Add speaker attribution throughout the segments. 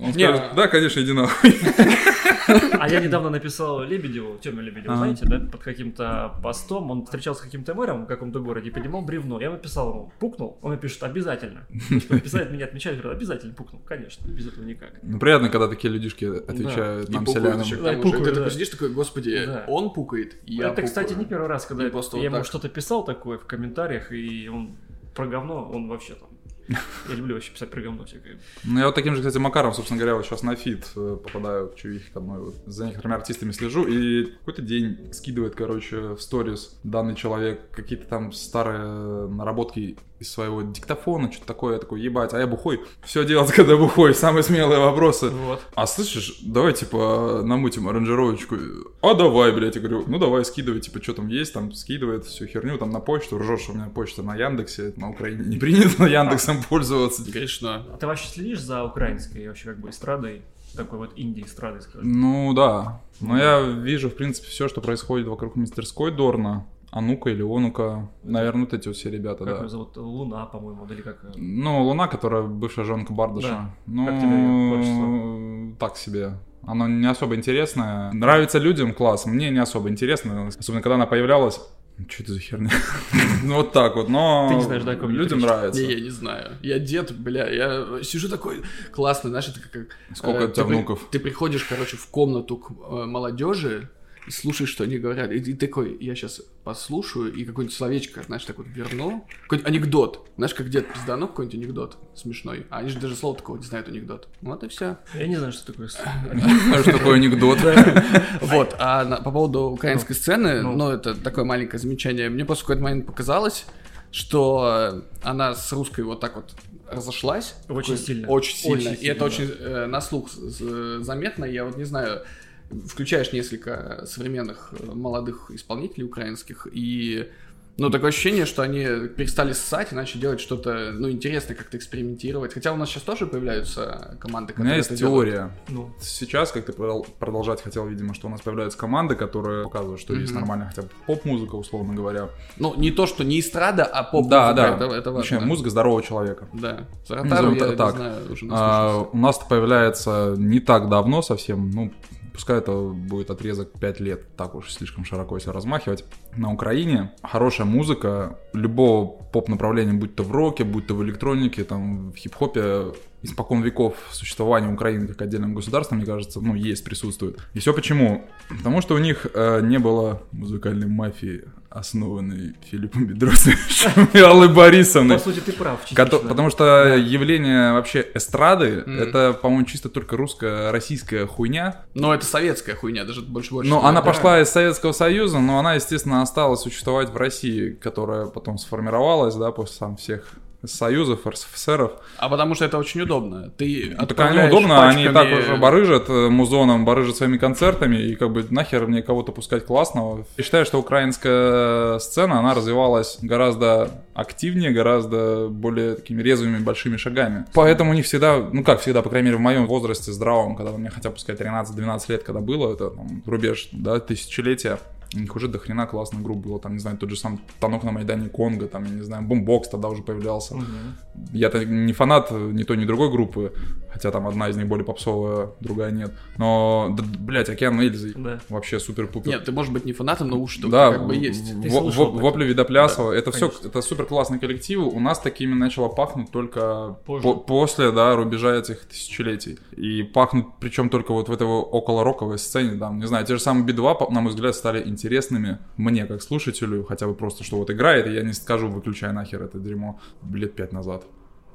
Speaker 1: Он
Speaker 2: Не,
Speaker 1: скажет, да, конечно, иди нахуй.
Speaker 2: А я недавно написал Лебедеву, Тёме Лебедеву,
Speaker 1: Ага.
Speaker 2: знаете, да, под каким-то постом, он встречался с каким-то мэром в каком-то городе, поднимал бревно, я написал ему, пукнул, он мне пишет, обязательно. Писает меня, отмечает, говорит, обязательно пукнул, конечно, без этого никак.
Speaker 1: Ну, приятно, когда такие людишки отвечают
Speaker 3: И
Speaker 1: нам,
Speaker 3: пукают
Speaker 1: селянам.
Speaker 3: еще к
Speaker 2: Да,
Speaker 3: тому же.
Speaker 2: пукают,
Speaker 3: Ты
Speaker 2: да.
Speaker 3: такой сидишь, такой, господи,
Speaker 2: Да.
Speaker 3: он пукает, и я
Speaker 2: это, кстати, не
Speaker 3: пукаю».
Speaker 2: первый раз, когда
Speaker 3: Ну,
Speaker 2: я
Speaker 3: просто вот
Speaker 2: ему
Speaker 3: так.
Speaker 2: что-то писал такое в комментариях, и он про говно, он вообще там. Я люблю вообще писать про говно всякое.
Speaker 1: Ну, я вот таким же, кстати, макаром, собственно говоря, вот сейчас на фит э, попадаю в чувихи к одной. э, вот За некоторыми артистами слежу, и какой-то день скидывает, короче, в сторис данный человек какие-то там старые наработки из своего диктофона, что-то такое. Я такой, ебать, а я бухой. Все делать, когда бухой, самые смелые вопросы.
Speaker 2: Вот.
Speaker 1: А слышишь, давай, типа, намутим аранжировочку. А давай, блядь, я говорю, ну давай, скидывай, типа, что там есть, там скидывает всю херню, там на почту, ржешь, у меня почта на Яндексе, на Украине не принято Яндексом пользоваться.
Speaker 3: Конечно.
Speaker 2: А ты вообще следишь за украинской вообще как бы эстрадой? Такой вот Индии эстрадой, скажем.
Speaker 1: Ну да. Но я вижу, в принципе, все, что происходит вокруг мастерской Дорна. Анука или Онука. Наверное, вот эти вот все ребята,
Speaker 2: Как
Speaker 1: да.
Speaker 2: ее зовут? Луна, по-моему, или как? ее?
Speaker 1: Ну, Луна, которая бывшая жонка Бардыша.
Speaker 2: Да.
Speaker 1: Ну,
Speaker 2: Как тебе её
Speaker 1: так себе. Оно не особо интересное. Нравится людям, класс. Мне не особо интересно. Особенно, когда она появлялась. Что это за херня? Ну, вот так вот. Но
Speaker 2: Ты не знаешь, да, о ком я
Speaker 1: людям
Speaker 2: речь?
Speaker 1: нравится.
Speaker 3: Не, я не знаю. Я дед, бля, я сижу такой классный, знаешь, это как...
Speaker 1: Сколько
Speaker 3: э,
Speaker 1: у тебя
Speaker 3: ты при-
Speaker 1: внуков?
Speaker 3: Ты приходишь, короче, в комнату к э, молодежи и слушаешь, что они говорят. И ты такой, я сейчас послушаю и какое-нибудь словечко, знаешь, так вот верну. Какой-нибудь анекдот. Знаешь, как дед пизданул какой-нибудь анекдот смешной. А они же даже слова такого не знают анекдот. Вот и все.
Speaker 2: Я не знаю, что такое. эст-
Speaker 1: Что такое анекдот?
Speaker 3: Вот, а на- по поводу украинской сцены,
Speaker 2: Ну.
Speaker 3: ну, это такое маленькое замечание. Мне просто в какой-то момент показалось, что э, она с русской вот так вот разошлась.
Speaker 2: Очень
Speaker 3: Такой-
Speaker 2: сильно.
Speaker 3: Очень сильно.
Speaker 2: Очень
Speaker 3: и это
Speaker 2: сильно,
Speaker 3: очень э, на слух з- з- заметно. Я вот не знаю, включаешь несколько современных э, молодых исполнителей украинских, и ну, такое ощущение, что они перестали ссать и начали делать что-то, ну, интересное, как-то экспериментировать. Хотя у нас сейчас тоже появляются команды,
Speaker 1: У
Speaker 3: которые
Speaker 1: меня есть
Speaker 3: это делают.
Speaker 1: теория.
Speaker 2: Ну,
Speaker 1: Сейчас, как ты продол- продолжать хотел, видимо, что у нас появляются команды, которые показывают, что есть
Speaker 3: Мгм.
Speaker 1: нормальная хотя бы поп-музыка, условно говоря.
Speaker 3: Ну, не то, что не эстрада, а поп
Speaker 1: да, да.
Speaker 3: Это, это важно.
Speaker 1: Вообще, музыка здорового человека.
Speaker 3: Да.
Speaker 1: Назовем
Speaker 3: Саратару я
Speaker 1: это
Speaker 3: не
Speaker 1: так.
Speaker 3: знаю, уже
Speaker 1: А,
Speaker 3: наслушался.
Speaker 1: у нас появляется не так давно совсем, ну, пускай это будет отрезок 5 лет, так уж слишком широко если размахивать. На Украине хорошая музыка любого поп-направления, будь то в роке, будь то в электронике, там, в хип-хопе, испокон веков существования Украины как отдельного государства, мне кажется, ну, есть, присутствует. И все почему? Потому что у них э, не было музыкальной мафии, основанной Филиппом Бедросовичем и Аллой Борисовной.
Speaker 2: По сути, ты прав. частично.
Speaker 1: Кото- потому что явление вообще эстрады,
Speaker 3: Мгм.
Speaker 1: это, по-моему, чисто только русская, российская хуйня.
Speaker 3: Но это советская хуйня, даже больше больше.
Speaker 1: Но
Speaker 3: не
Speaker 1: Ну, она
Speaker 3: набираю.
Speaker 1: пошла из Советского Союза, но она, естественно, осталась существовать в России, которая потом сформировалась, да, после там всех союзов, РСФСРов.
Speaker 3: А потому что это очень удобно. Ты
Speaker 1: Ну, так они
Speaker 3: отправляешь
Speaker 1: удобно, они и так
Speaker 3: пачками-
Speaker 1: уже барыжат э, музоном, барыжат своими концертами, и как бы нахер мне кого-то пускать классного. Я считаю, что украинская сцена, она развивалась гораздо активнее, гораздо более такими резвыми большими шагами. Поэтому у них всегда, ну как всегда, по крайней мере, в моем возрасте здравом, когда мне хотя бы пускай 13-12 лет, когда было, это там, рубеж, да, тысячелетия, у них уже до хрена классных групп было, там, не знаю, тот же сам Танок на Майдане Конго, там, я не знаю, Бумбокс тогда уже появлялся.
Speaker 2: Мгм.
Speaker 1: Я-то не фанат ни той, ни другой группы, хотя там одна из них более попсовая, другая нет. Но, да, блядь, Океан Эльзы
Speaker 2: Да.
Speaker 1: вообще супер-пупер.
Speaker 3: Нет, ты можешь быть не фанатом, но уж
Speaker 1: да,
Speaker 3: как бы есть.
Speaker 1: в-
Speaker 2: Ты
Speaker 1: в-
Speaker 2: слышал
Speaker 1: в-
Speaker 2: такое?
Speaker 1: вопли Видоплясова. это все,
Speaker 2: конечно.
Speaker 1: это супер классные коллективы. У нас такими начало пахнуть только
Speaker 2: Позже.
Speaker 1: по- после, да, рубежа этих тысячелетий. И пахнут, причем только вот в этой около-роковой сцене, там, не знаю, те же самые Би-2, по- на мой взгляд, стали интересными мне, как слушателю, хотя бы просто, что вот играет, и я не скажу, выключай нахер это дерьмо лет пять назад.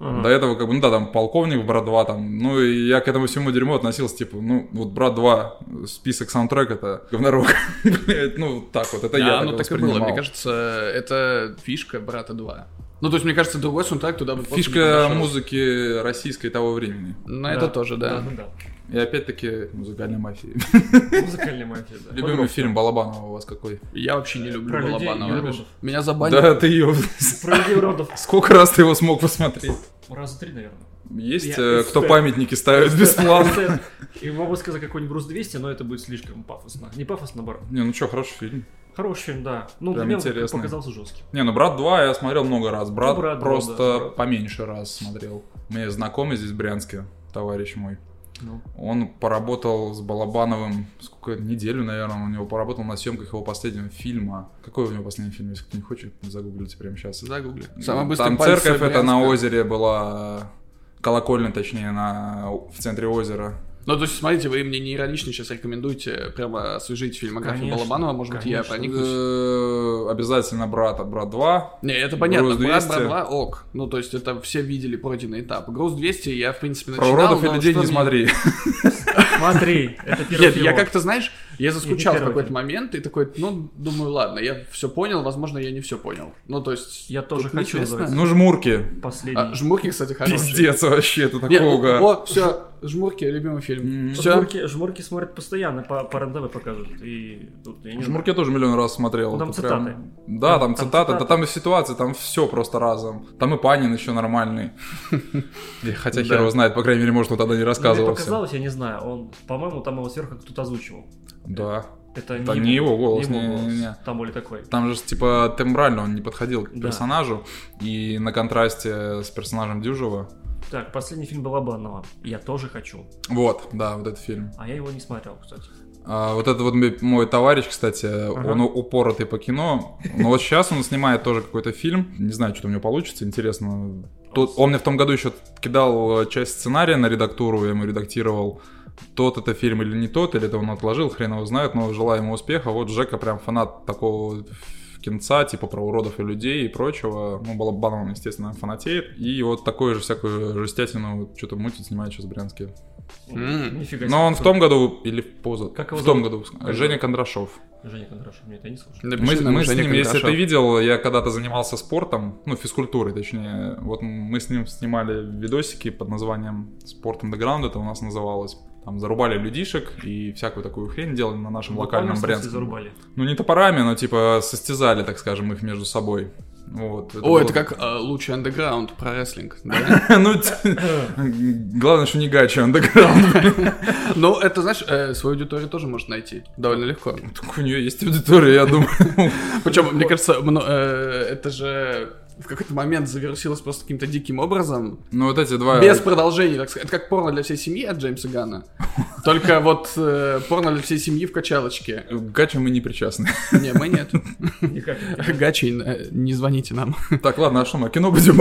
Speaker 2: Ага.
Speaker 1: До этого, как бы, ну да, там полковник, брат 2, там, ну и я к этому всему дерьму относился, типа, ну, вот брат 2, список саундтрек это говнорок. Блядь, ну, так вот, это я.
Speaker 3: Да, ну так и было. Мне
Speaker 1: воспринимал.
Speaker 3: кажется, это фишка брата 2. Ну, то есть, мне кажется, другой саундтрек туда бы просто не
Speaker 1: Фишка
Speaker 3: подошел.
Speaker 1: музыки российской того времени.
Speaker 3: Ну,
Speaker 2: Да.
Speaker 3: это тоже, да.
Speaker 2: ну да.
Speaker 1: И опять-таки музыкальная мафия.
Speaker 2: Музыкальная мафия, да.
Speaker 1: Любимый фильм Балабанова у вас какой?
Speaker 3: Я вообще не люблю
Speaker 2: Про людей и
Speaker 3: Балабанова.
Speaker 2: уродов.
Speaker 3: Меня
Speaker 1: Да,
Speaker 3: забанили.
Speaker 1: ты ее...
Speaker 2: Про людей уродов.
Speaker 1: Сколько раз ты его смог посмотреть?
Speaker 2: Раза три, наверное.
Speaker 1: Есть,
Speaker 2: Я-
Speaker 1: э, кто
Speaker 2: Эстет.
Speaker 1: памятники ставит бесплатно?
Speaker 2: И могу сказать какой-нибудь груз 200, но это будет слишком пафосно. Не пафосно, наоборот.
Speaker 1: Не, ну что, хороший фильм.
Speaker 2: Хороший фильм, да. Ну, для
Speaker 1: Прям
Speaker 2: меня
Speaker 1: интересно.
Speaker 2: он показался жестким.
Speaker 1: Не, ну брат 2 я смотрел много раз. Брат,
Speaker 2: «Брат» два,
Speaker 1: просто
Speaker 2: да, «Брат».
Speaker 1: поменьше раз смотрел. У меня есть знакомый здесь в Брянске, товарищ мой.
Speaker 2: Ну,
Speaker 1: Он поработал с Балабановым, сколько, неделю, наверное, у него поработал на съемках его последнего фильма. Какой у него последний фильм, если кто не хочет, загуглите прямо сейчас.
Speaker 3: Загугли.
Speaker 1: Там церковь это на озере была, колокольня, точнее, на, в центре озера.
Speaker 3: Ну, то есть, смотрите, вы мне не иронично сейчас рекомендуете прямо освежить фильмографию
Speaker 2: Конечно,
Speaker 3: Балабанова, может быть, я
Speaker 2: конечно.
Speaker 3: проникнусь.
Speaker 1: Э, Обязательно брата, брат 2.
Speaker 3: Не, это понятно,
Speaker 1: «Груз
Speaker 3: брат,
Speaker 1: 200».
Speaker 3: брат, брат, ок. Ну, то есть, это все видели пройденный этап. Груз 200 я, в принципе,
Speaker 1: Про
Speaker 3: начинал,
Speaker 1: уродов и
Speaker 3: но
Speaker 1: людей
Speaker 3: что
Speaker 1: не
Speaker 3: мне-
Speaker 1: смотри.
Speaker 2: Смотри, это первый
Speaker 3: Нет,
Speaker 2: фильм
Speaker 3: я
Speaker 2: его.
Speaker 3: как-то, знаешь, я заскучал в
Speaker 2: первый
Speaker 3: какой-то
Speaker 2: фильм.
Speaker 3: момент и такой, ну, думаю, ладно, я все понял, возможно, я не все понял. Ну, то есть...
Speaker 2: Я
Speaker 3: тут
Speaker 2: тоже хочу,
Speaker 3: нечестно.
Speaker 2: называется.
Speaker 1: Ну, жмурки.
Speaker 2: Последний.
Speaker 3: А, жмурки, кстати, хорошие.
Speaker 1: Пиздец вообще, это
Speaker 3: Нет, ну,
Speaker 1: такого.
Speaker 3: о, все, жмурки, любимый фильм.
Speaker 1: Мгм.
Speaker 2: Вот
Speaker 3: Все.
Speaker 2: Жмурки, жмурки смотрят постоянно, по, по РЕН-ТВ покажут. И тут, я не знаю.
Speaker 1: Жмурки я тоже миллион раз смотрел.
Speaker 2: Ну, там
Speaker 1: это прям-
Speaker 2: цитаты.
Speaker 1: Да, там,
Speaker 2: Там- там
Speaker 1: цитаты, да
Speaker 2: цитаты.
Speaker 1: там и ситуация, там все просто разом. Там и Панин еще нормальный. Или Хотя хер
Speaker 3: Да.
Speaker 1: его знает, по крайней мере, может, он тогда не
Speaker 2: Ну, Мне
Speaker 1: рассказывал всем.
Speaker 2: показалось, я не знаю. Он, по-моему, там его сверху кто-то озвучивал.
Speaker 1: Да.
Speaker 2: Это
Speaker 1: Да не его голос,
Speaker 2: э, не его
Speaker 1: не-
Speaker 2: голос.
Speaker 1: не- не.
Speaker 2: Там более такой.
Speaker 1: Там же, типа, тембрально он не подходил к
Speaker 2: Да.
Speaker 1: персонажу. И на контрасте с персонажем Дюжева.
Speaker 2: Так, последний фильм Балабанова. Я тоже хочу.
Speaker 1: Вот, да, вот этот фильм.
Speaker 2: А я его не смотрел, кстати.
Speaker 1: А, вот это вот м- мой товарищ, кстати,
Speaker 2: Ага.
Speaker 1: он у- упоротый по кино. Но вот сейчас он снимает тоже какой-то фильм. Не знаю, что у него получится, интересно. Тут, он мне в том году еще кидал э, часть сценария на редактуру, я ему редактировал. Тот это фильм или не тот, или это он отложил, хрен его знает, но желаю ему успеха. Вот Жека прям фанат такого в- кинца, типа про уродов и людей и прочего. Ну, Балабанов, он, естественно, фанатеет. И вот такую же всякую жестятину что-то мутит, снимает сейчас в Брянске.
Speaker 3: М.
Speaker 2: Нифига себе.
Speaker 1: Но он в том году, или в позу,
Speaker 2: Как его
Speaker 1: в том
Speaker 2: зовут?
Speaker 1: году, Женя Кондрашов.
Speaker 2: Женя Кондрашов, мне это не слушал.
Speaker 1: Мы,
Speaker 3: Напиши нам,
Speaker 1: мы с
Speaker 3: Женя
Speaker 1: ним, если
Speaker 3: Кондрашов.
Speaker 1: ты видел, я когда-то занимался спортом, ну, физкультурой, точнее. Вот мы с ним снимали видосики под названием «Спорт Underground», это у нас называлось. Там зарубали людишек и всякую такую хрень делали на нашем
Speaker 3: Ну,
Speaker 2: В
Speaker 1: локальном
Speaker 2: буквальном смысле
Speaker 1: бренде.
Speaker 2: зарубали.
Speaker 1: Ну, не топорами, но типа состязали, так скажем, их между собой. Вот.
Speaker 3: О,
Speaker 1: было-
Speaker 3: это как э, лучший андеграунд про рестлинг. да?
Speaker 1: ну, т- главное, что не гачи Underground.
Speaker 3: Ну, это, знаешь, э, свою аудиторию тоже можно найти довольно легко.
Speaker 1: Так у нее есть аудитория, я думаю.
Speaker 3: Причем, мне кажется, мно- э, это же в какой-то момент завирусилось просто каким-то диким образом.
Speaker 1: Ну, вот эти два...
Speaker 3: Без продолжения, так сказать. Это как порно для всей семьи от Джеймса Ганна. Только вот э, порно для всей семьи в качалочке.
Speaker 1: Гачи мы не причастны.
Speaker 3: Не, мы нет.
Speaker 2: Никак не
Speaker 3: Гачи, э, не звоните нам.
Speaker 1: Так, ладно, а что мы о кино будем?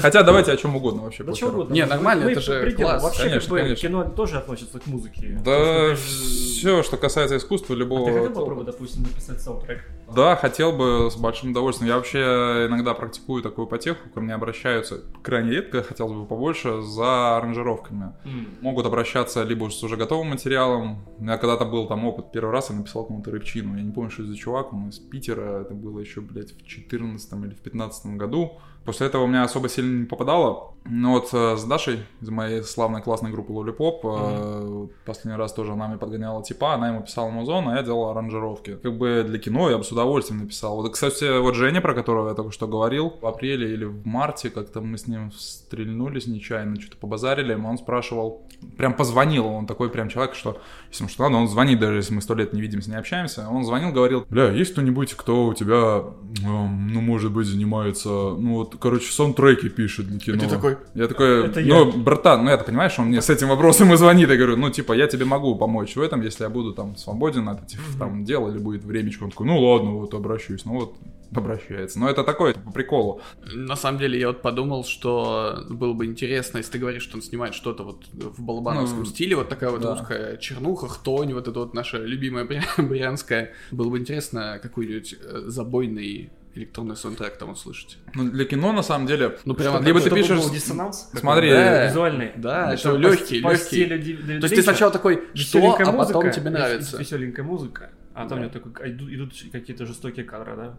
Speaker 1: Хотя давайте о чем угодно вообще.
Speaker 2: Да
Speaker 1: похер.
Speaker 2: чего угодно.
Speaker 3: Не,
Speaker 2: Мы-
Speaker 3: нормально,
Speaker 2: мы
Speaker 3: это же
Speaker 2: по пределам.
Speaker 3: класс.
Speaker 2: Вообще,
Speaker 1: Конечно,
Speaker 2: как бы,
Speaker 1: конечно.
Speaker 2: кино тоже относится к музыке.
Speaker 1: Да,
Speaker 2: Просто ты-
Speaker 1: все, что касается искусства,
Speaker 2: А ты
Speaker 1: любого...
Speaker 2: хотел попробовать, допустим, написать саундтрек?
Speaker 1: Да, хотел бы с большим удовольствием. Я вообще иногда практикую такую потеху, ко мне обращаются крайне редко, хотелось бы побольше, за аранжировками.
Speaker 2: М.
Speaker 1: Могут обращаться либо с уже готовым материалом. У меня когда-то был там опыт, первый раз я написал кому-то рыбчину. Я не помню, что это за чувак, он из Питера, это было еще, блядь, в 14 или в 15 году. После этого у меня особо сильно не попадало. Но вот э, с Дашей из моей славной классной группы Лолипоп, э, последний раз тоже она мне подгоняла типа, она ему писала музон, а я делал аранжировки. Как бы для кино я бы с удовольствием написал. Вот, кстати, вот Женя, про которого я только что говорил, в апреле или в марте как-то мы с ним стрельнулись нечаянно, что-то побазарили, он спрашивал, прям позвонил, он такой прям человек, что если ему что надо, он звонит, даже если мы сто лет не видимся, не общаемся. Он звонил, говорил, бля, есть кто-нибудь, кто у тебя, эм, ну, может быть, занимается, ну, вот, короче, саундтреки пишет для
Speaker 3: И
Speaker 1: кино.
Speaker 3: ты такой,
Speaker 1: Я такой,
Speaker 2: Это
Speaker 1: ну, братан, ну, это, понимаешь, он мне с этим вопросом и звонит, я говорю, ну, типа, я тебе могу помочь в этом, если я буду, там, свободен от этих, там, дел, или будет времечко. Он такой, ну, ладно, вот, обращусь, ну, вот, обращается. Но это такое, по приколу.
Speaker 3: На самом деле, я вот подумал, что было бы интересно, если ты говоришь, что он снимает что-то вот в балабановском
Speaker 1: Ну,
Speaker 3: стиле, вот такая вот
Speaker 1: да.
Speaker 3: русская чернуха, хтонь, вот это вот наша любимая бря- брянская. Было бы интересно какой-нибудь э, забойный электронный саундтрек там услышать.
Speaker 1: Ну, для кино, на самом деле,
Speaker 3: Ну, прямо
Speaker 1: что- либо ты
Speaker 3: такое.
Speaker 2: Чтобы
Speaker 1: пишешь...
Speaker 2: был диссонанс? какой-то,
Speaker 1: смотри,
Speaker 3: Да.
Speaker 2: Визуальный.
Speaker 3: Да,
Speaker 2: Ну,
Speaker 3: это
Speaker 2: там
Speaker 3: легкий,
Speaker 2: по- по
Speaker 3: легкий.
Speaker 2: стилю Ди- Дэвида
Speaker 3: То есть ты
Speaker 2: Линча.
Speaker 3: сначала такой, что,
Speaker 2: Веселенькая
Speaker 3: а потом
Speaker 2: музыка,
Speaker 3: тебе
Speaker 2: вес-
Speaker 3: нравится.
Speaker 2: Веселенькая музыка. А там
Speaker 3: Да.
Speaker 2: я такой, а иду- идут какие-то жестокие кадры, да?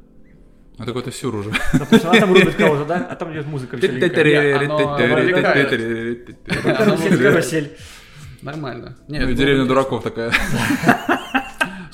Speaker 1: Ну, такой, это сюр уже.
Speaker 2: Допустим, она там рубит кого-то, да? А там идет музыка веселенькая. Карусель, карусель.
Speaker 3: Ну, Нормально. Не,
Speaker 1: Ну,
Speaker 3: это
Speaker 1: и
Speaker 3: было
Speaker 1: деревня
Speaker 3: бы
Speaker 1: дураков такая.
Speaker 3: интересно.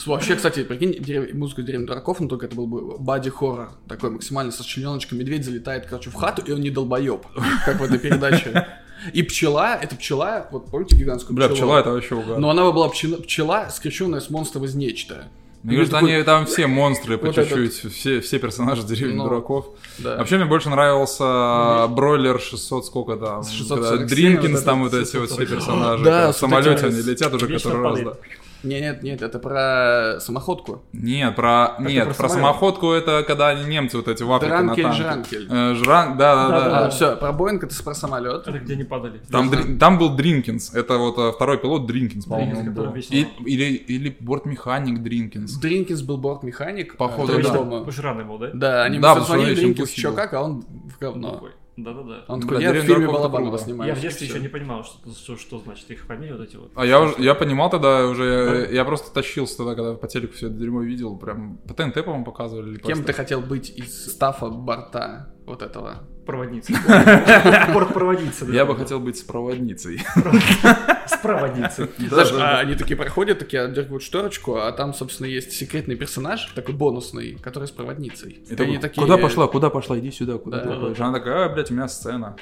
Speaker 3: Вообще, кстати, прикинь, дерев- музыку «Деревня дураков», но только это был бы бади-хоррор. Такой максимально со членочкой. Медведь залетает, короче, в хату, и он не долбоеб, как в этой передаче. И пчела, это пчела, вот помните гигантскую
Speaker 1: Бля,
Speaker 3: пчелу?
Speaker 1: пчела это вообще угар.
Speaker 3: Но она бы была пчела, пчела скрещенная с монстром из нечто.
Speaker 1: Мне кажется,
Speaker 3: такой-
Speaker 1: они там все монстры по
Speaker 3: Вот
Speaker 1: чуть-чуть, все, все персонажи деревни
Speaker 3: Ну,
Speaker 1: дураков.
Speaker 3: Да.
Speaker 1: Вообще мне больше нравился бройлер 600 сколько там,
Speaker 3: 647,
Speaker 1: когда Дринкинс
Speaker 3: вот
Speaker 1: там
Speaker 3: этот
Speaker 1: вот эти вот все
Speaker 2: 640.
Speaker 1: персонажи,
Speaker 3: Да,
Speaker 1: когда в
Speaker 3: с вот
Speaker 1: самолете
Speaker 3: этими
Speaker 1: они летят уже
Speaker 2: вечно
Speaker 1: который раз, да.
Speaker 2: падает.
Speaker 3: Нет, нет, нет, это про самоходку.
Speaker 1: Нет, про, нет,
Speaker 2: про
Speaker 1: про,
Speaker 2: самолет?
Speaker 1: самоходку это когда они немцы вот эти в Африке на
Speaker 3: Дранкель,
Speaker 1: танке.
Speaker 3: Жранкель.
Speaker 1: Э, Жран, да, да,
Speaker 2: Да-да-да.
Speaker 1: да.
Speaker 3: А, все, про Боинг это про самолет.
Speaker 2: Это где не падали.
Speaker 1: Там,
Speaker 3: Да.
Speaker 1: Дри- там был Дринкинс, это вот э, второй пилот Дринкинс, по-моему,
Speaker 2: Дринкинс,
Speaker 1: был.
Speaker 2: который вечно-
Speaker 1: И- или, или бортмеханик Дринкинс.
Speaker 3: Дринкинс был борт-механик.
Speaker 1: Походу,
Speaker 3: э,
Speaker 1: да.
Speaker 3: дома.
Speaker 2: Уж рано был, да?
Speaker 3: Да, они
Speaker 1: Да,
Speaker 3: все
Speaker 1: потому что он
Speaker 3: звонили
Speaker 1: очень
Speaker 3: Дринкинс
Speaker 1: пухий
Speaker 3: еще
Speaker 1: был.
Speaker 3: как, а он в говно.
Speaker 2: Такой. Да-да-да.
Speaker 3: Он
Speaker 1: Да,
Speaker 3: такой, я в
Speaker 1: «Деревня
Speaker 3: фильме
Speaker 1: дураков» это
Speaker 3: Балабанова
Speaker 1: круто.
Speaker 3: снимаю.
Speaker 2: Я в детстве
Speaker 3: всё.
Speaker 2: еще не понимал, что, что, что значит их фамилия вот эти вот.
Speaker 1: А я уже, я понимал тогда уже, э, я просто тащился тогда, когда по телеку все это дерьмо видел, прям по ТНТ, по-моему, показывали. Или по
Speaker 3: Кем
Speaker 1: СТ.
Speaker 3: ты хотел быть из стафа борта вот этого?
Speaker 2: Проводница. Порт проводница. да.
Speaker 1: Я бы хотел быть с проводницей.
Speaker 2: С проводницей.
Speaker 3: Знаешь,
Speaker 1: да,
Speaker 3: а
Speaker 1: да.
Speaker 3: они такие проходят, такие отдергивают шторочку, а там, собственно, есть секретный персонаж, такой бонусный, который с проводницей.
Speaker 1: И
Speaker 3: И
Speaker 1: такой,
Speaker 3: они такие-
Speaker 1: Куда пошла, куда пошла, иди сюда, куда
Speaker 3: Да,
Speaker 1: ты
Speaker 3: да,
Speaker 1: уходишь?» Она такая, а, блядь, у меня сцена.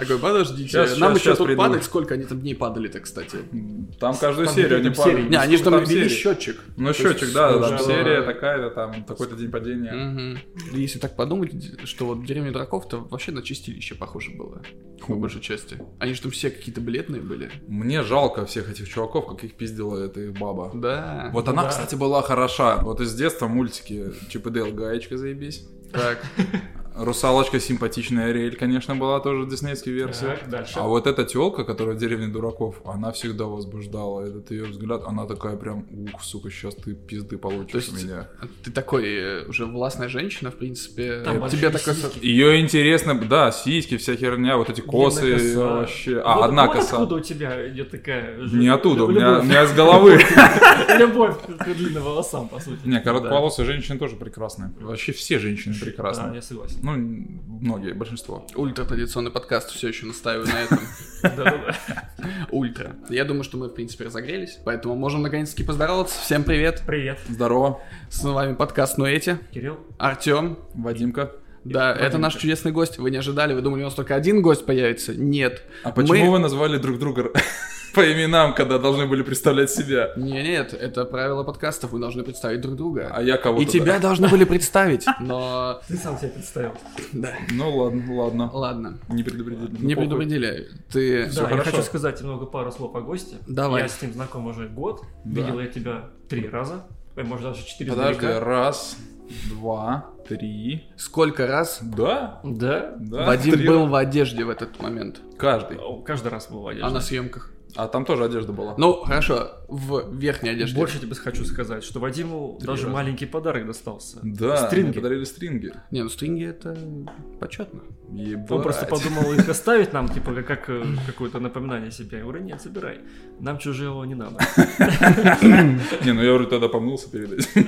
Speaker 3: Такой, подождите,
Speaker 1: Щас,
Speaker 3: нам
Speaker 1: щас,
Speaker 3: еще
Speaker 1: щас
Speaker 3: тут
Speaker 1: приду.
Speaker 3: падали, сколько они там дней падали-то, кстати.
Speaker 1: Там каждую
Speaker 2: Там
Speaker 1: серию
Speaker 2: где-то
Speaker 1: они
Speaker 2: там серии
Speaker 1: парят.
Speaker 3: Не, они же там
Speaker 1: Ну, Сколько
Speaker 3: ввели
Speaker 1: серий?
Speaker 3: счетчик.
Speaker 1: Ну,
Speaker 3: То есть
Speaker 1: счетчик, да,
Speaker 3: сколько
Speaker 1: там
Speaker 3: же-
Speaker 1: серия такая-то, там такой-то день падения.
Speaker 3: Мгм. Да Если так подумать, д- что вот деревня драков-то вообще на чистилище похоже было. По
Speaker 1: Ху.
Speaker 3: большей части. Они же там все какие-то бледные были.
Speaker 1: Мне жалко всех этих чуваков, каких пиздила эта их баба.
Speaker 3: Да.
Speaker 1: Вот она,
Speaker 2: Да.
Speaker 1: кстати, была хороша. Вот из детства мультики Чип и Дейл, Гаечка, заебись.
Speaker 3: так.
Speaker 1: Русалочка симпатичная Ариэль, конечно, была тоже диснейская версия.
Speaker 2: Так, Дальше.
Speaker 1: А вот эта телка, которая в деревне дураков, она всегда возбуждала этот ее взгляд. Она такая прям, ух, сука, сейчас ты пизды
Speaker 3: То
Speaker 1: получишь у
Speaker 3: есть
Speaker 1: меня.
Speaker 3: ты такой э, уже властная женщина, в принципе.
Speaker 2: Там
Speaker 3: Э,
Speaker 2: большие
Speaker 3: Тебе такой...
Speaker 2: сиськи.
Speaker 1: Ее интересно, да, сиськи, вся херня, вот эти
Speaker 2: ну
Speaker 1: косы
Speaker 2: Длинная коса.
Speaker 1: вообще. А,
Speaker 2: э, Вот-
Speaker 1: одна
Speaker 2: вот
Speaker 1: коса.
Speaker 2: откуда у тебя идет такая... же-
Speaker 1: Не оттуда, у меня, у
Speaker 2: любовь-
Speaker 1: меня с головы.
Speaker 2: Любовь к длинным волосам, по сути.
Speaker 1: Не, короткополосые женщины тоже прекрасны. Вообще все женщины
Speaker 2: Да,
Speaker 1: прекрасны.
Speaker 2: я согласен.
Speaker 1: Ну, многие, большинство.
Speaker 3: Ультратрадиционный подкаст все еще настаиваю на этом.
Speaker 2: Да-да-да.
Speaker 3: Ультра. Я думаю, что мы, в принципе, разогрелись, поэтому можем наконец-таки поздороваться. Всем привет.
Speaker 2: Привет,
Speaker 1: Здорово,
Speaker 3: С вами подкаст Нуэти.
Speaker 2: Кирилл.
Speaker 3: Артем.
Speaker 1: Вадимка.
Speaker 3: Да,
Speaker 2: Владимир.
Speaker 3: это наш чудесный гость. Вы не ожидали, вы думали, у нас только один гость появится? Нет.
Speaker 1: А почему
Speaker 3: Мы-
Speaker 1: вы назвали друг друга по именам, когда должны были представлять себя?
Speaker 3: Не, нет, это правило подкастов. Вы должны представить друг друга.
Speaker 1: А я кого-то...
Speaker 3: И тебя
Speaker 1: да.
Speaker 3: должны были представить, но...
Speaker 2: Ты сам себя представил.
Speaker 3: Да.
Speaker 1: Ну ладно, ладно.
Speaker 3: Ладно.
Speaker 1: Не предупредили.
Speaker 3: Не
Speaker 1: Ну, похуй.
Speaker 3: предупредили. Ты...
Speaker 2: Да, я
Speaker 1: хорошо.
Speaker 2: хочу сказать немного пару слов о госте.
Speaker 3: Давай.
Speaker 2: Я с ним знаком уже год.
Speaker 1: Да.
Speaker 2: Видел я тебя три раза. Ой, может, даже четыре
Speaker 1: Подожди,
Speaker 2: издалека.
Speaker 1: раз, два, три.
Speaker 3: Сколько раз
Speaker 1: Да,
Speaker 2: Да.
Speaker 1: да.
Speaker 3: Вадим
Speaker 1: три
Speaker 3: был в одежде в этот момент?
Speaker 1: Каждый.
Speaker 2: О, Каждый раз был в одежде.
Speaker 3: А на съемках?
Speaker 1: А там тоже одежда была.
Speaker 3: Ну, хорошо, в верхней одежде.
Speaker 2: Больше тебе хочу сказать, что Вадиму
Speaker 1: Три
Speaker 2: даже
Speaker 1: раза.
Speaker 2: маленький подарок достался.
Speaker 1: Да,
Speaker 2: Стринги.
Speaker 1: мне подарили стринги.
Speaker 3: Не, ну стринги это почетно.
Speaker 1: Ебать.
Speaker 2: Он просто подумал их оставить нам, типа, как- как э, какое-то напоминание себе. Я говорю, нет, собирай. Нам чужого не надо.
Speaker 1: Не, ну я уже тогда помылся перед этим.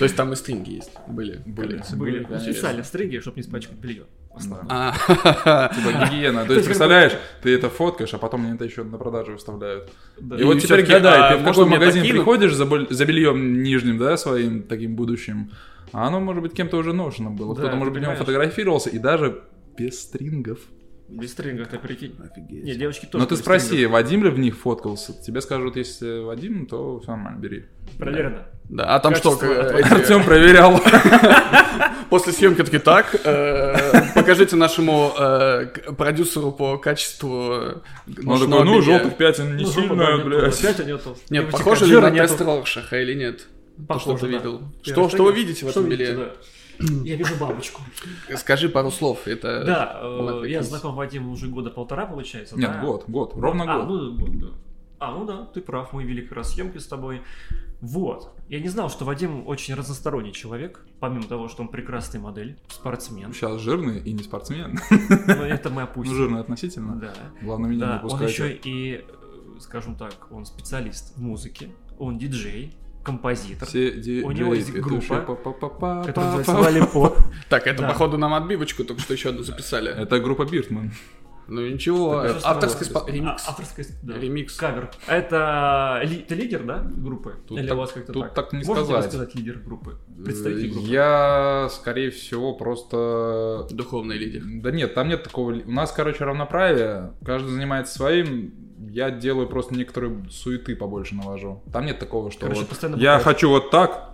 Speaker 3: То есть там и стринги есть. Были.
Speaker 1: Были.
Speaker 3: коллекции.
Speaker 2: Были
Speaker 1: конечно.
Speaker 2: специально стринги, чтобы не испачкать белье.
Speaker 3: А, ха-ха-ха.
Speaker 1: Типа гигиена. То
Speaker 2: есть
Speaker 1: есть,
Speaker 2: как
Speaker 1: представляешь, ты это фоткаешь, а потом они это еще на продажу выставляют.
Speaker 2: Да.
Speaker 1: И, вот
Speaker 3: И
Speaker 1: теперь
Speaker 3: всё-таки,
Speaker 1: гадай,
Speaker 3: а
Speaker 1: ты в
Speaker 3: можно
Speaker 1: какой
Speaker 3: мне
Speaker 1: магазин
Speaker 3: такие, ну?
Speaker 1: приходишь за, боль- за бельем нижним, да, своим таким будущим, а оно, может быть, кем-то уже ношено было.
Speaker 2: Да,
Speaker 1: Кто-то,
Speaker 2: ты
Speaker 1: может быть, в нем
Speaker 2: понимаешь.
Speaker 1: фотографировался, и даже без стрингов.
Speaker 2: Без стрингов, ты прикинь.
Speaker 3: Офигеть.
Speaker 2: Не, девочки тоже.
Speaker 1: Но Ну, ты
Speaker 2: без
Speaker 1: спроси,
Speaker 2: стрингов.
Speaker 1: Вадим ли в них фоткался? Тебе скажут, если Вадим, то все нормально, бери.
Speaker 2: Проверено.
Speaker 3: Да, а там что,
Speaker 2: Качество
Speaker 3: э, эти-
Speaker 1: Артем проверял.
Speaker 3: после съемки такие, так, э, покажите нашему э, к- продюсеру по качеству
Speaker 1: Он
Speaker 3: нашего
Speaker 1: такой, ну,
Speaker 3: белья».
Speaker 1: желтых пятен не
Speaker 2: Ну, жопа, да,
Speaker 1: сильно,
Speaker 2: нету.
Speaker 1: блядь.
Speaker 2: Опять у него толст. И
Speaker 3: Нет,
Speaker 2: вот
Speaker 3: похоже
Speaker 2: эти
Speaker 3: ли на
Speaker 2: жира
Speaker 3: тест
Speaker 2: нету.
Speaker 3: Роршаха или нет? То, что
Speaker 2: Похоже,
Speaker 3: ты
Speaker 2: да.
Speaker 3: видел.
Speaker 2: Я
Speaker 3: Что, что
Speaker 2: расстегиваю.
Speaker 3: вы видите в этом
Speaker 2: видите,
Speaker 3: белье?
Speaker 2: да. Я вижу бабочку.
Speaker 3: Скажи пару слов. Это
Speaker 2: Да, э,
Speaker 3: вот
Speaker 2: я
Speaker 3: такие.
Speaker 2: знаком Вадима уже года полтора, получается.
Speaker 1: Нет,
Speaker 2: да?
Speaker 1: год, год, ровно
Speaker 2: А,
Speaker 1: год.
Speaker 2: ну, год, да. А, ну да, ты прав, мы вели как раз съемки с тобой. Вот. Я не знал, что Вадим очень разносторонний человек, помимо того, что он прекрасный модель, спортсмен.
Speaker 1: Сейчас жирный и не спортсмен.
Speaker 2: Но это мы
Speaker 1: Ну,
Speaker 2: опустим.
Speaker 1: жирный относительно.
Speaker 2: Да.
Speaker 1: Главное, меня не
Speaker 2: Да, он еще
Speaker 1: выпускайте.
Speaker 2: и, э, скажем так, он специалист в музыке, он диджей, композитор.
Speaker 1: Все ди-
Speaker 2: У него
Speaker 1: джей-
Speaker 2: есть
Speaker 1: это
Speaker 2: группа,
Speaker 1: же па-па-па-па-па.
Speaker 2: Который называется Валипоп.
Speaker 3: Так, это,
Speaker 2: Да.
Speaker 3: походу, нам отбивочку только что еще одну записали.
Speaker 1: Это группа Биртман.
Speaker 3: Ну ничего,
Speaker 2: Это
Speaker 3: э,
Speaker 2: что
Speaker 3: авторский
Speaker 2: такое?
Speaker 3: спа- ремикс.
Speaker 2: А, авторская, да.
Speaker 3: Ремикс.
Speaker 2: Кавер. Это ли- ты лидер, да, группы?
Speaker 1: Тут
Speaker 2: Или
Speaker 1: так-
Speaker 2: у вас как-то
Speaker 1: тут
Speaker 2: так?
Speaker 1: так не
Speaker 2: Можете
Speaker 1: сказать. Э,
Speaker 2: рассказать лидер группы? Представитель группы.
Speaker 1: Я, скорее всего, просто...
Speaker 3: Духовный лидер.
Speaker 1: Да нет, там нет такого... У нас, короче, равноправие. Каждый занимается своим. Я делаю просто некоторые суеты побольше навожу. Там нет такого, что
Speaker 2: Короче,
Speaker 1: вот
Speaker 2: постоянно
Speaker 1: я
Speaker 2: бухаешь.
Speaker 1: хочу вот так,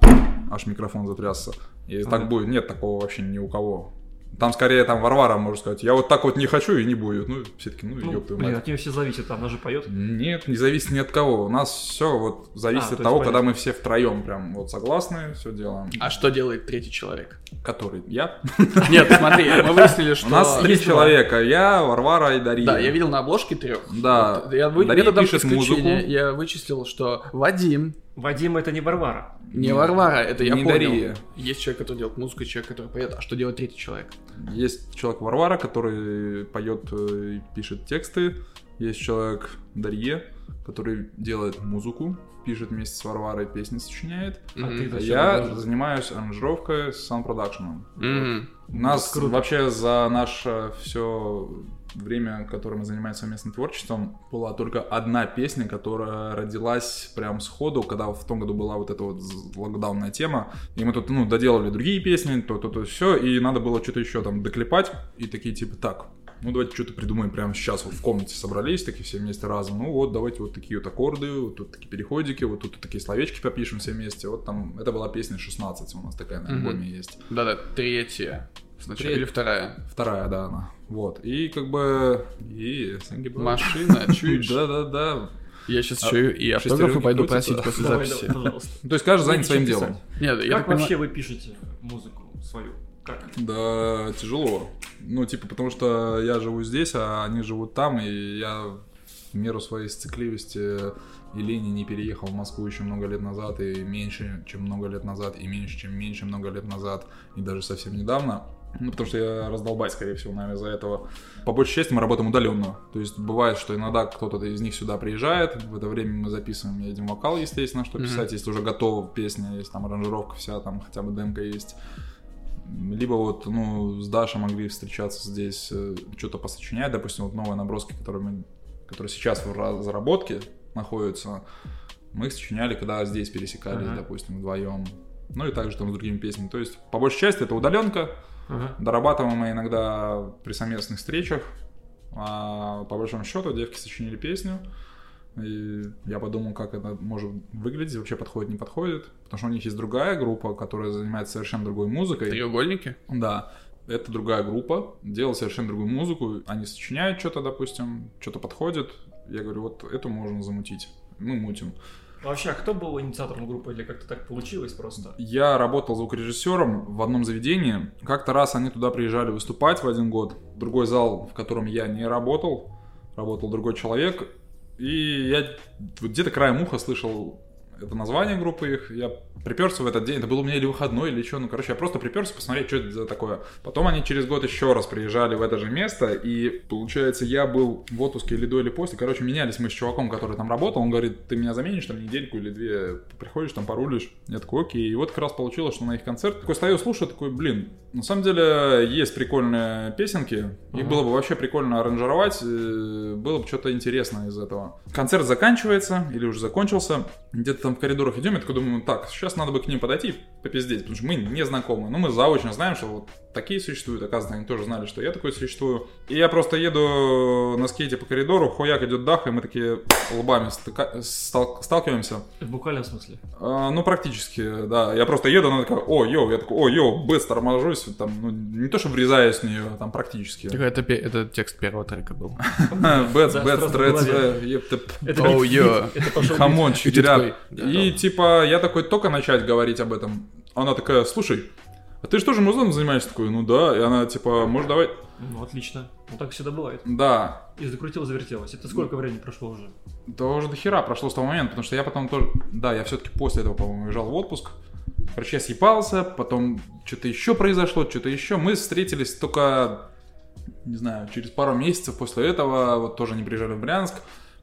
Speaker 1: аж микрофон затрясся. И
Speaker 2: Ага.
Speaker 1: так будет. Нет такого вообще ни у кого. Там скорее там Варвара может сказать, я вот так вот не хочу и не будет. Ну, все таки ну,
Speaker 2: Ну,
Speaker 1: ёб твою
Speaker 2: блин,
Speaker 1: мать.
Speaker 2: от нее все зависит, там она же поет.
Speaker 1: Нет, не зависит ни от кого. У нас все вот зависит
Speaker 2: А, то
Speaker 1: от того,
Speaker 2: есть
Speaker 1: когда мы все втроем прям вот согласны, все делаем.
Speaker 3: А что делает третий человек?
Speaker 1: Который? Я?
Speaker 3: Нет, смотри, мы выяснили, что...
Speaker 1: У нас три
Speaker 2: Есть два.
Speaker 1: человека. Я, Варвара и Дарья.
Speaker 3: Да, я видел на обложке трех.
Speaker 1: Да.
Speaker 3: я вы-
Speaker 1: Дарья
Speaker 3: методом
Speaker 1: пишет
Speaker 3: исключения
Speaker 1: музыку.
Speaker 3: Я вычислил, что Вадим,
Speaker 2: Вадим это не Варвара.
Speaker 3: не
Speaker 1: Не,
Speaker 3: Варвара, это я
Speaker 1: не
Speaker 3: понял.
Speaker 1: Дарья.
Speaker 3: Есть человек, который делает музыку, и человек, который поет. А что делает третий человек?
Speaker 1: Есть человек Варвара, который поет э, и пишет тексты. Есть человек Дарье, который делает музыку, пишет вместе с Варварой, песни сочиняет.
Speaker 2: А ты
Speaker 1: А
Speaker 2: зачем
Speaker 1: я
Speaker 2: должен?
Speaker 1: занимаюсь аранжировкой с саунд-продакшеном.
Speaker 3: М.
Speaker 1: У нас
Speaker 2: круто.
Speaker 1: вообще за наше все время, которое мы занимаемся совместным творчеством, была только одна песня, которая родилась прям сходу, когда в том году была вот эта вот з- локдаунная тема. И мы тут, ну, доделали другие песни, то-то, то все, и надо было что-то еще там доклепать. И такие типа, так, ну давайте что-то придумаем прямо сейчас. Вот в комнате собрались такие все вместе разом. Ну вот, давайте вот такие вот аккорды, вот тут такие переходики, вот тут такие словечки попишем все вместе. Вот там, это была песня 16, у нас такая на
Speaker 3: Мгм.
Speaker 1: альбоме есть.
Speaker 3: Да-да, третья. Сначала.
Speaker 1: Третья.
Speaker 3: Или вторая.
Speaker 1: Вторая, да, она. Вот. И как бы... И...
Speaker 3: Машина, чуешь?
Speaker 1: Да-да-да.
Speaker 3: Я сейчас
Speaker 1: А,
Speaker 3: еще и автографы
Speaker 1: шестеренки
Speaker 3: пойду
Speaker 1: крутятся?
Speaker 3: просить после
Speaker 2: Давай,
Speaker 3: записи.
Speaker 2: давай, пожалуйста.
Speaker 1: То есть каждый занят
Speaker 2: Нечем
Speaker 1: своим
Speaker 2: писать.
Speaker 1: делом.
Speaker 3: Нет, я
Speaker 2: Как
Speaker 3: так понимаю-
Speaker 2: вообще вы пишете музыку свою? Как?
Speaker 1: Да, тяжело. Ну, типа, потому что я живу здесь, а они живут там, и я в меру своей сцикливости и лени не переехал в Москву еще много лет назад, и меньше, чем много лет назад, и меньше, чем меньше много лет назад, и даже совсем недавно. Ну, потому что я раздолбай, скорее всего, наверное, из-за этого. По большей части мы работаем удаленно. То есть бывает, что иногда кто-то из них сюда приезжает, в это время мы записываем, едем вокал, естественно, что
Speaker 3: Мгм.
Speaker 1: писать, если уже готова песня, есть там аранжировка вся, там хотя бы демка есть. Либо вот, ну, с Дашей могли встречаться здесь, э, что-то посочинять, допустим, вот новые наброски, которые, мы, которые сейчас в разработке находятся, мы их сочиняли, когда здесь пересекались,
Speaker 2: Ага.
Speaker 1: допустим, вдвоем. Ну и также там с другими песнями. То есть, по большей части, это удаленка,
Speaker 2: Ага.
Speaker 1: дорабатываем мы иногда при совместных встречах. А по большому счету, девки сочинили песню. И я подумал, как это может выглядеть, вообще подходит, не подходит. Потому что у них есть другая группа, которая занимается совершенно другой музыкой.
Speaker 3: Треугольники?
Speaker 1: Да, это другая группа, делала совершенно другую музыку, они сочиняют что-то, допустим, что-то подходит. Я говорю, вот это можно замутить. Мы мутим.
Speaker 2: Вообще, а кто был инициатором группы или как-то так получилось просто?
Speaker 1: Я работал звукорежиссером в одном заведении. Как-то раз они туда приезжали выступать в один год. Другой зал, в котором я не работал, работал другой человек. И я вот где-то краем уха слышал это название группы их. Я приперся в этот день. Это был у меня или выходной, или что. Ну, короче, я просто приперся посмотреть, что это за такое. Потом они через год еще раз приезжали в это же место. И, получается, я был в отпуске или до, или после. Короче, менялись мы с чуваком, который там работал. Он говорит, ты меня заменишь там недельку или две. Приходишь там, порулишь. Я такой, окей. И вот как раз получилось, что на их концерт. Такой стою, слушаю, такой, блин, на самом деле есть прикольные песенки. Их
Speaker 2: Ага.
Speaker 1: было бы вообще прикольно аранжировать. э, Было бы что-то интересное из этого. Концерт заканчивается или уже закончился где-то там в коридорах идем, я такой думаю, ну так, сейчас надо бы к ним подойти и попиздеть, потому что мы не знакомы, но мы заочно знаем, что вот такие существуют, оказывается, они тоже знали, что я такой существую. И я просто еду на скейте по коридору, хуяк идет дах, и мы такие лбами стыка- стал- сталкиваемся.
Speaker 2: В буквальном смысле.
Speaker 1: А, ну, практически, да. Я просто еду, она такая, о, йоу, я такой, о, йоу, быстро торможусь, вот там, ну, не то, что врезаюсь в нее, там, практически.
Speaker 3: Так это, пе- это текст первого трека был.
Speaker 1: А, Бэт,
Speaker 2: Да,
Speaker 1: бэт,
Speaker 2: сразу в
Speaker 1: трэц,
Speaker 2: голове.
Speaker 1: э, епта,
Speaker 2: Это
Speaker 3: Oh,
Speaker 2: как бит,
Speaker 3: yeah.
Speaker 2: Это пошел бит.
Speaker 1: Хамон,
Speaker 3: И ты такой,
Speaker 1: читерят.
Speaker 3: да,
Speaker 1: И
Speaker 3: да.
Speaker 1: типа, я такой только начать говорить об этом. Она такая, слушай, а ты же тоже музлом занимаешься? Такой, ну да. И она типа, может давай...
Speaker 2: Ну, отлично. Ну, так всегда бывает.
Speaker 1: Да.
Speaker 2: И закрутил, завертелось. Это сколько времени прошло уже?
Speaker 1: Да уже до хера прошло с того момента, потому что я потом тоже... Да, я все-таки после этого, по-моему, уезжал в отпуск. Короче, я съебался, потом что-то еще произошло, что-то еще. Мы встретились только, не знаю, через пару месяцев после этого. Вот тоже не приезжали в Брянск.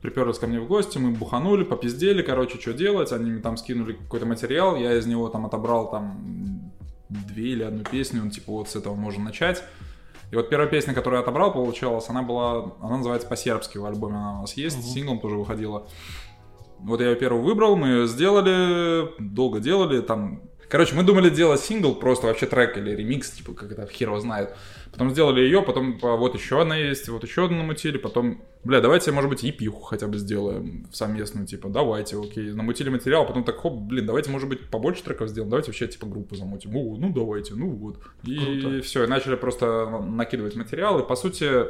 Speaker 1: приперлись ко мне в гости, мы буханули, попиздели, короче, что делать, они мне там скинули какой-то материал, я из него там отобрал там две или одну песню, ну, типа вот с этого можно начать. И вот первая песня, которую я отобрал, получалась, она была, она называется по-сербски, в альбоме она у нас есть,
Speaker 2: Мгм.
Speaker 1: синглом тоже выходила. Вот я ее первую выбрал, мы ее сделали, долго делали, там Короче, мы думали делать сингл, просто вообще трек или ремикс, типа, как это хер его знает. Потом сделали ее, потом а, вот еще одна есть, вот еще одна намутили, потом, бля, давайте, может быть, епиху хотя бы сделаем совместную, типа, давайте, окей, намутили материал, а потом так, хоп, блин, давайте, может быть, побольше треков сделаем, давайте вообще, типа, группу замутим, О, ну, давайте, ну, вот. И
Speaker 2: Круто.
Speaker 1: все, и начали просто накидывать материал, и, по сути,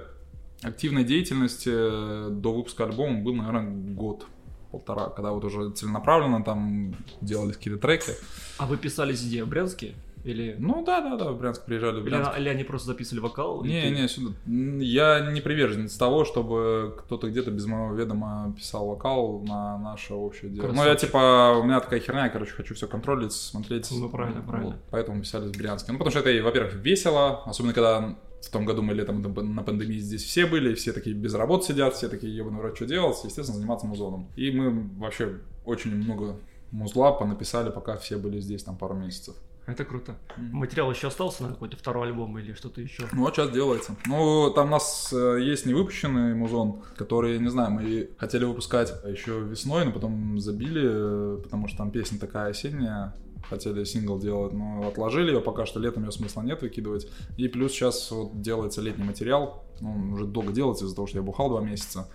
Speaker 1: активной деятельности э, до выпуска альбома был, наверное, год полтора, когда вот уже целенаправленно там делались какие-то треки.
Speaker 2: А вы писались где, в Брянске? Или...
Speaker 1: Ну да, да, да, в Брянск приезжали. В
Speaker 2: Или,
Speaker 1: Брянск.
Speaker 2: она- или а они просто записывали вокал? и
Speaker 1: Не,
Speaker 2: ты-
Speaker 1: не, сюда. М, Я не приверженец того, чтобы кто-то где-то без моего ведома писал вокал на наше общее дело. Ну, я
Speaker 2: Красавчик.
Speaker 1: типа, у меня такая херня, я, короче, хочу все контролить, смотреть.
Speaker 2: Ну, правильно, правильно.
Speaker 1: поэтому писали в Брянске. Ну, потому что это, и, во-первых, весело, особенно когда в том году мы летом на пан- на пандемии здесь все были, все такие без работ сидят, все такие, ебаный в рот, что делать, естественно, заниматься музоном. И мы вообще очень много музла понаписали, пока все были здесь там пару месяцев.
Speaker 2: Это круто.
Speaker 1: Мгм.
Speaker 2: Материал еще остался на какой-то второй альбом или что-то еще?
Speaker 1: Ну, вот сейчас делается. Ну, там у нас э, есть невыпущенный музон, который, не знаю, мы хотели выпускать еще весной, но потом забили, э, потому что там песня такая осенняя, хотели сингл делать, но отложили ее пока что, летом ее смысла нет выкидывать. И плюс сейчас вот делается летний материал, Ну, он уже долго делается из-за того, что я бухал два месяца,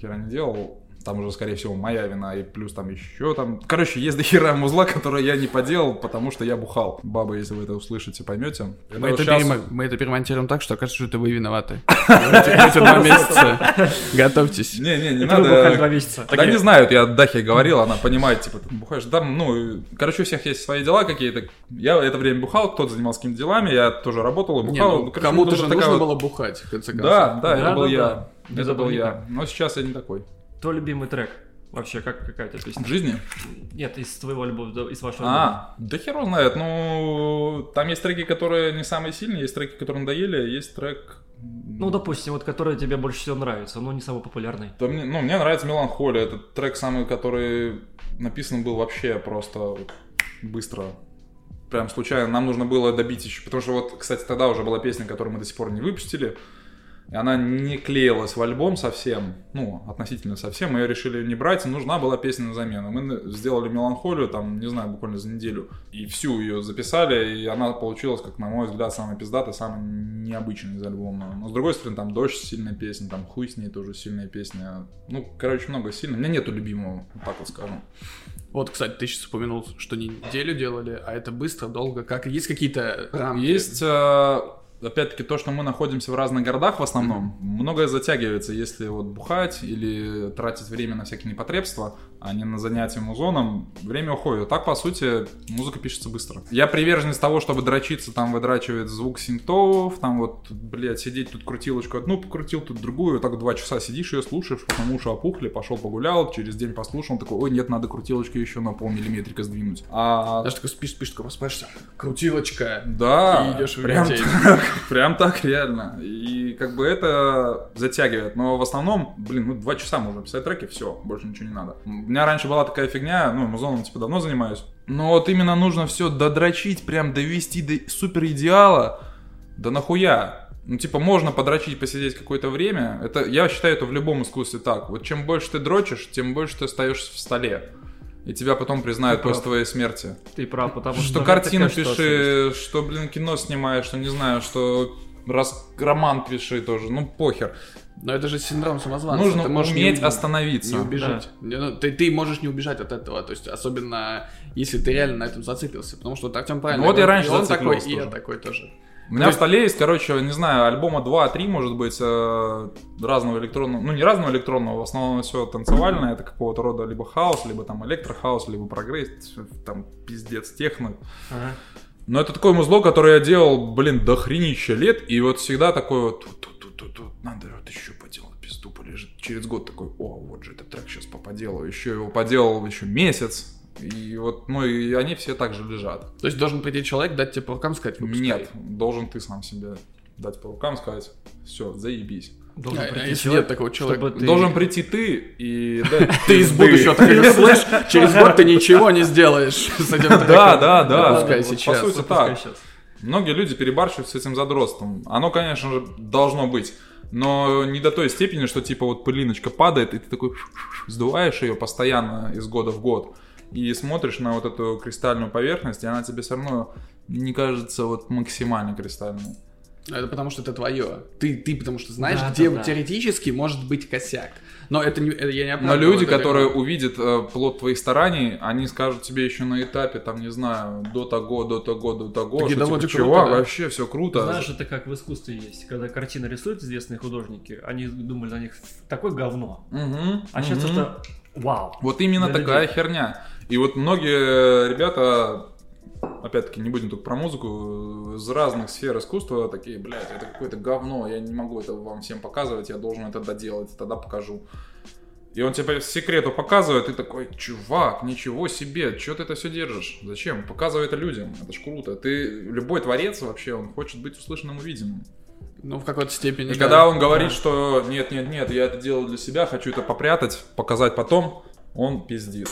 Speaker 1: хера не делал. Там уже, скорее всего, моя вина, и плюс там еще там... Короче, есть до хера музла, который я не поделал, потому что я бухал. Баба, если вы это услышите, поймете.
Speaker 3: Мы
Speaker 1: Это
Speaker 3: это,
Speaker 1: щас-
Speaker 3: перема- мы это перемонтируем так, что окажется, что это вы виноваты. Давайте эти два месяца. Готовьтесь.
Speaker 1: Не, не, не
Speaker 2: Это вы бухали два
Speaker 1: надо.
Speaker 2: месяца.
Speaker 1: Да не знают, я Дахе говорил, она понимает, типа, ты бухаешь, да, ну, и, короче, у всех есть свои дела какие-то. Я это время бухал, кто-то занимался какими-то делами, я тоже работал и
Speaker 3: Не,
Speaker 1: бухал.
Speaker 3: ну,
Speaker 1: Ну, короче,
Speaker 3: Кому-то
Speaker 1: вот
Speaker 3: же
Speaker 1: такая
Speaker 3: нужно
Speaker 1: вот-
Speaker 3: было бухать, в конце концов.
Speaker 1: Да, да, это
Speaker 2: Да,
Speaker 1: был
Speaker 2: да,
Speaker 1: я.
Speaker 2: да. Без
Speaker 1: Это был я.
Speaker 2: обмана.
Speaker 1: Но сейчас я не такой.
Speaker 2: Твой любимый трек? Вообще, как какая то песня?
Speaker 1: В жизни?
Speaker 2: Нет, из твоего альбома, да, из вашего альбома.
Speaker 1: А, да хер его знает. Ну, там есть треки, которые не самые сильные, есть треки, которые надоели, есть трек...
Speaker 2: Ну, допустим, вот который тебе больше всего нравится, но не самый популярный.
Speaker 1: Да мне, ну, мне нравится «Меланхолия». Это трек самый, который написан был вообще просто быстро. Прям случайно. Нам нужно было добить еще... Потому что вот, кстати, тогда уже была песня, которую мы до сих пор не выпустили. И она не клеилась в альбом совсем. Ну, относительно совсем. Мы ее решили не брать. и Нужна была песня на замену. Мы на- сделали «Меланхолию», там, не знаю, буквально за неделю. И всю ее записали. И она получилась, как на мой взгляд, самая пиздатая, самая необычная из альбома. Но с другой стороны, там «Дождь» сильная песня, там «Хуй с ней» тоже сильная песня. Ну, короче, много сильных. У меня нету любимого, вот так вот скажем.
Speaker 3: Вот, кстати, ты сейчас упомянул, что не неделю делали, а это быстро, долго. Как есть какие-то рамки?
Speaker 1: Есть, э, опять-таки, то, что мы находимся в разных городах в основном, многое затягивается, если вот бухать или тратить время на всякие непотребства, а не на занятия музоном, время уходит. Так, по сути, музыка пишется быстро. Я приверженец того, чтобы дрочиться, там выдрачивает звук синтов, там вот, блядь, сидеть тут крутилочку одну покрутил, тут другую, так два часа сидишь ее, слушаешь, потом уши опухли, пошел погулял, через день послушал, такой, ой, нет, надо крутилочку еще на полмиллиметрика сдвинуть. А...
Speaker 3: Даже такой спишь, спишь, такой просыпаешься. Крутилочка.
Speaker 1: Да,
Speaker 3: И идешь в
Speaker 1: прям
Speaker 3: библиотеку.
Speaker 1: Прям так, реально. И как бы это затягивает. Но в основном, блин, ну два часа можно писать треки, все, больше ничего не надо. У меня раньше была такая фигня, ну, музоном типа давно занимаюсь. Но вот именно нужно все додрочить, прям довести до супер идеала. Да нахуя? Ну, типа, можно подрочить, посидеть какое-то время. Это, я считаю, это в любом искусстве так. Вот чем больше ты дрочишь, тем больше ты остаешься в столе. И тебя потом признают
Speaker 2: Ты прав.
Speaker 1: после твоей смерти.
Speaker 2: Ты прав, потому что...
Speaker 1: Что
Speaker 2: у меня
Speaker 1: картину
Speaker 2: А такая ситуация есть.
Speaker 1: пиши, что, блин, кино снимаешь, что не знаю, что раз роман пиши тоже, ну похер.
Speaker 3: Но это же синдром самозванца.
Speaker 1: Нужно
Speaker 3: Ты можешь не
Speaker 1: уметь
Speaker 3: уб-
Speaker 1: остановиться.
Speaker 3: Не убежать. Не, ну, ты, ты можешь не убежать от этого, то есть особенно если ты реально на этом зациклился, потому что вот Артем правильно.
Speaker 1: Ну вот я
Speaker 3: говорит,
Speaker 1: раньше
Speaker 3: и он такой,
Speaker 1: зацикливался
Speaker 3: и я
Speaker 1: тоже.
Speaker 3: такой тоже.
Speaker 1: У меня в столе есть, короче, не знаю, альбома 2-3, может быть, э, разного электронного, ну не разного электронного, в основном все танцевальное, это какого-то рода либо хаос, либо там электрохаус, либо прогресс, там пиздец, техно,
Speaker 2: Ага.
Speaker 1: Но это такое музло, которое я делал, блин, до хренища лет, и вот всегда такой вот тут-тут-тут-тут, надо вот еще поделать, пизду полежит. Через год такой, о, вот же этот трек сейчас поподелаю, еще его поделал еще месяц, и вот, ну и они все так же лежат.
Speaker 3: То есть должен прийти человек, дать тебе по рукам сказать, выпускай.
Speaker 1: Нет, должен ты сам себе дать по рукам, сказать, все, заебись.
Speaker 3: А,
Speaker 2: Должен
Speaker 3: а
Speaker 2: прийти
Speaker 3: если
Speaker 2: человек,
Speaker 3: нет такого человека,
Speaker 2: чтобы ты-
Speaker 1: Должен прийти ты и дать
Speaker 3: ты из
Speaker 1: пизды.
Speaker 3: будущего такой, слышь, через год ты ничего не сделаешь с этим треком».
Speaker 1: Да, да, да.
Speaker 3: Выпускай
Speaker 1: Вот
Speaker 3: сейчас.
Speaker 1: По сути,
Speaker 2: Пускай
Speaker 1: так.
Speaker 2: сейчас.
Speaker 1: Многие люди перебарщивают с этим задротством. Оно, конечно же, должно быть. Но не до той степени, что типа вот пылиночка падает, и ты такой сдуваешь ее постоянно из года в год. и смотришь на вот эту кристальную поверхность, и она тебе все равно не кажется вот максимально кристальной.
Speaker 3: А Это потому что это твое. Ты, ты потому что знаешь,
Speaker 2: Да,
Speaker 3: где
Speaker 2: да, да.
Speaker 3: теоретически может быть косяк. Но это не, это я не
Speaker 1: Но
Speaker 3: оправдываю
Speaker 1: люди,
Speaker 3: вот это.
Speaker 1: которые увидят э, плод твоих стараний, они скажут тебе еще на этапе, там, не знаю, до того, до того, до того,
Speaker 3: Так и
Speaker 1: что
Speaker 3: довольно
Speaker 1: типа,
Speaker 3: круто,
Speaker 1: чувак,
Speaker 3: да.
Speaker 1: вообще все круто.
Speaker 2: Знаешь, это как в искусстве есть. Когда картины рисуют известные художники, они думали на них такое говно.
Speaker 1: Мгм,
Speaker 2: А сейчас
Speaker 1: мгм.
Speaker 2: это вау.
Speaker 1: Вот именно
Speaker 2: Для
Speaker 1: такая
Speaker 2: людей.
Speaker 1: херня. И вот многие ребята, опять-таки, не будем только про музыку, э, из разных сфер искусства такие, блядь, это какое-то говно, я не могу это вам всем показывать, я должен это доделать, тогда покажу. И он тебе по секрету показывает, и такой, чувак, ничего себе, что ты это все держишь? Зачем? Показывай это людям, это ж круто. Ты, любой творец вообще, он хочет быть услышанным и видимым.
Speaker 3: Ну, в какой-то степени.
Speaker 1: И
Speaker 3: да.
Speaker 1: когда он говорит,
Speaker 2: Да.
Speaker 1: что нет, нет, нет, я это делал для себя, хочу это попрятать, показать потом, он пиздит.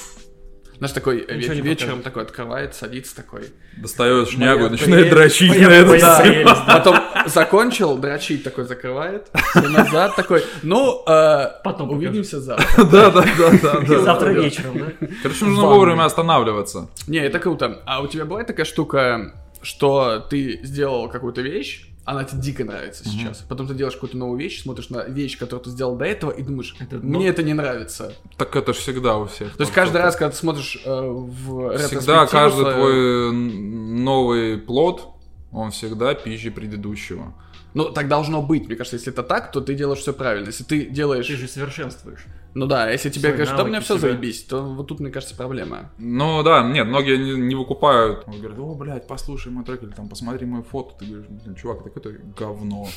Speaker 3: Знаешь, такой э,
Speaker 2: Ничего не
Speaker 3: вечером
Speaker 2: покажет.
Speaker 3: такой открывает, садится такой.
Speaker 1: Достает шнягу и
Speaker 3: Моя
Speaker 1: начинает
Speaker 2: прелесть,
Speaker 1: дрочить
Speaker 2: моя
Speaker 1: на эту
Speaker 2: прелесть.
Speaker 1: тему.
Speaker 2: Прелесть, да.
Speaker 3: Потом закончил, дрочить такой закрывает. и назад такой. Ну, э,
Speaker 2: Потом
Speaker 3: увидимся завтра.
Speaker 1: Да, да, да, да, да.
Speaker 2: Завтра
Speaker 3: да.
Speaker 2: вечером, да?
Speaker 1: Короче, нужно
Speaker 3: Ванна.
Speaker 1: вовремя останавливаться.
Speaker 3: Не, это круто. А у тебя бывает такая штука, что ты сделал какую-то вещь, она тебе дико нравится сейчас. Потом ты делаешь какую-то новую вещь, смотришь на вещь, которую ты сделал до этого, и думаешь,
Speaker 2: Это дно.
Speaker 3: мне это не нравится.
Speaker 1: Так это ж всегда у всех.
Speaker 3: То есть каждый раз, когда ты смотришь э, в
Speaker 1: Всегда
Speaker 3: ретроспективу
Speaker 1: каждый
Speaker 3: свою-
Speaker 1: твой н- новый плод, он всегда пизже предыдущего.
Speaker 3: Ну, так должно быть. Мне кажется, если это так, то ты делаешь все правильно. Если ты делаешь...
Speaker 2: Ты же совершенствуешь.
Speaker 3: Ну да, если тебе
Speaker 2: Свои
Speaker 3: говорят, да, у меня
Speaker 2: навыки
Speaker 3: все
Speaker 2: себя.
Speaker 3: заебись, то вот тут, мне кажется, проблема.
Speaker 1: Ну да, нет, многие не, не выкупают. Он говорит, о, блядь, послушай мой трек, или там, посмотри мое фото. Ты говоришь, блин, чувак, это какое-то говно.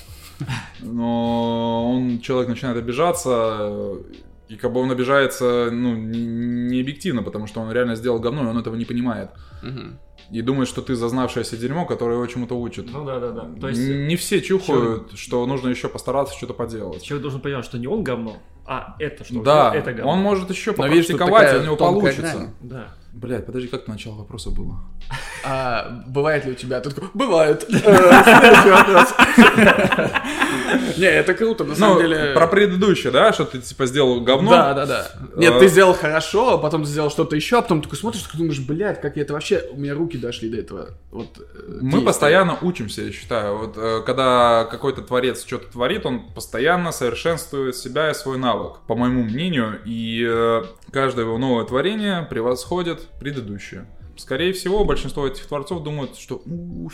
Speaker 1: Но он, человек начинает обижаться, и как бы он обижается, ну, не, не объективно, потому что он реально сделал говно, и он этого не понимает.
Speaker 3: Мгм.
Speaker 1: И думает, что ты зазнавшееся дерьмо, которое его чему-то учит.
Speaker 2: Ну да, да, да. То есть
Speaker 1: не все чухают, что нужно еще постараться что-то поделать.
Speaker 2: человек должен понимать, что не он говно, а это что?
Speaker 1: да,
Speaker 2: Это говно.
Speaker 1: он может еще
Speaker 3: Но видишь, тут
Speaker 1: попрактиковать, и
Speaker 3: такая
Speaker 1: у него
Speaker 3: тонкая
Speaker 1: получится.
Speaker 3: грань.
Speaker 2: Да.
Speaker 1: Блядь, подожди, как начало вопроса было?
Speaker 3: А бывает ли у тебя? Ты такой, бывает. Э, Следующий вопрос. Не, это круто, на самом
Speaker 1: Ну,
Speaker 3: деле.
Speaker 1: про предыдущее, да, что ты типа сделал говно.
Speaker 3: Да, да, да. Нет,
Speaker 1: э,
Speaker 3: ты сделал хорошо, а потом ты сделал что-то еще, а потом такой смотришь, такой думаешь, блядь, как я это вообще, у меня руки дошли до этого. Вот, э,
Speaker 1: Мы
Speaker 3: действия».
Speaker 1: постоянно учимся, я считаю. Вот э, когда какой-то творец что-то творит, он постоянно совершенствует себя и свой навык, по моему мнению, и э, каждое его новое творение превосходит предыдущее. Скорее всего, большинство этих творцов думают, что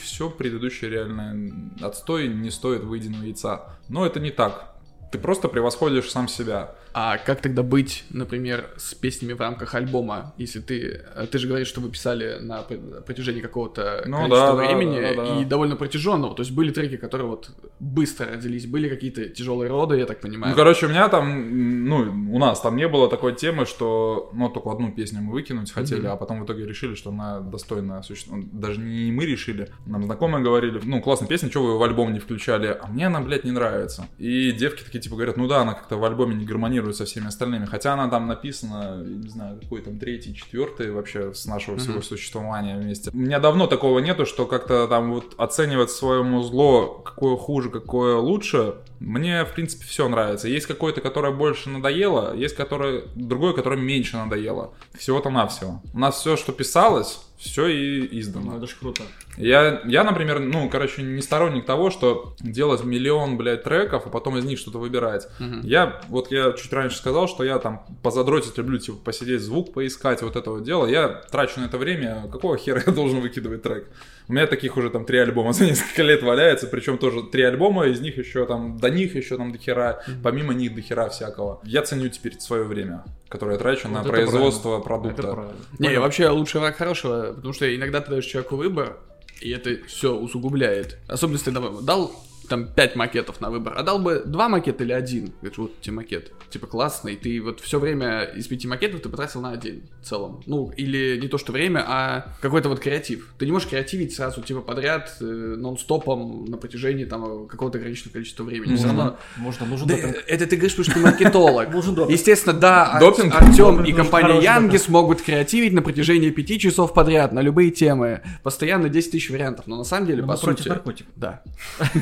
Speaker 1: все предыдущее реально отстой не стоит выеденного яйца. Но это не так. Ты просто превосходишь сам себя.
Speaker 3: А как тогда быть, например, с песнями в рамках альбома, если ты... э, Ты же говоришь, что вы писали на пр- протяжении какого-то
Speaker 1: Ну
Speaker 3: количества
Speaker 1: да, да,
Speaker 3: времени
Speaker 1: да, да, да.
Speaker 3: и довольно протяженного. То есть были треки, которые вот быстро родились, были какие-то тяжелые роды, я так понимаю.
Speaker 1: Ну, короче, у меня там, м, ну, у нас там не было такой темы, что, ну, только одну песню мы выкинуть хотели,
Speaker 3: Мгм.
Speaker 1: а потом в итоге решили, что она достойна существования. Даже не мы решили, нам знакомые говорили, ну, классная песня, чего вы её в альбом не включали? А мне она, блядь, не нравится. И девки такие, типа, говорят, ну да, она как-то в альбоме не гармонирует со всеми остальными, хотя она там написана, я не знаю, какой там третий, четвертый вообще с нашего
Speaker 3: Мгм.
Speaker 1: всего существования вместе. У меня давно такого нету, что как-то там вот оценивать свое музло, какое хуже, какое лучше. Мне, в принципе, все нравится. Есть какое-то, которое больше надоело, есть которое, другое, которое меньше надоело. Всего-то навсего. У нас все, что писалось, все и
Speaker 2: Ну,
Speaker 1: издано.
Speaker 2: это ж круто.
Speaker 1: Я, я, например, ну, короче, не сторонник того, что делать миллион, блядь, треков, а потом из них что-то выбирать.
Speaker 3: Мгм.
Speaker 1: Я, вот я чуть раньше сказал, что я там позадротить люблю, типа, посидеть звук, поискать вот этого дела. Я трачу на это время, какого хера я должен выкидывать трек? У меня таких уже там три альбома за несколько лет валяется, причем тоже три альбома, из них еще там, до них еще там до хера, помимо них до хера всякого. Я ценю теперь свое время, которое я трачу на
Speaker 2: Вот это
Speaker 1: производство продукта.
Speaker 2: Это правильно.
Speaker 3: Не, вообще лучше враг хорошего, потому что иногда ты даешь человеку выбор, и это все усугубляет. Особенно если ты давай, дал там пять макетов на выбор, а дал бы два макета или один. Говоришь, вот тебе макет, типа классный, ты вот все время из пяти макетов ты потратил на один в целом. Ну, или не то, что время, а какой-то вот креатив. Ты не можешь креативить сразу, типа, подряд, э, нон-стопом на протяжении там какого-то ограниченного количества времени. Все
Speaker 1: Мгм.
Speaker 3: равно...
Speaker 2: Можно, нужен
Speaker 3: Да,
Speaker 2: допинг.
Speaker 3: это ты говоришь, потому что ты маркетолог.
Speaker 2: Нужен допинг.
Speaker 3: Естественно, да, Ар-
Speaker 1: Допинг?
Speaker 3: Артем
Speaker 2: Допинг
Speaker 3: и
Speaker 2: нужен,
Speaker 3: компания
Speaker 2: хороший
Speaker 3: Янги
Speaker 2: допинг.
Speaker 3: смогут креативить на протяжении пяти часов подряд на любые темы. Постоянно 10 тысяч вариантов, но на самом деле, э, по
Speaker 2: Ну, мы против
Speaker 3: сути...
Speaker 2: наркотиков.
Speaker 3: Да.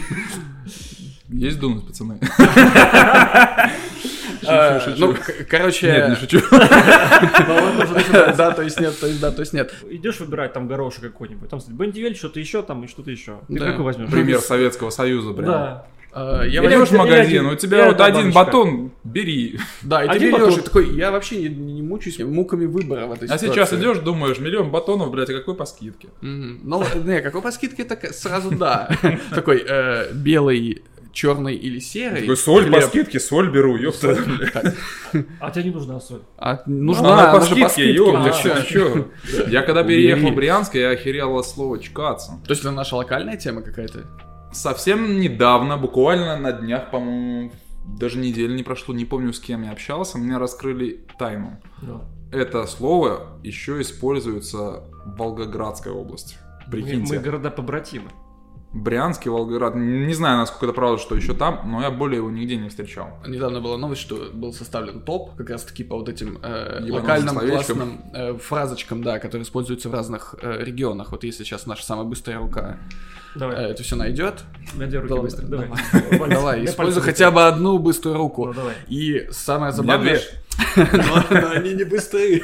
Speaker 1: Есть дунуть, пацаны?
Speaker 3: А,
Speaker 1: шучу.
Speaker 3: Ну, к-
Speaker 1: Нет, не
Speaker 3: короче...
Speaker 1: шучу.
Speaker 3: Да, то есть нет, то есть да, то есть нет.
Speaker 2: Идешь выбирать там горошек какой-нибудь, там, кстати, бендивель, что-то еще там и что-то еще. Ты
Speaker 3: Да.
Speaker 2: какой возьмешь?
Speaker 1: Пример Советского Союза, прям.
Speaker 2: Да.
Speaker 3: А, Я
Speaker 2: Или-
Speaker 1: Идешь в
Speaker 2: или
Speaker 1: магазин,
Speaker 2: один-
Speaker 1: у
Speaker 2: или
Speaker 1: тебя вот
Speaker 2: одна
Speaker 1: один
Speaker 2: баночка.
Speaker 1: батон, бери.
Speaker 3: Да, и ты
Speaker 2: Один
Speaker 3: берешь,
Speaker 2: батон.
Speaker 3: и такой, я вообще не, не мучаюсь муками выбора в этой
Speaker 1: А
Speaker 3: ситуации.
Speaker 1: сейчас идешь, думаешь, миллион батонов, блядь, а какой по скидке?
Speaker 3: Мгм. Ну, л- не, какой по скидке, так сразу да. Такой э, белый, черный или серый.
Speaker 1: Такой, соль по
Speaker 3: хлеб.
Speaker 1: скидке, соль беру, ёпта. блядь.
Speaker 2: А тебе не нужна соль.
Speaker 3: А,
Speaker 1: Ну,
Speaker 3: нужна,
Speaker 1: она
Speaker 3: она же по скидке,
Speaker 1: ёпта,
Speaker 3: блядь,
Speaker 2: а.
Speaker 1: чё,
Speaker 3: всё.
Speaker 1: чё? Я когда переехал
Speaker 3: Убери.
Speaker 1: в Брянск, я охерел от слова чкаться.
Speaker 3: То есть это наша локальная тема какая-то?
Speaker 1: Совсем недавно, буквально на днях, по-моему, даже недели не прошло, не помню, с кем я общался, мне раскрыли тайну.
Speaker 2: Да.
Speaker 1: Это слово еще используется в Волгоградской области. Прикиньте.
Speaker 2: Мы, мы города побратимы.
Speaker 1: Брянский, Волгоград. Не знаю, насколько это правда, что еще там, но я более его нигде не встречал.
Speaker 3: Недавно была новость, что был составлен топ как раз-таки по вот этим э,
Speaker 1: Ебаным
Speaker 3: локальным
Speaker 1: словечкам.
Speaker 3: классным э, фразочкам, да, которые используются в разных э, регионах. Вот если сейчас наша самая быстрая рука э,
Speaker 2: Давай,
Speaker 3: это все найдет,
Speaker 2: надей руки
Speaker 3: да,
Speaker 2: быстро. Давай.
Speaker 3: давай, используй хотя бы одну быструю руку.
Speaker 2: Ну, давай.
Speaker 3: И самое
Speaker 1: У меня
Speaker 3: забавное...
Speaker 1: две.
Speaker 3: Но но они не быстрые.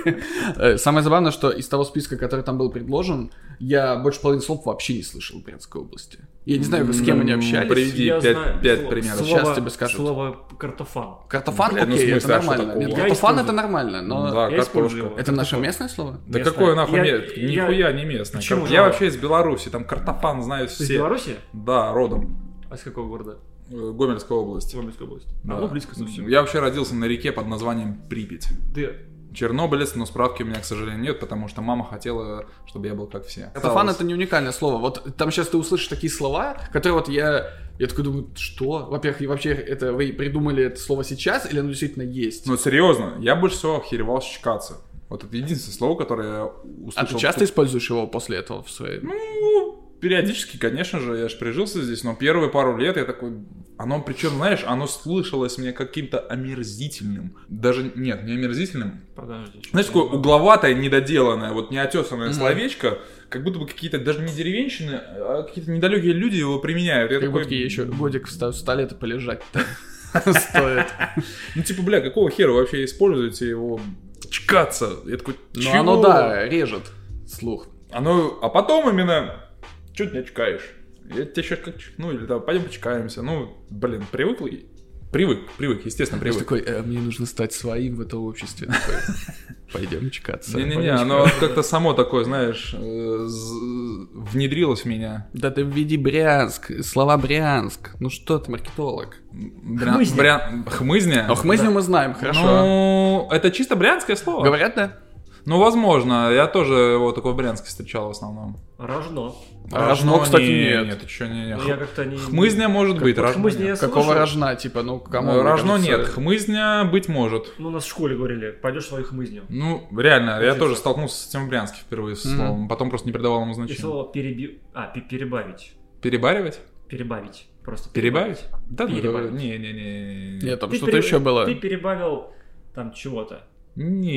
Speaker 3: Э, Самое забавное, что из того списка, который там был предложен, я больше половины слов вообще не слышал в Брянской области. Я не знаю, с кем они
Speaker 1: М,
Speaker 3: общались.
Speaker 1: привет. Иди,
Speaker 2: Я
Speaker 1: пять-
Speaker 2: знаю
Speaker 1: пять
Speaker 2: слово-
Speaker 1: примеров.
Speaker 2: слово-
Speaker 3: Сейчас тебе скажут.
Speaker 2: Слово картофан.
Speaker 3: Картофан,
Speaker 1: Блядь, ну,
Speaker 3: окей,
Speaker 1: в
Speaker 3: это
Speaker 1: смысле, а что
Speaker 3: нормально. Нет,
Speaker 1: такого?
Speaker 3: картофан
Speaker 2: Я
Speaker 3: это нормально, но...
Speaker 1: да,
Speaker 2: я использую
Speaker 1: картошка.
Speaker 2: его.
Speaker 3: Это наше местное слово?
Speaker 1: Да
Speaker 2: Местное.
Speaker 1: какое нахуй
Speaker 2: Я-
Speaker 1: мест?
Speaker 2: я-
Speaker 1: Нихуя не местное.
Speaker 2: Почему
Speaker 1: Кар-
Speaker 2: же?
Speaker 1: Я вообще из Беларуси, там картофан знают
Speaker 2: Ты из
Speaker 1: все.
Speaker 2: Беларуси?
Speaker 1: Да, родом.
Speaker 2: А с какого города?
Speaker 1: Э, Гомельская область.
Speaker 2: Гомельской области.
Speaker 1: Да.
Speaker 2: А, ну, близко совсем.
Speaker 1: Я вообще родился на реке под названием Припять.
Speaker 2: Ты
Speaker 1: Чернобылец, но справки у меня, к сожалению, нет, потому что мама хотела, чтобы я был как все.
Speaker 3: Картофан это не уникальное слово. Вот там сейчас ты услышишь такие слова, которые вот я... Я такой думаю, что? Во-первых, и вообще это вы придумали это слово сейчас, или оно действительно есть?
Speaker 1: Ну, серьезно, я больше всего охеревал с чкаться. Вот это единственное слово, которое я
Speaker 3: А
Speaker 1: услышал.
Speaker 3: ты часто используешь его после этого в своей...
Speaker 1: Ну, периодически, конечно же, я же прижился здесь, но первые пару лет я такой... Оно, причем, знаешь, оно слышалось мне каким-то омерзительным. Даже, нет, не омерзительным,
Speaker 2: подожди. чё
Speaker 1: Знаешь,
Speaker 2: ты-
Speaker 1: такое угловатое, недоделанное, вот неотесанное
Speaker 3: Мгм.
Speaker 1: словечко, как будто бы какие-то даже не деревенщины, а какие-то недалекие люди его применяют. Я
Speaker 3: Как
Speaker 1: такой,
Speaker 3: будто ей еще годик в ста- в столе это полежать стоит.
Speaker 1: Ну, типа, бля, какого хера вы вообще используете его чкаться? Я такой,
Speaker 3: Ну
Speaker 1: чего?
Speaker 3: оно, да, режет слух.
Speaker 1: Оно- А потом именно, что ты меня чкаешь? Я тебя сейчас как чкну, или там, пойдем почкаемся. Ну, блин, привык ли? Привык, привык, естественно,
Speaker 3: Знаешь,
Speaker 1: привык.
Speaker 3: такой, «Э, мне нужно стать своим в этом обществе. Пойдем чекаться.
Speaker 1: Не-не-не,
Speaker 3: Пойдём
Speaker 1: оно
Speaker 3: чекаться».
Speaker 1: как-то само такое, знаешь, э, з- внедрилось в меня.
Speaker 3: Да ты введи Брянск, слова Брянск. Ну что ты, маркетолог?
Speaker 1: Бря-
Speaker 2: Хмызня.
Speaker 1: бря- Хмызня?
Speaker 3: Ох, мы мы знаем, А хорошо.
Speaker 1: Ну, это чисто брянское слово.
Speaker 3: Говорят, да?
Speaker 1: Ну, возможно. Я тоже его только в Брянске встречал в основном.
Speaker 2: Рожно.
Speaker 3: А рожно, кстати,
Speaker 1: не-
Speaker 3: нет.
Speaker 1: Нет, еще не...
Speaker 2: Но я как-то не...
Speaker 1: Хмызня может хм- быть,
Speaker 2: Вот
Speaker 1: рожно
Speaker 2: хмызня я
Speaker 1: нет.
Speaker 3: Какого
Speaker 2: слышал.
Speaker 3: рожна, типа, ну кому?
Speaker 1: Э, Рожно нет, хмызня быть может.
Speaker 2: Ну, нас в школе говорили, пойдешь свою хмызню.
Speaker 1: Ну, реально, я
Speaker 2: Отлично.
Speaker 1: тоже столкнулся с этим в Брянске впервые со
Speaker 3: Мгм.
Speaker 1: словом. Потом просто не придавал ему
Speaker 2: И
Speaker 1: значения.
Speaker 2: слово переби... А, пе- перебавить.
Speaker 1: Перебаривать?
Speaker 2: Перебавить. Просто
Speaker 1: Перебавить? Да, ну,
Speaker 2: Перебавить.
Speaker 1: не-не-не.
Speaker 3: Нет, там
Speaker 2: Ты
Speaker 3: что-то
Speaker 2: переб-
Speaker 3: еще было.
Speaker 2: Ты перебавил там чего-то.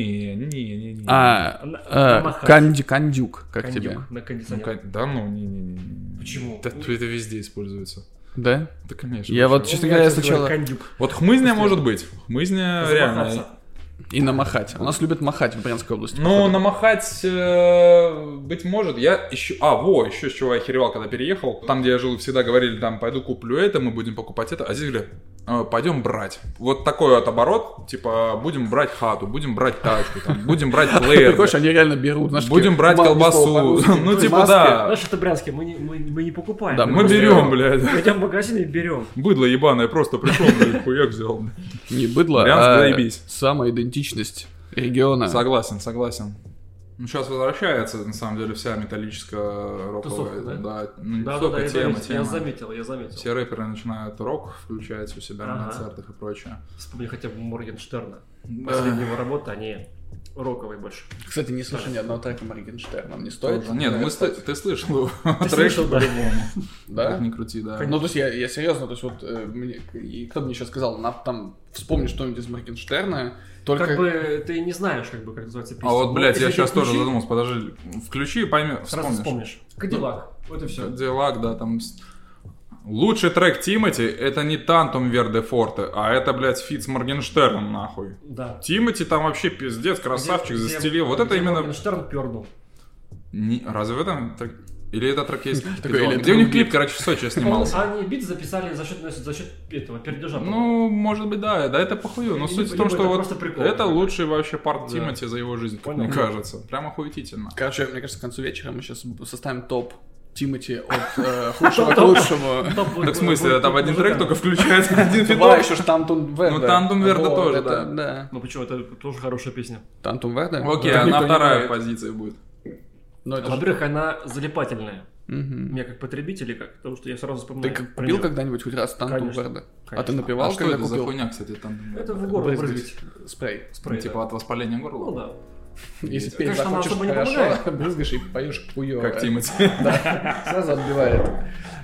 Speaker 1: Не-не-не.
Speaker 3: А,
Speaker 2: На-
Speaker 3: э,
Speaker 2: намахать.
Speaker 3: канди, кандюк, как
Speaker 2: Кондюк
Speaker 3: тебе?
Speaker 2: На
Speaker 1: Ну,
Speaker 2: кондиционер.
Speaker 1: ка- да ну, не-не-не.
Speaker 2: Почему?
Speaker 1: Да, это везде используется.
Speaker 3: Да?
Speaker 1: Да, конечно.
Speaker 3: Я вот,
Speaker 2: Он
Speaker 1: ну,
Speaker 3: честно
Speaker 2: меня
Speaker 3: говоря,
Speaker 2: сейчас
Speaker 3: сначала...
Speaker 2: говорит, кондюк.
Speaker 1: Вот хмызня может быть. Хмызня Ну, реально.
Speaker 2: Замахаться.
Speaker 3: И намахать. У нас любят махать в Брянской области.
Speaker 1: Ну,
Speaker 3: походу.
Speaker 1: намахать, э, быть может, я еще... А, во, еще с чего я охеревал, когда переехал. Там, где я жил, всегда говорили, там, пойду куплю это, мы будем покупать это. А здесь говорят, «Э, пойдем брать. Вот такой вот оборот, типа, будем брать хату, будем брать тачку, там, будем брать плеер.
Speaker 3: Приходишь, они реально берут. знаешь,
Speaker 1: Будем
Speaker 3: такие,
Speaker 1: брать
Speaker 3: мало ни слова
Speaker 1: колбасу.
Speaker 3: по-русски,
Speaker 1: Ну,
Speaker 3: то есть
Speaker 1: типа,
Speaker 3: маски.
Speaker 1: да.
Speaker 2: Знаешь, это брянские, мы не, мы, мы не покупаем.
Speaker 3: Да,
Speaker 1: Мы
Speaker 2: просто
Speaker 1: берем, блядь.
Speaker 2: Идем в магазин и берем.
Speaker 1: Быдло ебаное, просто пришел, блядь, хуяк взял.
Speaker 3: Не быдло,
Speaker 1: Брянск,
Speaker 3: а
Speaker 1: заебись.
Speaker 3: самоидентичность региона.
Speaker 1: Согласен, согласен. Ну, сейчас возвращается, на самом деле, вся металлическая роковая...
Speaker 2: Тусовка, да?
Speaker 1: Да, ну, не
Speaker 2: Да, да,
Speaker 1: тусовка,
Speaker 2: да, я
Speaker 1: тема,
Speaker 2: заметил, я
Speaker 1: тема.
Speaker 2: заметил, я заметил.
Speaker 1: Все рэперы начинают рок включать у себя на
Speaker 2: Ага.
Speaker 1: концертах и прочее.
Speaker 2: Вспомни хотя бы Моргенштерна. Последнего работы, они роковые больше.
Speaker 3: Кстати, не слышу ни одного трека Моргенштерна, не
Speaker 1: Э,
Speaker 3: стоит?
Speaker 1: Нет, мы сли- ты слышал его
Speaker 2: Ты
Speaker 1: трек,
Speaker 2: слышал, да?
Speaker 1: как
Speaker 3: Да?
Speaker 1: ни крути, да.
Speaker 3: Ну, то есть я, я серьезно, то есть вот э, мне- и кто бы мне сейчас сказал, надо там вспомнить что-нибудь из Моргенштерна, только...
Speaker 2: Как бы ты не знаешь, как бы, как называется песня.
Speaker 1: А вот, блядь, я
Speaker 2: Если
Speaker 1: сейчас
Speaker 2: ты
Speaker 1: тоже
Speaker 2: включи,
Speaker 1: задумался, подожди, включи и пойми,
Speaker 2: Сразу
Speaker 1: вспомнишь.
Speaker 2: вспомнишь. Кадиллак. Вот и все.
Speaker 1: Делак, да, там... с- Лучший трек Тимати это не Тантум Верде Форте, а это, блядь, фит с Моргенштерном, нахуй.
Speaker 2: Да.
Speaker 1: Тимати там вообще пиздец, красавчик,
Speaker 2: Где-
Speaker 1: застелил. Вот
Speaker 2: где
Speaker 1: это именно...
Speaker 2: Моргенштерн пернул.
Speaker 1: Не- Разве в этом трек- Или это трек есть?
Speaker 3: Такой,
Speaker 1: Где
Speaker 3: или
Speaker 1: где у них
Speaker 3: это
Speaker 1: клип, короче, в Сочи
Speaker 2: Он-
Speaker 1: снимался?
Speaker 2: Они бит записали за счет, ну, за счет этого пердежа.
Speaker 1: Ну,
Speaker 2: по-моему.
Speaker 1: может быть, да, да, это похую. Но
Speaker 2: Либо-
Speaker 1: суть в том,
Speaker 2: либо
Speaker 1: что
Speaker 2: это
Speaker 1: вот
Speaker 2: просто прикол.
Speaker 1: это лучший вообще парт
Speaker 2: Да.
Speaker 1: Тимати за его жизнь, как
Speaker 2: Понял.
Speaker 1: мне кажется. Прям охуетительно.
Speaker 3: Короче, мне кажется, к концу вечера мы сейчас составим топ Тимати от э, худшего к лучшему.
Speaker 2: Топ будет-
Speaker 1: Так в смысле,
Speaker 2: будет
Speaker 1: там
Speaker 2: топ
Speaker 1: один трек
Speaker 2: музыкантов.
Speaker 1: только включается, один
Speaker 3: Два
Speaker 1: фитов.
Speaker 3: еще ж Тантум Верде.
Speaker 1: Ну, Тантум Верде
Speaker 3: Вот,
Speaker 1: тоже,
Speaker 3: это-
Speaker 1: да.
Speaker 3: Да.
Speaker 2: Ну почему, это тоже хорошая песня.
Speaker 3: Тантум Верде.
Speaker 1: Окей,
Speaker 3: Да,
Speaker 1: она
Speaker 3: никто не
Speaker 1: вторая
Speaker 3: знает.
Speaker 1: позиция будет.
Speaker 3: Ну, это же...
Speaker 2: Во-первых, она залипательная.
Speaker 3: Мгм.
Speaker 2: Мне как потребитель, и как, потому что я сразу вспоминаю.
Speaker 3: Ты как-
Speaker 2: про
Speaker 3: купил
Speaker 2: неё.
Speaker 3: когда-нибудь хоть раз Тантум
Speaker 2: Конечно.
Speaker 3: Верде? А ты
Speaker 2: Конечно.
Speaker 1: А
Speaker 3: напивал,
Speaker 1: что
Speaker 3: когда
Speaker 1: это за
Speaker 3: купил?
Speaker 1: хуйня, кстати, Тантум Верде?
Speaker 2: Это в горло
Speaker 3: Брызгать.
Speaker 2: брызгать.
Speaker 3: Спрей.
Speaker 2: Спрей,
Speaker 1: Типа
Speaker 2: да.
Speaker 1: от воспаления горла?
Speaker 2: Ну да.
Speaker 3: Если
Speaker 1: Конечно,
Speaker 3: петь
Speaker 2: она
Speaker 3: захочешь
Speaker 2: особо не
Speaker 3: хорошо, брызгаешь и поешь хуёво.
Speaker 1: Как Тимати.
Speaker 3: Да, сразу отбивает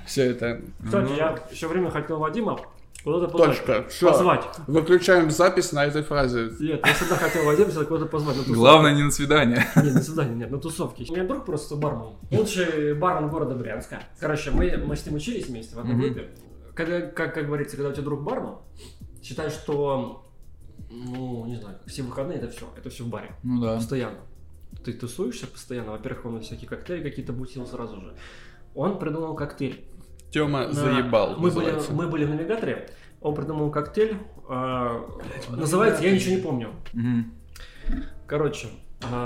Speaker 3: все это.
Speaker 2: Кстати,
Speaker 1: Ну.
Speaker 2: я все время хотел Вадима куда-то позвать.
Speaker 3: Точка. Всё.
Speaker 2: Позвать.
Speaker 3: Выключаем запись на этой фразе.
Speaker 2: Нет, я всегда хотел Вадима всегда куда-то позвать. на тусовку.
Speaker 1: Главное не на свидание.
Speaker 2: Нет, на свидание, нет, на тусовке. У меня друг просто бармен. Лучший бармен города Брянска. Короче, мы, мы с ним учились вместе в одной
Speaker 1: Мгм.
Speaker 2: группе. Когда, как, как говорится, когда у тебя друг бармен, считай, что, ну, не знаю, все выходные это все, это все в баре.
Speaker 1: Ну да.
Speaker 2: Постоянно. Ты тусуешься постоянно. Во-первых, он всякие коктейли какие-то бутил сразу же. Он придумал коктейль.
Speaker 3: Тема
Speaker 2: На-
Speaker 3: заебал.
Speaker 2: Мы были,
Speaker 3: называется.
Speaker 2: мы были в навигаторе. Он придумал коктейль. а, называется, я ничего не помню.
Speaker 1: Мгм.
Speaker 2: Короче,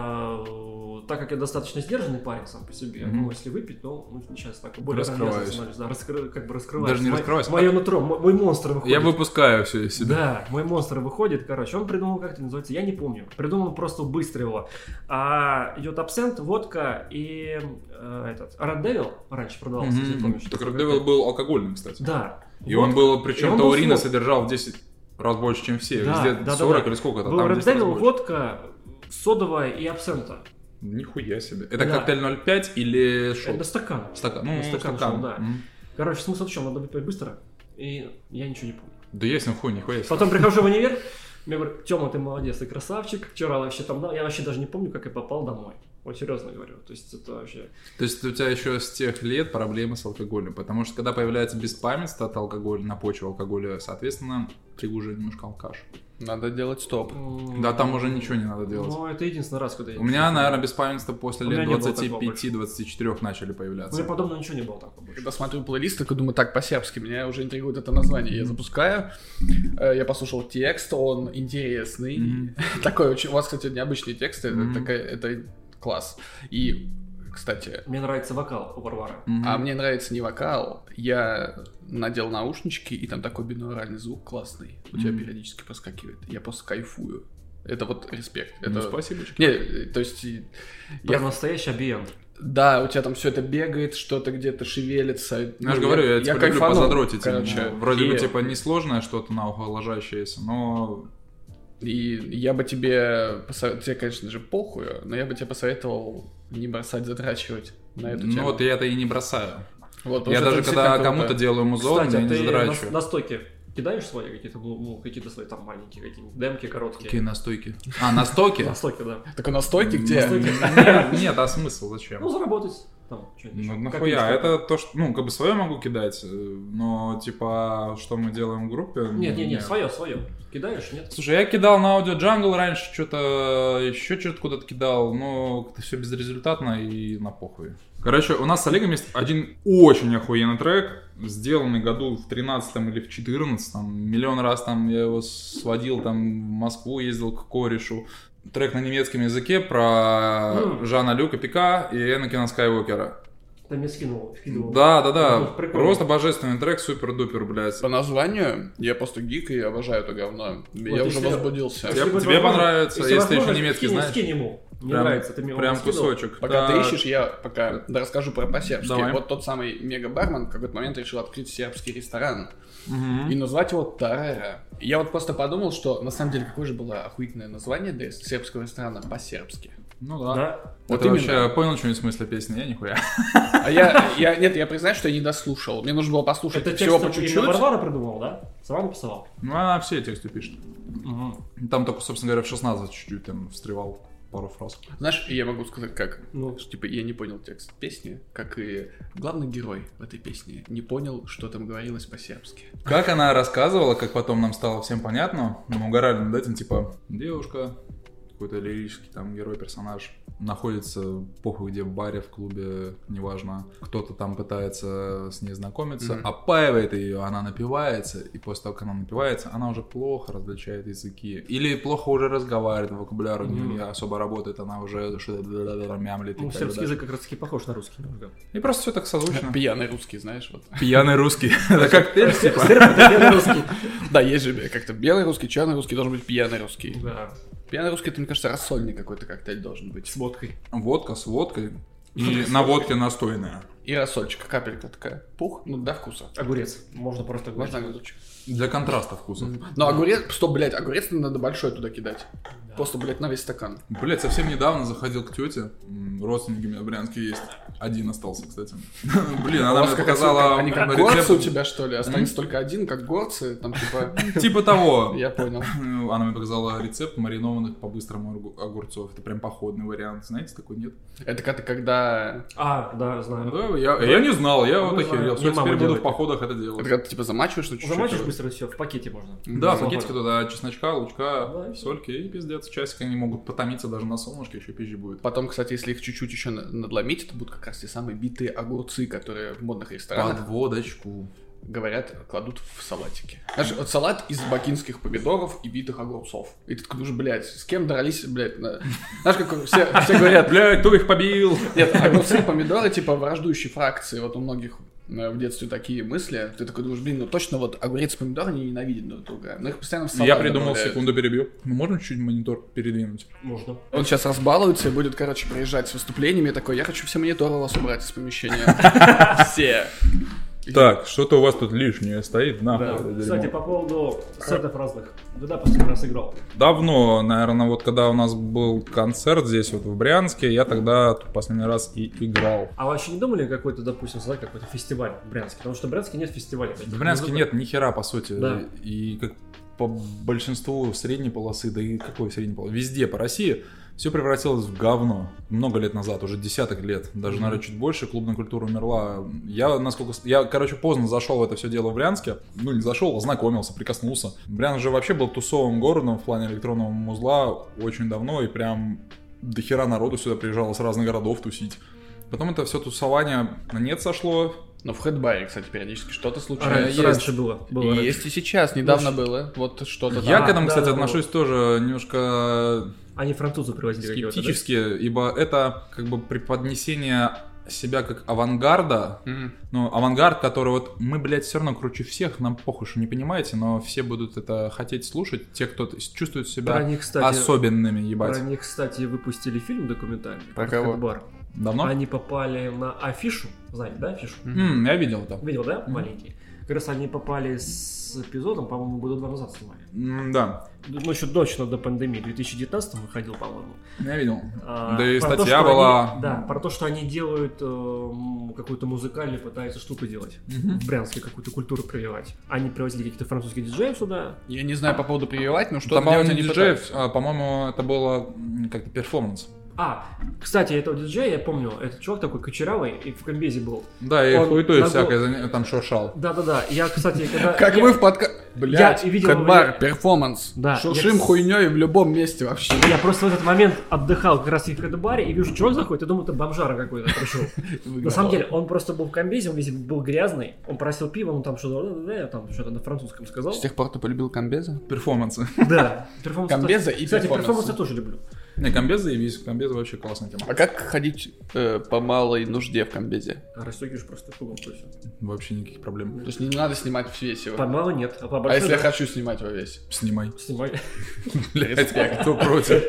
Speaker 2: а, так как я достаточно сдержанный парень сам по себе,
Speaker 1: Мгм.
Speaker 2: ну, если выпить, то ну, сейчас так более
Speaker 1: Раскрываюсь.
Speaker 2: развязно становлюсь, да, раскры- как бы раскрываюсь.
Speaker 1: Даже не раскрываюсь, а
Speaker 2: Мое нутро, мо- мой, монстр выходит.
Speaker 1: Я выпускаю все из себя.
Speaker 2: Да, мой монстр выходит, короче, он придумал, как это называется, я не помню. Придумал просто быстро его. А идет абсент, водка и э, этот, Red Devil раньше продавался, если
Speaker 1: Мгм.
Speaker 2: помнишь.
Speaker 1: Так Red Devil был алкогольным, кстати.
Speaker 2: Да.
Speaker 1: И
Speaker 2: Водка.
Speaker 1: он был,
Speaker 2: И
Speaker 1: причем
Speaker 2: он был
Speaker 1: таурина
Speaker 2: слог.
Speaker 1: содержал в 10 раз больше, чем все.
Speaker 2: Да, да,
Speaker 1: Везде
Speaker 2: да,
Speaker 1: 40
Speaker 2: да.
Speaker 1: или сколько-то.
Speaker 2: Был
Speaker 1: там
Speaker 2: Red
Speaker 1: 10 раз
Speaker 2: Devil,
Speaker 1: больше.
Speaker 2: водка, содовая и абсента.
Speaker 1: Нихуя себе. Это
Speaker 2: Да.
Speaker 1: коктейль 0,5 или
Speaker 2: Это
Speaker 1: шот?
Speaker 2: стакан.
Speaker 1: Стакан. Ну,
Speaker 2: стакан
Speaker 1: стакан.
Speaker 2: шел, да.
Speaker 1: Мгм.
Speaker 2: Короче, смысл в чем? Надо выпить быстро. И я ничего не помню.
Speaker 1: Да ясен хуй, нихуя себе.
Speaker 2: Потом прихожу в универ, мне говорят, Тёма, ты молодец, ты красавчик. Вчера вообще там, да, я вообще даже не помню, как я попал домой. Вот серьезно говорю. То есть это вообще...
Speaker 1: То есть у тебя еще с тех лет проблемы с алкоголем, потому что когда появляется беспамятство от алкоголя на почве алкоголя, соответственно, ты уже немножко алкаш.
Speaker 3: Надо делать стоп.
Speaker 2: м,
Speaker 1: Да там уже ничего не надо делать.
Speaker 2: Ну, это единственный раз, когда я...
Speaker 1: У меня, наверное, беспамятство после
Speaker 2: У меня
Speaker 1: лет
Speaker 2: не было такого
Speaker 1: 25-24 начали
Speaker 2: У меня
Speaker 1: появляться.
Speaker 2: Ну, подобного ничего не было такого больше.
Speaker 3: Когда смотрю плейлист, так и думаю, так, по-сербски, меня уже интригует это название. Я запускаю, э, я послушал текст, он интересный.
Speaker 1: Мгм.
Speaker 3: Такой очень... У вас, кстати, необычные тексты, это
Speaker 1: Мгм.
Speaker 3: такая- это класс. И, кстати,
Speaker 2: Мне нравится вокал у Варвары.
Speaker 1: Мгм.
Speaker 3: а мне нравится не вокал, я надел наушнички, и там такой бинуральный звук классный. У тебя
Speaker 1: Мгм.
Speaker 3: периодически проскакивает. Я просто кайфую. Это вот респект.
Speaker 1: Ну,
Speaker 3: Это...
Speaker 1: спасибо.
Speaker 3: Не, э, то есть... и-
Speaker 2: Прям
Speaker 3: я-
Speaker 2: настоящий обиент.
Speaker 3: Да, у тебя там все это бегает, что-то где-то шевелится.
Speaker 1: Я же
Speaker 3: Ну,
Speaker 1: говорю, я, типа, люблю
Speaker 3: кайфанул,
Speaker 1: позадротить.
Speaker 3: короче.
Speaker 1: именно. Вроде
Speaker 3: И-
Speaker 1: бы, типа, несложное что-то на ухо ложащееся, но...
Speaker 3: И я бы тебе посоветовал, тебе, конечно же, похуй, но я бы тебе посоветовал не бросать затрачивать на эту
Speaker 1: Ну
Speaker 3: тему.
Speaker 1: вот я это и не бросаю.
Speaker 3: Вот, потому
Speaker 1: я
Speaker 3: что
Speaker 1: даже
Speaker 3: это
Speaker 1: когда
Speaker 3: действительно
Speaker 1: кому-то
Speaker 3: круто.
Speaker 1: делаю музон,
Speaker 2: Кстати,
Speaker 1: Ну, я
Speaker 2: а
Speaker 1: не
Speaker 2: ты
Speaker 1: задрачу.
Speaker 2: на, на стойке кидаешь свои какие-то, ну, ну, какие-то свои там маленькие какие-нибудь демки короткие?
Speaker 1: Какие настойки? А, настойки?
Speaker 2: На стойке, да.
Speaker 3: Так у нас стойки где?
Speaker 2: Настойки.
Speaker 1: Нет, нет, а смысл зачем?
Speaker 2: Ну, заработать. Там, что-нибудь
Speaker 1: Ну,
Speaker 2: ещё.
Speaker 1: нахуя,
Speaker 2: Как-нибудь
Speaker 1: это то, что, ну, как бы свое могу кидать, э, но, типа, что мы делаем в группе?
Speaker 2: Нет, нет,
Speaker 1: нет.
Speaker 2: нет, свое, свое. Кидаешь, нет?
Speaker 1: Слушай, я кидал на аудио джангл раньше, что-то еще что-то куда-то кидал, но как-то все безрезультатно и на похуй. Короче, у нас с Олегом есть один очень охуенный трек, сделанный году в 13 или в 14 Миллион раз там я его сводил, там в Москву ездил к корешу. Трек на немецком языке про
Speaker 2: М.
Speaker 1: Жана Люка Пика и Энакина Скайуокера.
Speaker 2: Ты мне скинул, скидывал.
Speaker 1: Да, да, да.
Speaker 2: Ну, прикольно.
Speaker 1: Просто божественный трек, супер-дупер, блядь.
Speaker 3: По названию я просто гик и обожаю это говно. я
Speaker 2: Вот
Speaker 3: уже
Speaker 2: если-
Speaker 3: возбудился.
Speaker 1: Я-
Speaker 2: Если будет
Speaker 1: тебе
Speaker 2: возможно-
Speaker 1: понравится, если ты еще
Speaker 2: возможно,
Speaker 1: немецкий
Speaker 2: скинь-
Speaker 1: знаешь.
Speaker 2: Скинь ему. Мне
Speaker 1: Прям-
Speaker 2: нравится, ты мне его
Speaker 1: Прям
Speaker 2: скидывал.
Speaker 1: кусочек.
Speaker 3: Пока
Speaker 1: Так.
Speaker 3: ты ищешь, я пока расскажу про по-сербски.
Speaker 1: Давай.
Speaker 3: Вот тот самый мега-бармен в какой-то момент решил открыть сербский ресторан
Speaker 1: Мгм.
Speaker 3: и назвать его Тарера. Я вот просто подумал, что на самом деле какое же было охуительное название для сербского ресторана по-сербски.
Speaker 1: Ну да.
Speaker 2: Да?
Speaker 1: Вот
Speaker 3: Вот
Speaker 1: ты
Speaker 3: именно.
Speaker 1: вообще понял что-нибудь в смысле песни? Я нихуя.
Speaker 3: А я, я, нет, я признаю, что я не дослушал. Мне нужно было послушать
Speaker 2: Это
Speaker 3: всего
Speaker 2: текст
Speaker 3: по
Speaker 2: именно
Speaker 3: чуть-чуть.
Speaker 2: Варвара придумал, да? Сама написала.
Speaker 1: Ну, она все тексты пишет. Там только, собственно говоря, в 16 чуть-чуть там встревал. пару фраз.
Speaker 3: Знаешь, я могу сказать, как.
Speaker 2: Ну,
Speaker 3: Что, типа, я не понял текст песни, как и главный герой в этой песне не понял, что там говорилось по-сербски.
Speaker 1: Как она рассказывала, как потом нам стало всем понятно, мы угорали над этим, типа, девушка, какой-то лирический там герой-персонаж, находится похуй где, в баре, в клубе, неважно, кто-то там пытается с ней знакомиться,
Speaker 3: Мгм.
Speaker 1: опаивает ее, она напивается, и после того, как она напивается, она уже плохо различает языки, или плохо уже разговаривает, вокабуляр у нее
Speaker 2: Мгм.
Speaker 1: не особо работает, она уже что-то мямлит и
Speaker 2: ну
Speaker 1: так
Speaker 2: сербский
Speaker 1: далее.
Speaker 2: язык как раз таки похож на русский немного.
Speaker 1: И просто все так созвучно.
Speaker 3: Пьяный русский, знаешь, вот.
Speaker 1: Пьяный русский. Это коктейль, типа.
Speaker 2: Серб это белый русский.
Speaker 3: Да, есть же как-то белый русский, черный русский, должен быть пьяный русский.
Speaker 2: Да,
Speaker 3: Пьяный русский, это, мне кажется, рассольный какой-то коктейль должен быть.
Speaker 2: с водкой.
Speaker 1: Водка с водкой. И на водке настойная.
Speaker 3: И рассольчик, капелька такая. Пух, ну, до вкуса.
Speaker 2: Огурец. Можно просто огурец.
Speaker 3: Можно огурчик.
Speaker 1: Для контраста вкусов.
Speaker 3: Но огурец, что, блядь, огурец надо большой туда кидать.
Speaker 2: Да.
Speaker 3: Просто, блядь, на весь стакан.
Speaker 1: Блять, совсем недавно заходил к тете. М, Родственники у меня в Брянске есть. Один остался, кстати. Блин, она мне
Speaker 3: как
Speaker 1: показала а,
Speaker 3: отсылка. Они как
Speaker 1: рецепт-
Speaker 3: горцы у тебя, что ли? Останется только один, как горцы, там, типа...
Speaker 1: Типа того.
Speaker 3: Я понял.
Speaker 1: Она мне показала рецепт маринованных по-быстрому огур- огурцов. Это прям походный вариант. Знаете, такой нет?
Speaker 3: Это как-то когда...
Speaker 2: А, да, знаю.
Speaker 1: Да, я, я не знал, я вот
Speaker 2: Ну, да,
Speaker 1: охерел.
Speaker 2: мне
Speaker 1: Все,
Speaker 2: мама
Speaker 1: теперь буду в
Speaker 2: делает.
Speaker 1: походах это делать.
Speaker 3: Это когда ты, типа, замачиваешь, ну, чуть-чуть.
Speaker 2: Замачиваешь
Speaker 3: его.
Speaker 2: быстро все, в пакете можно.
Speaker 1: Да,
Speaker 2: Мгм.
Speaker 1: пакетики туда чесночка, лука,
Speaker 2: Да, и всё.
Speaker 1: сольки и пиздец. Часик они могут потомиться даже на солнышке, еще пищи будет.
Speaker 3: Потом, кстати, если их чуть-чуть еще на- надломить, это будут как раз те самые битые огурцы, которые в модных ресторанах,
Speaker 1: Подводочку.
Speaker 3: говорят, кладут в салатики. Знаешь, вот салат из бакинских помидоров и битых огурцов. И ты такой, думаешь, блядь, с кем дрались, блядь, на- Знаешь, как все, все говорят,
Speaker 1: Блядь, кто их побил?
Speaker 3: нет, огурцы и помидоры, типа, враждующие фракции. Вот у многих э, в детстве такие мысли. Ты такой думаешь, блин, ну точно вот огурец и помидор не ненавидят друг друга. Но их постоянно в салат
Speaker 1: Я придумал,
Speaker 3: добавляют.
Speaker 1: секунду перебью. Мы можем чуть монитор передвинуть?
Speaker 2: Можно.
Speaker 3: Он сейчас разбалуется и будет, короче, приезжать с выступлениями. Такой, я хочу все мониторы у вас убрать из помещения. Все.
Speaker 1: Так, что-то у вас тут лишнее стоит,
Speaker 2: Да.
Speaker 1: нахуй. это
Speaker 2: Кстати,
Speaker 1: дерьмо.
Speaker 2: по поводу сетов разных. Да, последний раз играл.
Speaker 1: Давно, наверное, вот когда у нас был концерт здесь, вот в Брянске, я тогда тут последний раз и играл.
Speaker 2: А вы вообще не думали какой-то, допустим, создать какой-то фестиваль в Брянске? Потому что в Брянске нет фестиваля. таких.
Speaker 1: В Брянске
Speaker 2: Ну,
Speaker 1: нет ни хера, по сути.
Speaker 2: Да.
Speaker 1: И как по большинству средней полосы, да и какой средней полосы, везде по России все превратилось в говно. Много лет назад, уже десяток лет, даже, наверное, чуть больше, клубная культура умерла. Я, насколько... с- Я, короче, поздно зашел в это все дело в Брянске. Ну, не зашел, а ознакомился, прикоснулся. Брянск же вообще был тусовым городом в плане электронного музла очень давно, и прям до хера народу сюда приезжало с разных городов тусить. Потом это все тусование на нет сошло,
Speaker 3: Ну, в хедбаре, кстати, периодически что-то
Speaker 2: а
Speaker 3: случается.
Speaker 2: Раньше, раньше было.
Speaker 3: И
Speaker 2: было раньше.
Speaker 3: Есть и сейчас, недавно было. Вот что-то
Speaker 1: Я
Speaker 2: А,
Speaker 1: к этому,
Speaker 2: да,
Speaker 1: кстати,
Speaker 2: да,
Speaker 1: отношусь тоже немножко
Speaker 2: Они французы привозили какие-то, да?
Speaker 1: скептически, ибо это как бы преподнесение себя как авангарда,
Speaker 3: там.
Speaker 1: ну, авангард, который вот мы, блядь, все равно круче всех, нам похуй, что не понимаете, но все будут это хотеть слушать, те, кто т- чувствует
Speaker 2: Про
Speaker 1: себя
Speaker 2: них, кстати,
Speaker 1: особенными, ебать.
Speaker 2: про них, кстати, выпустили фильм документальный.
Speaker 3: Про
Speaker 2: про
Speaker 3: кого?
Speaker 2: Хэтбар.
Speaker 1: Давно?
Speaker 2: Они попали на афишу, знаете, да, афишу?
Speaker 1: М, я видел это.
Speaker 2: Видел, да,
Speaker 1: Мгм.
Speaker 2: маленький? Как раз они попали с эпизодом, по-моему, года два назад снимали.
Speaker 1: М, да,
Speaker 2: Ну, еще точно до пандемии, в 2019 выходил, по-моему.
Speaker 1: я видел.
Speaker 2: А,
Speaker 1: Да и
Speaker 2: про то,
Speaker 1: статья
Speaker 2: что
Speaker 1: была.
Speaker 2: они- да, про то, что они делают эм, какую-то музыкальную, пытаются штуку делать.
Speaker 1: Мгм.
Speaker 2: В Брянске какую-то культуру прививать. Они привозили каких-то французских диджеев сюда.
Speaker 3: Я не знаю по поводу прививать, но что
Speaker 1: Там, по-моему,
Speaker 3: делать
Speaker 1: не
Speaker 3: они
Speaker 1: диджеев, а, по-моему, это было м, как-то перформанс.
Speaker 2: А, кстати, этого диджея, я помню, этот чувак такой кочерявый и в комбезе был.
Speaker 1: Да, и
Speaker 2: Он
Speaker 1: хуетой
Speaker 2: на
Speaker 1: всякое, заня- там шуршал.
Speaker 2: Да-да-да, я, кстати, когда...
Speaker 3: Как
Speaker 2: я-
Speaker 3: мы в подка... Блядь,
Speaker 2: и видел
Speaker 3: хедбар,
Speaker 2: его-
Speaker 3: перформанс.
Speaker 2: Да,
Speaker 3: Шуршим
Speaker 2: я-
Speaker 3: хуйней в любом месте вообще.
Speaker 2: Я просто в этот момент отдыхал как раз таки в кадбаре и вижу, чувак заходит, и думаю, это бомжара какой-то пришел. На самом деле, он просто был в комбезе, он весь был грязный, он просил пива, он там что-то, «Да-да-да», там что-то на французском сказал.
Speaker 3: С тех пор ты полюбил комбеза?
Speaker 1: Перформансы.
Speaker 2: Да, перформанс.
Speaker 3: Комбеза
Speaker 2: тоже-
Speaker 3: и
Speaker 2: Кстати,
Speaker 3: перформансы.
Speaker 2: перформанс я тоже люблю.
Speaker 1: Не, комбез заебись, комбез вообще классная тема.
Speaker 3: А как ходить э, по малой нужде в комбезе?
Speaker 2: А расстегиваешь просто пуговку и все.
Speaker 1: Вообще никаких проблем.
Speaker 3: То есть не надо снимать весь его.
Speaker 2: По малу нет, а по
Speaker 3: А
Speaker 2: большой...
Speaker 3: если я
Speaker 2: да.
Speaker 3: хочу снимать его весь?
Speaker 1: Снимай.
Speaker 2: Снимай.
Speaker 1: Блять, кто против?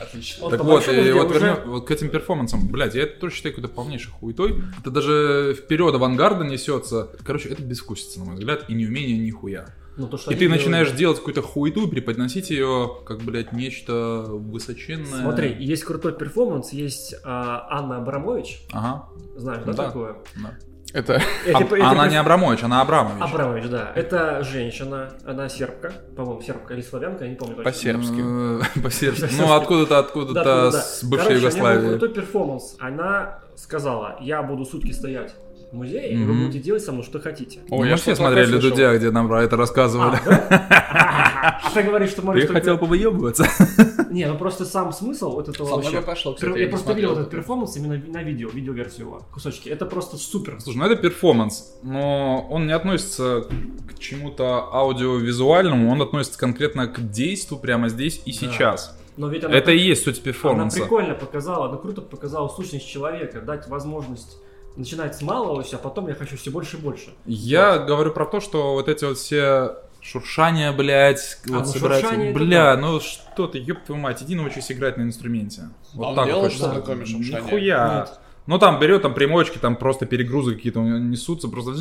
Speaker 3: Отлично.
Speaker 2: Он
Speaker 1: Так
Speaker 2: по
Speaker 1: вот,
Speaker 2: большому
Speaker 1: и
Speaker 2: делу
Speaker 1: вот
Speaker 2: уже-
Speaker 1: вернем- вот к этим перформансам. Блять, я это тоже считаю какой-то полнейшей хуетой. Это даже вперед авангарда несется. Короче, это безвкусица, на мой взгляд, и неумение нихуя.
Speaker 2: Ну, то, что
Speaker 1: И
Speaker 2: они
Speaker 1: ты
Speaker 2: делают-
Speaker 1: начинаешь делать какую-то хуету, преподносить ее как, блядь, нечто высоченное.
Speaker 2: Смотри, есть крутой перформанс, есть а, Анна Абрамович,
Speaker 1: Ага.
Speaker 2: знаешь, да,
Speaker 1: Да.
Speaker 2: такое? типа,
Speaker 1: да.
Speaker 3: Это
Speaker 1: А-
Speaker 2: Эти- эти
Speaker 1: она
Speaker 2: прис-
Speaker 1: не Абрамович, она Абрамович.
Speaker 2: Абрамович, да. Это женщина, она сербка, по-моему, сербка или славянка, я не помню точно.
Speaker 3: по-сербски.
Speaker 1: Э, По-сербски. Ну, откуда-то,
Speaker 2: Да, да,
Speaker 1: откуда-то
Speaker 2: да.
Speaker 1: с бывшей
Speaker 2: Короче, У нее был
Speaker 1: Югославии.
Speaker 2: крутой перформанс. Она сказала, я буду сутки стоять в музее, и вы
Speaker 1: Мгм.
Speaker 2: будете делать со мной что хотите.
Speaker 1: Ну,
Speaker 3: я
Speaker 1: мы все
Speaker 3: что-то
Speaker 1: смотрели
Speaker 3: такое слышал.
Speaker 1: Дудя, где нам про это рассказывали.
Speaker 2: А ты говоришь, что
Speaker 1: Ты
Speaker 2: Марик...
Speaker 1: хотел повыебываться?
Speaker 2: Не, ну просто сам смысл вот этого
Speaker 3: Слава
Speaker 2: вообще...
Speaker 3: Богу, пошло,
Speaker 2: Пер-
Speaker 3: кстати,
Speaker 2: Я
Speaker 3: не
Speaker 2: просто
Speaker 3: смотрел
Speaker 2: видел этот
Speaker 3: это.
Speaker 2: перформанс именно на видео, видеоверсию его, кусочки. Это просто супер.
Speaker 1: Слушай, ну это перформанс, но он не относится к чему-то аудиовизуальному, он относится конкретно к действу прямо здесь и сейчас.
Speaker 2: Но ведь она,
Speaker 1: Это и есть суть
Speaker 2: она
Speaker 1: перформанса.
Speaker 2: прикольно показала, она круто показала сущность человека, дать возможность начинать с малого все, а потом я хочу все больше и больше.
Speaker 1: Я говорю про то, что вот эти вот все шуршания, блять,
Speaker 2: А,
Speaker 1: вот
Speaker 2: ну,
Speaker 1: собираются.
Speaker 2: шуршание это
Speaker 1: Бля,
Speaker 2: да.
Speaker 1: ну что ты, ёб твою мать, иди научись играть на инструменте.
Speaker 3: А
Speaker 1: Вот
Speaker 3: он
Speaker 1: так
Speaker 3: делал
Speaker 1: хочется.
Speaker 3: что-то, кроме шуршания?
Speaker 1: Нихуя.
Speaker 2: Нет.
Speaker 1: Ну там берет там примочки, там просто перегрузы какие-то у него несутся, просто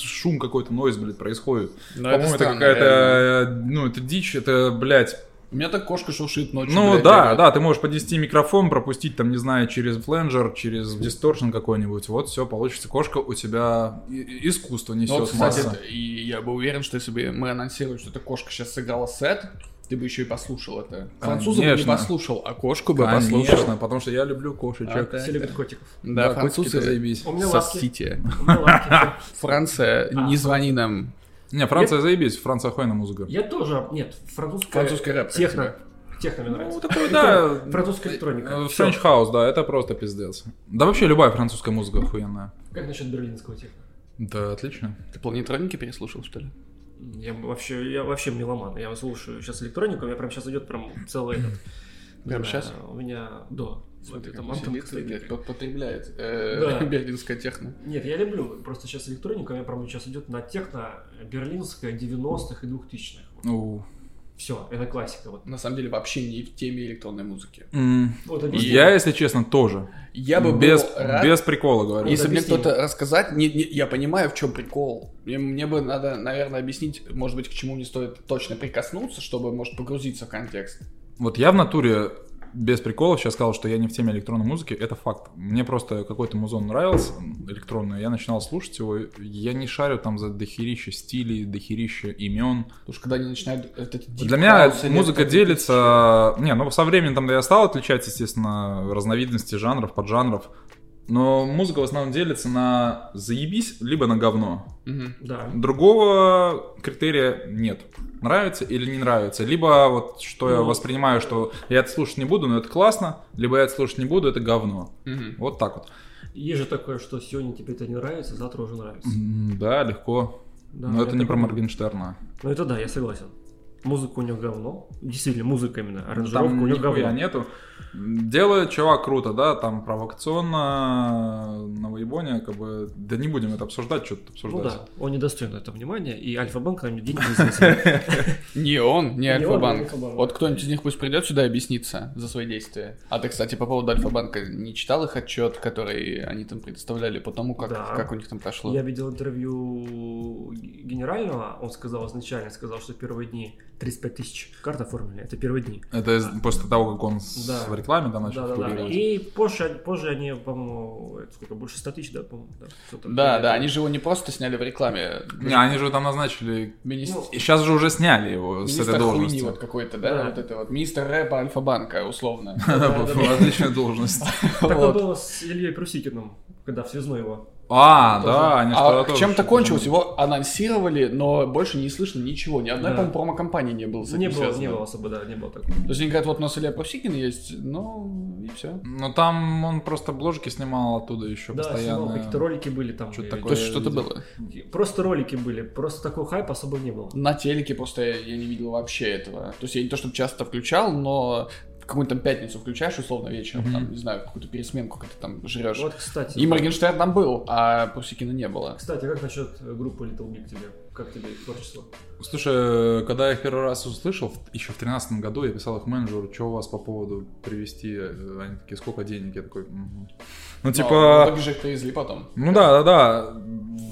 Speaker 1: шум какой-то, нойз, блядь, происходит.
Speaker 3: Но
Speaker 1: По-моему, это
Speaker 3: Ну, странно, реально.
Speaker 1: какая-то, э, ну это дичь, это, блядь,
Speaker 3: У меня так кошка шуршит ночью.
Speaker 1: ну
Speaker 3: блядь,
Speaker 1: да,
Speaker 3: бегает.
Speaker 1: да, ты можешь по 10 микрофон пропустить, там, не знаю, через фленджер, через дисторшн какой-нибудь. Вот все, получится кошка у тебя и- и- искусство несет
Speaker 3: Ну, вот, кстати,
Speaker 1: масса.
Speaker 3: это- и я бы уверен, что если бы мы анонсировали, что эта кошка сейчас сыграла сет, ты бы еще и послушал это. Французов бы не
Speaker 1: Конечно.
Speaker 3: послушал, а кошку бы послушал.
Speaker 1: Конечно, потому что я люблю кошечек.
Speaker 3: А, да.
Speaker 2: Все любят котиков. Ну,
Speaker 3: Да,
Speaker 1: французы
Speaker 3: французы
Speaker 1: заебись.
Speaker 2: У меня лапки.
Speaker 3: сосите.
Speaker 2: У меня лапки.
Speaker 3: Франция, не звони нам.
Speaker 1: Не, Франция заебись, Франция охуенная музыка.
Speaker 2: Я тоже, нет, французская...
Speaker 3: Французский рэп, как
Speaker 2: Техно. Техно мне нравится.
Speaker 1: такой, Э,
Speaker 2: Электро- Французская электроника. Всё.
Speaker 1: Френч хаус, да, это просто пиздец. Да вообще любая французская музыка охуенная.
Speaker 2: Как насчет берлинского техно?
Speaker 1: Да, отлично.
Speaker 3: Ты планетроники переслушал, что ли?
Speaker 2: Я вообще, я вообще меломан. Я слушаю сейчас электронику, у меня прям сейчас идет прям целый этот.
Speaker 3: Прям
Speaker 2: Да,
Speaker 3: сейчас?
Speaker 2: У меня, да.
Speaker 3: Смотри,
Speaker 2: Это
Speaker 3: как
Speaker 2: Антон,
Speaker 3: сидит,
Speaker 2: кстати.
Speaker 3: блядь, по- потребляет
Speaker 2: Да.
Speaker 3: э, берлинская техно.
Speaker 2: Нет, я люблю просто сейчас электронику, у меня прям сейчас идет на техно берлинская 90-х и 2000-х.
Speaker 1: У.
Speaker 2: Все, это классика. Вот.
Speaker 3: На самом деле вообще не в теме электронной музыки.
Speaker 1: М.
Speaker 2: Вот объясни.
Speaker 1: Я, если честно, тоже.
Speaker 3: Я бы
Speaker 1: без,
Speaker 3: был рад,
Speaker 1: без прикола говорю.
Speaker 3: если бы мне
Speaker 2: объясни.
Speaker 3: кто-то рассказать, не- не- я понимаю, в чем прикол. Мне, мне бы надо, наверное, объяснить, может быть, к чему не стоит точно прикоснуться, чтобы, может, погрузиться в контекст.
Speaker 1: Вот я в натуре без приколов сейчас сказал, что я не в теме электронной музыки, это факт. Мне просто какой-то музон нравился, м, электронный, я начинал слушать его, я не шарю там за дохерища стилей, дохерища имен.
Speaker 3: Потому что когда они начинают... вот эти deep
Speaker 1: Для меня
Speaker 3: house или
Speaker 1: музыка
Speaker 3: это-
Speaker 1: делится... Не, ну со временем там я стал отличать, естественно, разновидности жанров, поджанров. Но музыка в основном делится на заебись, либо на говно.
Speaker 3: Мгм.
Speaker 2: Да.
Speaker 1: Другого критерия нет. Нравится или не нравится. Либо вот что я
Speaker 2: Ну.
Speaker 1: воспринимаю, что я это слушать не буду, но это классно, либо я это слушать не буду, это говно.
Speaker 3: Мгм.
Speaker 1: Вот так вот.
Speaker 2: Есть же такое, что сегодня тебе это не нравится, завтра уже нравится.
Speaker 1: М, Да, легко.
Speaker 2: Да,
Speaker 1: но это не
Speaker 2: такое
Speaker 1: про
Speaker 2: люблю.
Speaker 1: Моргенштерна.
Speaker 2: Ну это да, я согласен. Музыка у него говно. Действительно, музыка именно. Аранжировка
Speaker 1: Ну, Там
Speaker 2: у него
Speaker 1: нихуя
Speaker 2: говно.
Speaker 1: нету. Делает чувак круто, да, там провокационно, новоебония, как бы, да не будем это обсуждать, что-то
Speaker 2: Ну
Speaker 1: обсуждать.
Speaker 2: да, он недостоин этого внимания, и Альфа-банк нам деньги не занесет.
Speaker 3: Не он, не
Speaker 2: Не он, не
Speaker 3: Альфа-банк.
Speaker 2: Альфа-банк.
Speaker 3: Вот кто-нибудь из них пусть придет сюда и объяснится за свои действия. А ты, кстати, по поводу Альфа-банка не читал их отчет, который они там предоставляли по тому, как,
Speaker 2: Да.
Speaker 3: как у них там прошло?
Speaker 2: Я видел интервью г- генерального, он сказал изначально, сказал, что первые дни 35 тысяч карт оформили, это первые дни.
Speaker 1: Это из- после того, как он с-
Speaker 2: Да.
Speaker 1: в рекламе там начал
Speaker 2: Да-да-да.
Speaker 1: фигурировать.
Speaker 2: И позже, позже они, по-моему, это сколько, больше 100 тысяч, да, по-моему? Да, что-то
Speaker 3: Да, да,
Speaker 2: такое.
Speaker 3: они же его не просто сняли в рекламе.
Speaker 1: Не, а они же там назначили
Speaker 3: Министр,
Speaker 2: Ну,
Speaker 1: И сейчас же уже сняли его с этой
Speaker 3: министр хуйни
Speaker 1: должности.
Speaker 3: вот какой-то, да?
Speaker 2: Да.
Speaker 3: Вот это вот. Министр рэпа Альфа-банка, условно.
Speaker 1: Отличная должность.
Speaker 2: Такое
Speaker 3: Вот.
Speaker 2: было с Ильей Прусикиным, когда в связной его.
Speaker 1: А,
Speaker 2: Тоже.
Speaker 1: да, они
Speaker 3: А
Speaker 1: что-то
Speaker 3: чем-то
Speaker 1: тоже-
Speaker 3: кончилось, его анонсировали, но больше не слышно ничего. Ни одной,
Speaker 2: Да.
Speaker 3: по-моему, промо-компании не было с этим
Speaker 2: Не было, не
Speaker 3: связано.
Speaker 2: было особо, да, не было такого.
Speaker 3: То есть они говорят, вот у нас Илья Прусикин есть, ну и все.
Speaker 1: Ну там он просто бложки снимал оттуда еще
Speaker 2: Да, снимал,
Speaker 1: постоянно.
Speaker 2: какие-то ролики были там.
Speaker 1: Что-то
Speaker 2: и-
Speaker 1: такое.
Speaker 3: То есть что-то
Speaker 1: видел.
Speaker 3: было.
Speaker 2: Просто ролики были, просто такой хайп особо не было.
Speaker 3: На телеке просто я, я не видел вообще этого. То есть я не то чтобы часто включал, но какую-нибудь там пятницу включаешь условно вечером,
Speaker 1: Мгм.
Speaker 3: там, не знаю, какую-то пересменку, как ты там жрешь.
Speaker 2: Вот, кстати.
Speaker 3: И Моргенштерн там был, а Прусикина не было.
Speaker 2: Кстати, как насчет э, группы Little Big тебе? Как тебе их творчество?
Speaker 1: Слушай, когда я их первый раз услышал, еще в тринадцатом году я писал их менеджеру, что у вас по поводу привести, э, они такие, сколько денег? Я такой, «Мгм». ну
Speaker 3: Но в
Speaker 1: типа,
Speaker 3: итоге же их привезли потом.
Speaker 1: ну да, да, да.
Speaker 2: а,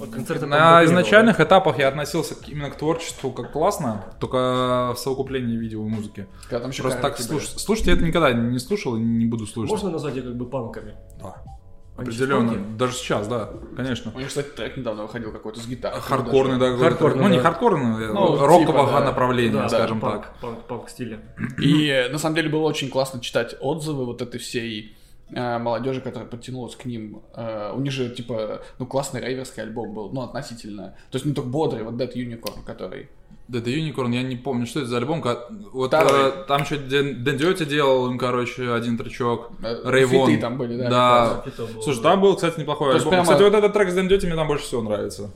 Speaker 2: Вот концерты там
Speaker 1: На
Speaker 2: были,
Speaker 1: изначальных этапах я относился к- именно к творчеству как классно, только в совокуплении видео и музыки.
Speaker 3: Когда там еще
Speaker 1: Просто так
Speaker 3: караоке
Speaker 1: слушать. Слушать я это никогда не слушал и не буду слушать.
Speaker 2: Можно назвать ее как бы панками?
Speaker 1: Да. Определенно. Даже сейчас, да, конечно.
Speaker 3: У них, кстати, трек недавно выходил какой-то с гитарой.
Speaker 1: Хардкорный, да, какой-то.
Speaker 2: Хардкорный,
Speaker 1: ну не
Speaker 2: да.
Speaker 1: хардкорный,
Speaker 3: Ну,
Speaker 1: э, рокового
Speaker 3: типа, да.
Speaker 1: направления,
Speaker 2: Да,
Speaker 1: скажем
Speaker 2: панк,
Speaker 1: так.
Speaker 2: Панк, панк стиле.
Speaker 3: И э, на самом деле было очень классно читать отзывы вот этой всей э, молодежи, которая подтянулась к ним. Э, у них же, типа, ну, классный рейверский альбом был, ну, относительно. То есть не только бодрый, вот Dead Unicorn, который...
Speaker 1: Да, это Unicorn, я не помню, что это за альбом. ка- Вот
Speaker 3: Второй.
Speaker 1: э, там что Дэн Дэн Дёти делал им, короче, один тречок.
Speaker 3: э,
Speaker 1: Рейвон.
Speaker 3: фиты там были, да.
Speaker 1: Да.
Speaker 3: классно.
Speaker 2: Фито было,
Speaker 1: Слушай,
Speaker 2: да.
Speaker 1: там был, кстати, неплохой
Speaker 3: То есть
Speaker 1: альбом.
Speaker 3: прямо-
Speaker 1: Кстати, вот этот трек с Дэн Дёти мне там больше всего нравится.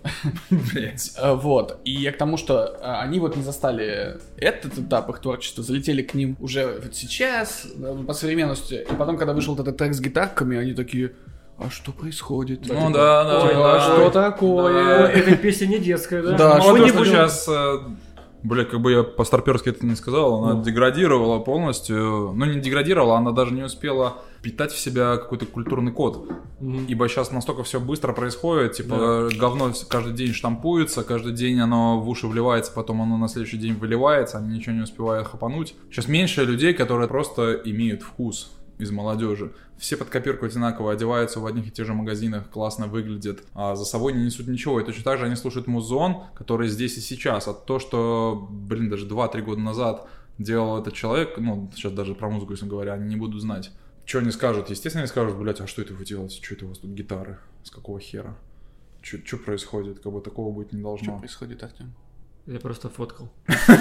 Speaker 1: Блять.
Speaker 3: Э, Вот, и я к тому, что э, они вот не застали этот этап их творчества, залетели к ним уже вот сейчас, э, по современности, и потом, когда вышел вот этот трек с гитарками, они такие, а что происходит?
Speaker 1: Ну да, да,
Speaker 3: Типа,
Speaker 1: да. Ну, а
Speaker 3: «А что такое?
Speaker 1: Да.
Speaker 2: Ой, эта песня не детская, да?
Speaker 3: Да,
Speaker 2: Мы
Speaker 3: что
Speaker 1: Молодежь
Speaker 2: не будем-
Speaker 1: сейчас... э, Бля, как бы я по-старперски это не сказал, она
Speaker 2: Ну.
Speaker 1: деградировала полностью. Ну, не деградировала, она даже не успела питать в себя какой-то культурный код.
Speaker 2: Мгм.
Speaker 1: Ибо сейчас настолько все быстро происходит, типа говно вс- каждый день штампуется, каждый день оно в уши вливается, потом оно на следующий день выливается, они ничего не успевают хапануть. Сейчас меньше людей, которые просто имеют вкус из молодежи. Все под копирку одинаково одеваются в одних и тех же магазинах, классно выглядят, а за собой не несут ничего. И точно так же они слушают музон, который здесь и сейчас. А то, что, блин, даже 2-3 года назад делал этот человек, ну, сейчас даже про музыку, если говоря, они не будут знать. Что они скажут? Естественно, они скажут, блядь, а что это вы делаете? Что это у вас тут гитары? С какого хера? Что происходит? Как бы такого быть не
Speaker 3: Что
Speaker 1: должно.
Speaker 3: происходит, Артем?
Speaker 2: Я просто фоткал.
Speaker 3: Ну, то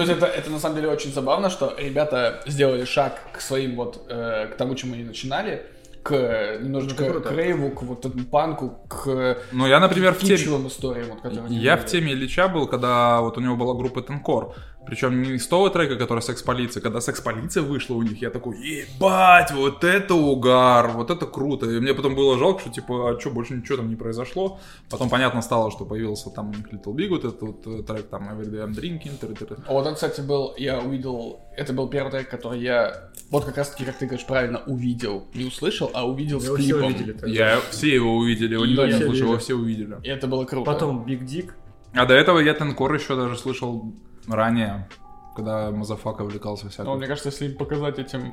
Speaker 3: есть это, это на самом деле очень забавно, что ребята сделали шаг к своим вот, э, к тому, чему они начинали, к э, немножечко
Speaker 2: Ну, это круто.
Speaker 3: к рейву, к вот этому панку, к э,
Speaker 1: Ну, я, например, в теме...
Speaker 3: китчевым историям, вот, которые... они
Speaker 1: Я в
Speaker 3: говорили.
Speaker 1: теме Ильича был, когда вот у него была группа Тенкор. Причем не с того трека, который секс-полиция. Когда секс-полиция вышла у них, я такой, ебать, вот это угар, вот это круто. И мне потом было жалко, что типа, а что, больше ничего там не произошло. Потом понятно стало, что появился там у них Little Big, вот этот вот э, трек там Every Day I'm Drinking. тыры -тыры.
Speaker 3: А Вот он, кстати, был, я увидел, это был первый трек, который я, вот как раз таки, как ты говоришь, правильно, увидел, не услышал, а увидел с
Speaker 2: Его все
Speaker 3: клипом.
Speaker 2: увидели. так.
Speaker 1: Я, все его увидели, его никто
Speaker 3: Я
Speaker 1: не
Speaker 2: все
Speaker 1: слышал, его
Speaker 2: видел.
Speaker 1: все увидели.
Speaker 3: И это было круто.
Speaker 2: Потом Биг Дик.
Speaker 1: А до этого я Тенкор еще даже слышал ранее, когда Мазафака увлекался всяким.
Speaker 3: Но Ну, мне кажется, если показать этим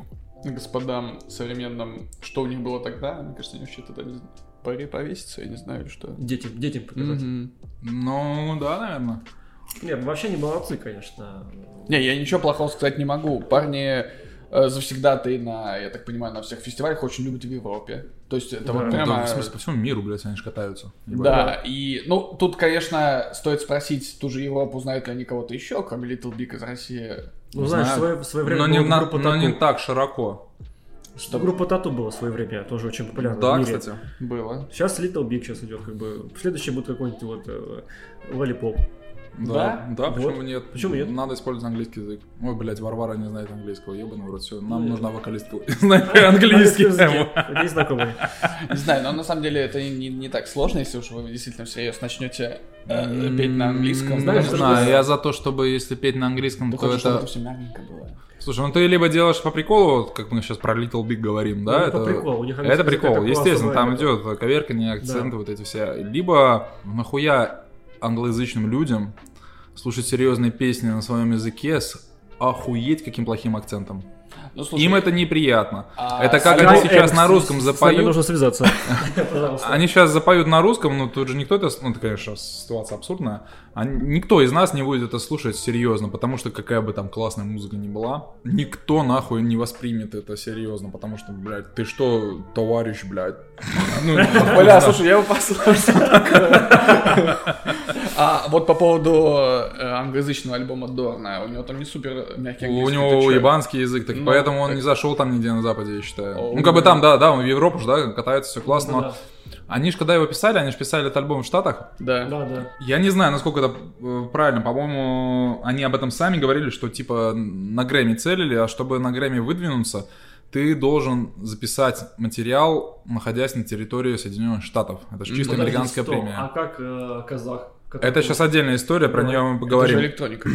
Speaker 3: господам современным, что у них было тогда, мне кажется, они вообще тогда не знаю, пари повесятся, я не знаю, или что.
Speaker 2: Детям, детям показать.
Speaker 3: Мгм.
Speaker 1: Ну, да, наверное.
Speaker 2: Нет, вообще не молодцы, конечно.
Speaker 3: Не, я ничего плохого сказать не могу. Парни завсегда ты на, я так понимаю, на всех фестивалях очень любят в Европе. То есть это
Speaker 2: Да.
Speaker 3: вот
Speaker 2: Ну,
Speaker 1: Да,
Speaker 3: прямо...
Speaker 1: в смысле, типа, по всему миру, блядь, они же катаются.
Speaker 3: Да, и, ну, тут, конечно, стоит спросить ту же Европу, знают ли они кого-то еще, кроме Little Big из России.
Speaker 2: Ну, знаешь,
Speaker 1: Знаю.
Speaker 2: в свое, в свое время
Speaker 1: Но не,
Speaker 2: была
Speaker 1: на-
Speaker 2: группа
Speaker 1: но не
Speaker 2: Тату.
Speaker 1: так широко.
Speaker 3: Что
Speaker 2: Группа Тату была в свое время, тоже очень популярна в
Speaker 1: да,
Speaker 2: мире.
Speaker 1: кстати.
Speaker 3: было.
Speaker 2: Сейчас Little Big сейчас идет, как бы. Следующий будет какой-нибудь вот э, Lollipop.
Speaker 1: Да, да,
Speaker 2: Вот.
Speaker 1: почему нет?
Speaker 2: Почему нет?
Speaker 1: Надо использовать английский язык. Ой, блядь, Варвара не знает английского, ебаный в рот, все, нам
Speaker 2: Ну,
Speaker 1: нужна вокалистка, знающая английский.
Speaker 2: языке. Есть знакомые.
Speaker 3: Не знаю, но на самом деле это не, не- не так сложно, если уж вы действительно всерьез начнете э,
Speaker 1: М,
Speaker 3: петь на английском.
Speaker 1: Не
Speaker 2: Знаешь, Ну,
Speaker 3: потому
Speaker 1: знаю,
Speaker 3: что-
Speaker 1: я за то, чтобы если петь на английском,
Speaker 3: Ты
Speaker 1: то
Speaker 3: хочешь, чтобы это
Speaker 1: это...
Speaker 3: все мягенько было.
Speaker 1: Слушай, ну ты либо делаешь по приколу, вот как мы сейчас про Little Big говорим, да?
Speaker 2: Ну, по приколу, у них
Speaker 1: Это
Speaker 2: английский
Speaker 1: прикол,
Speaker 2: язык такой
Speaker 1: естественно, там
Speaker 2: особый.
Speaker 1: идет коверкание, акценты,
Speaker 2: Да.
Speaker 1: вот эти все. Либо нахуя англоязычным людям слушать серьезные песни на своем языке с охуеть каким плохим акцентом.
Speaker 3: Ну, слушай,
Speaker 1: Им это неприятно.
Speaker 3: а
Speaker 1: это как
Speaker 2: Сериал
Speaker 1: они сейчас
Speaker 2: «Экс»
Speaker 1: на русском
Speaker 2: с- С
Speaker 1: запоют.
Speaker 2: нами нужно связаться. Пожалуйста.
Speaker 1: Они сейчас запоют на русском, но тут же никто это... Ну, это, конечно, ситуация абсурдная. А никто из нас не будет это слушать серьезно, потому что какая бы там классная музыка ни была, никто нахуй не воспримет это серьезно, потому что, блядь, ты что, товарищ, блядь? Ну,
Speaker 3: Бля, слушай, я его послушал. А вот по поводу э, англоязычного альбома Дорна, у него там не супер мягкий
Speaker 1: У
Speaker 3: английский.
Speaker 1: него
Speaker 3: ты чё?
Speaker 1: ебанский язык, так
Speaker 3: Ну,
Speaker 1: поэтому он
Speaker 3: так-
Speaker 1: не зашел там нигде на Западе, я считаю.
Speaker 3: О,
Speaker 1: ну, как бы
Speaker 3: да.
Speaker 1: там, да, да, он в Европу же, да, катается, все классно.
Speaker 2: Ну,
Speaker 1: но Они же, когда его писали, они же писали этот альбом в Штатах.
Speaker 2: Да,
Speaker 3: Да.
Speaker 2: да. да.
Speaker 1: Я не знаю, насколько это э, правильно. По-моему, они об этом сами говорили, что типа на Грэмми целили, а чтобы на Грэмми выдвинуться, ты должен записать материал, находясь на территории Соединенных Штатов. Это же
Speaker 3: М,
Speaker 1: чисто
Speaker 3: подожди,
Speaker 1: американская
Speaker 2: Стоп, А
Speaker 1: премия.
Speaker 2: как э, казах? который-
Speaker 1: Это сейчас отдельная история, про
Speaker 2: Давай.
Speaker 1: нее мы
Speaker 3: Это же
Speaker 1: поговорим.
Speaker 3: электроника,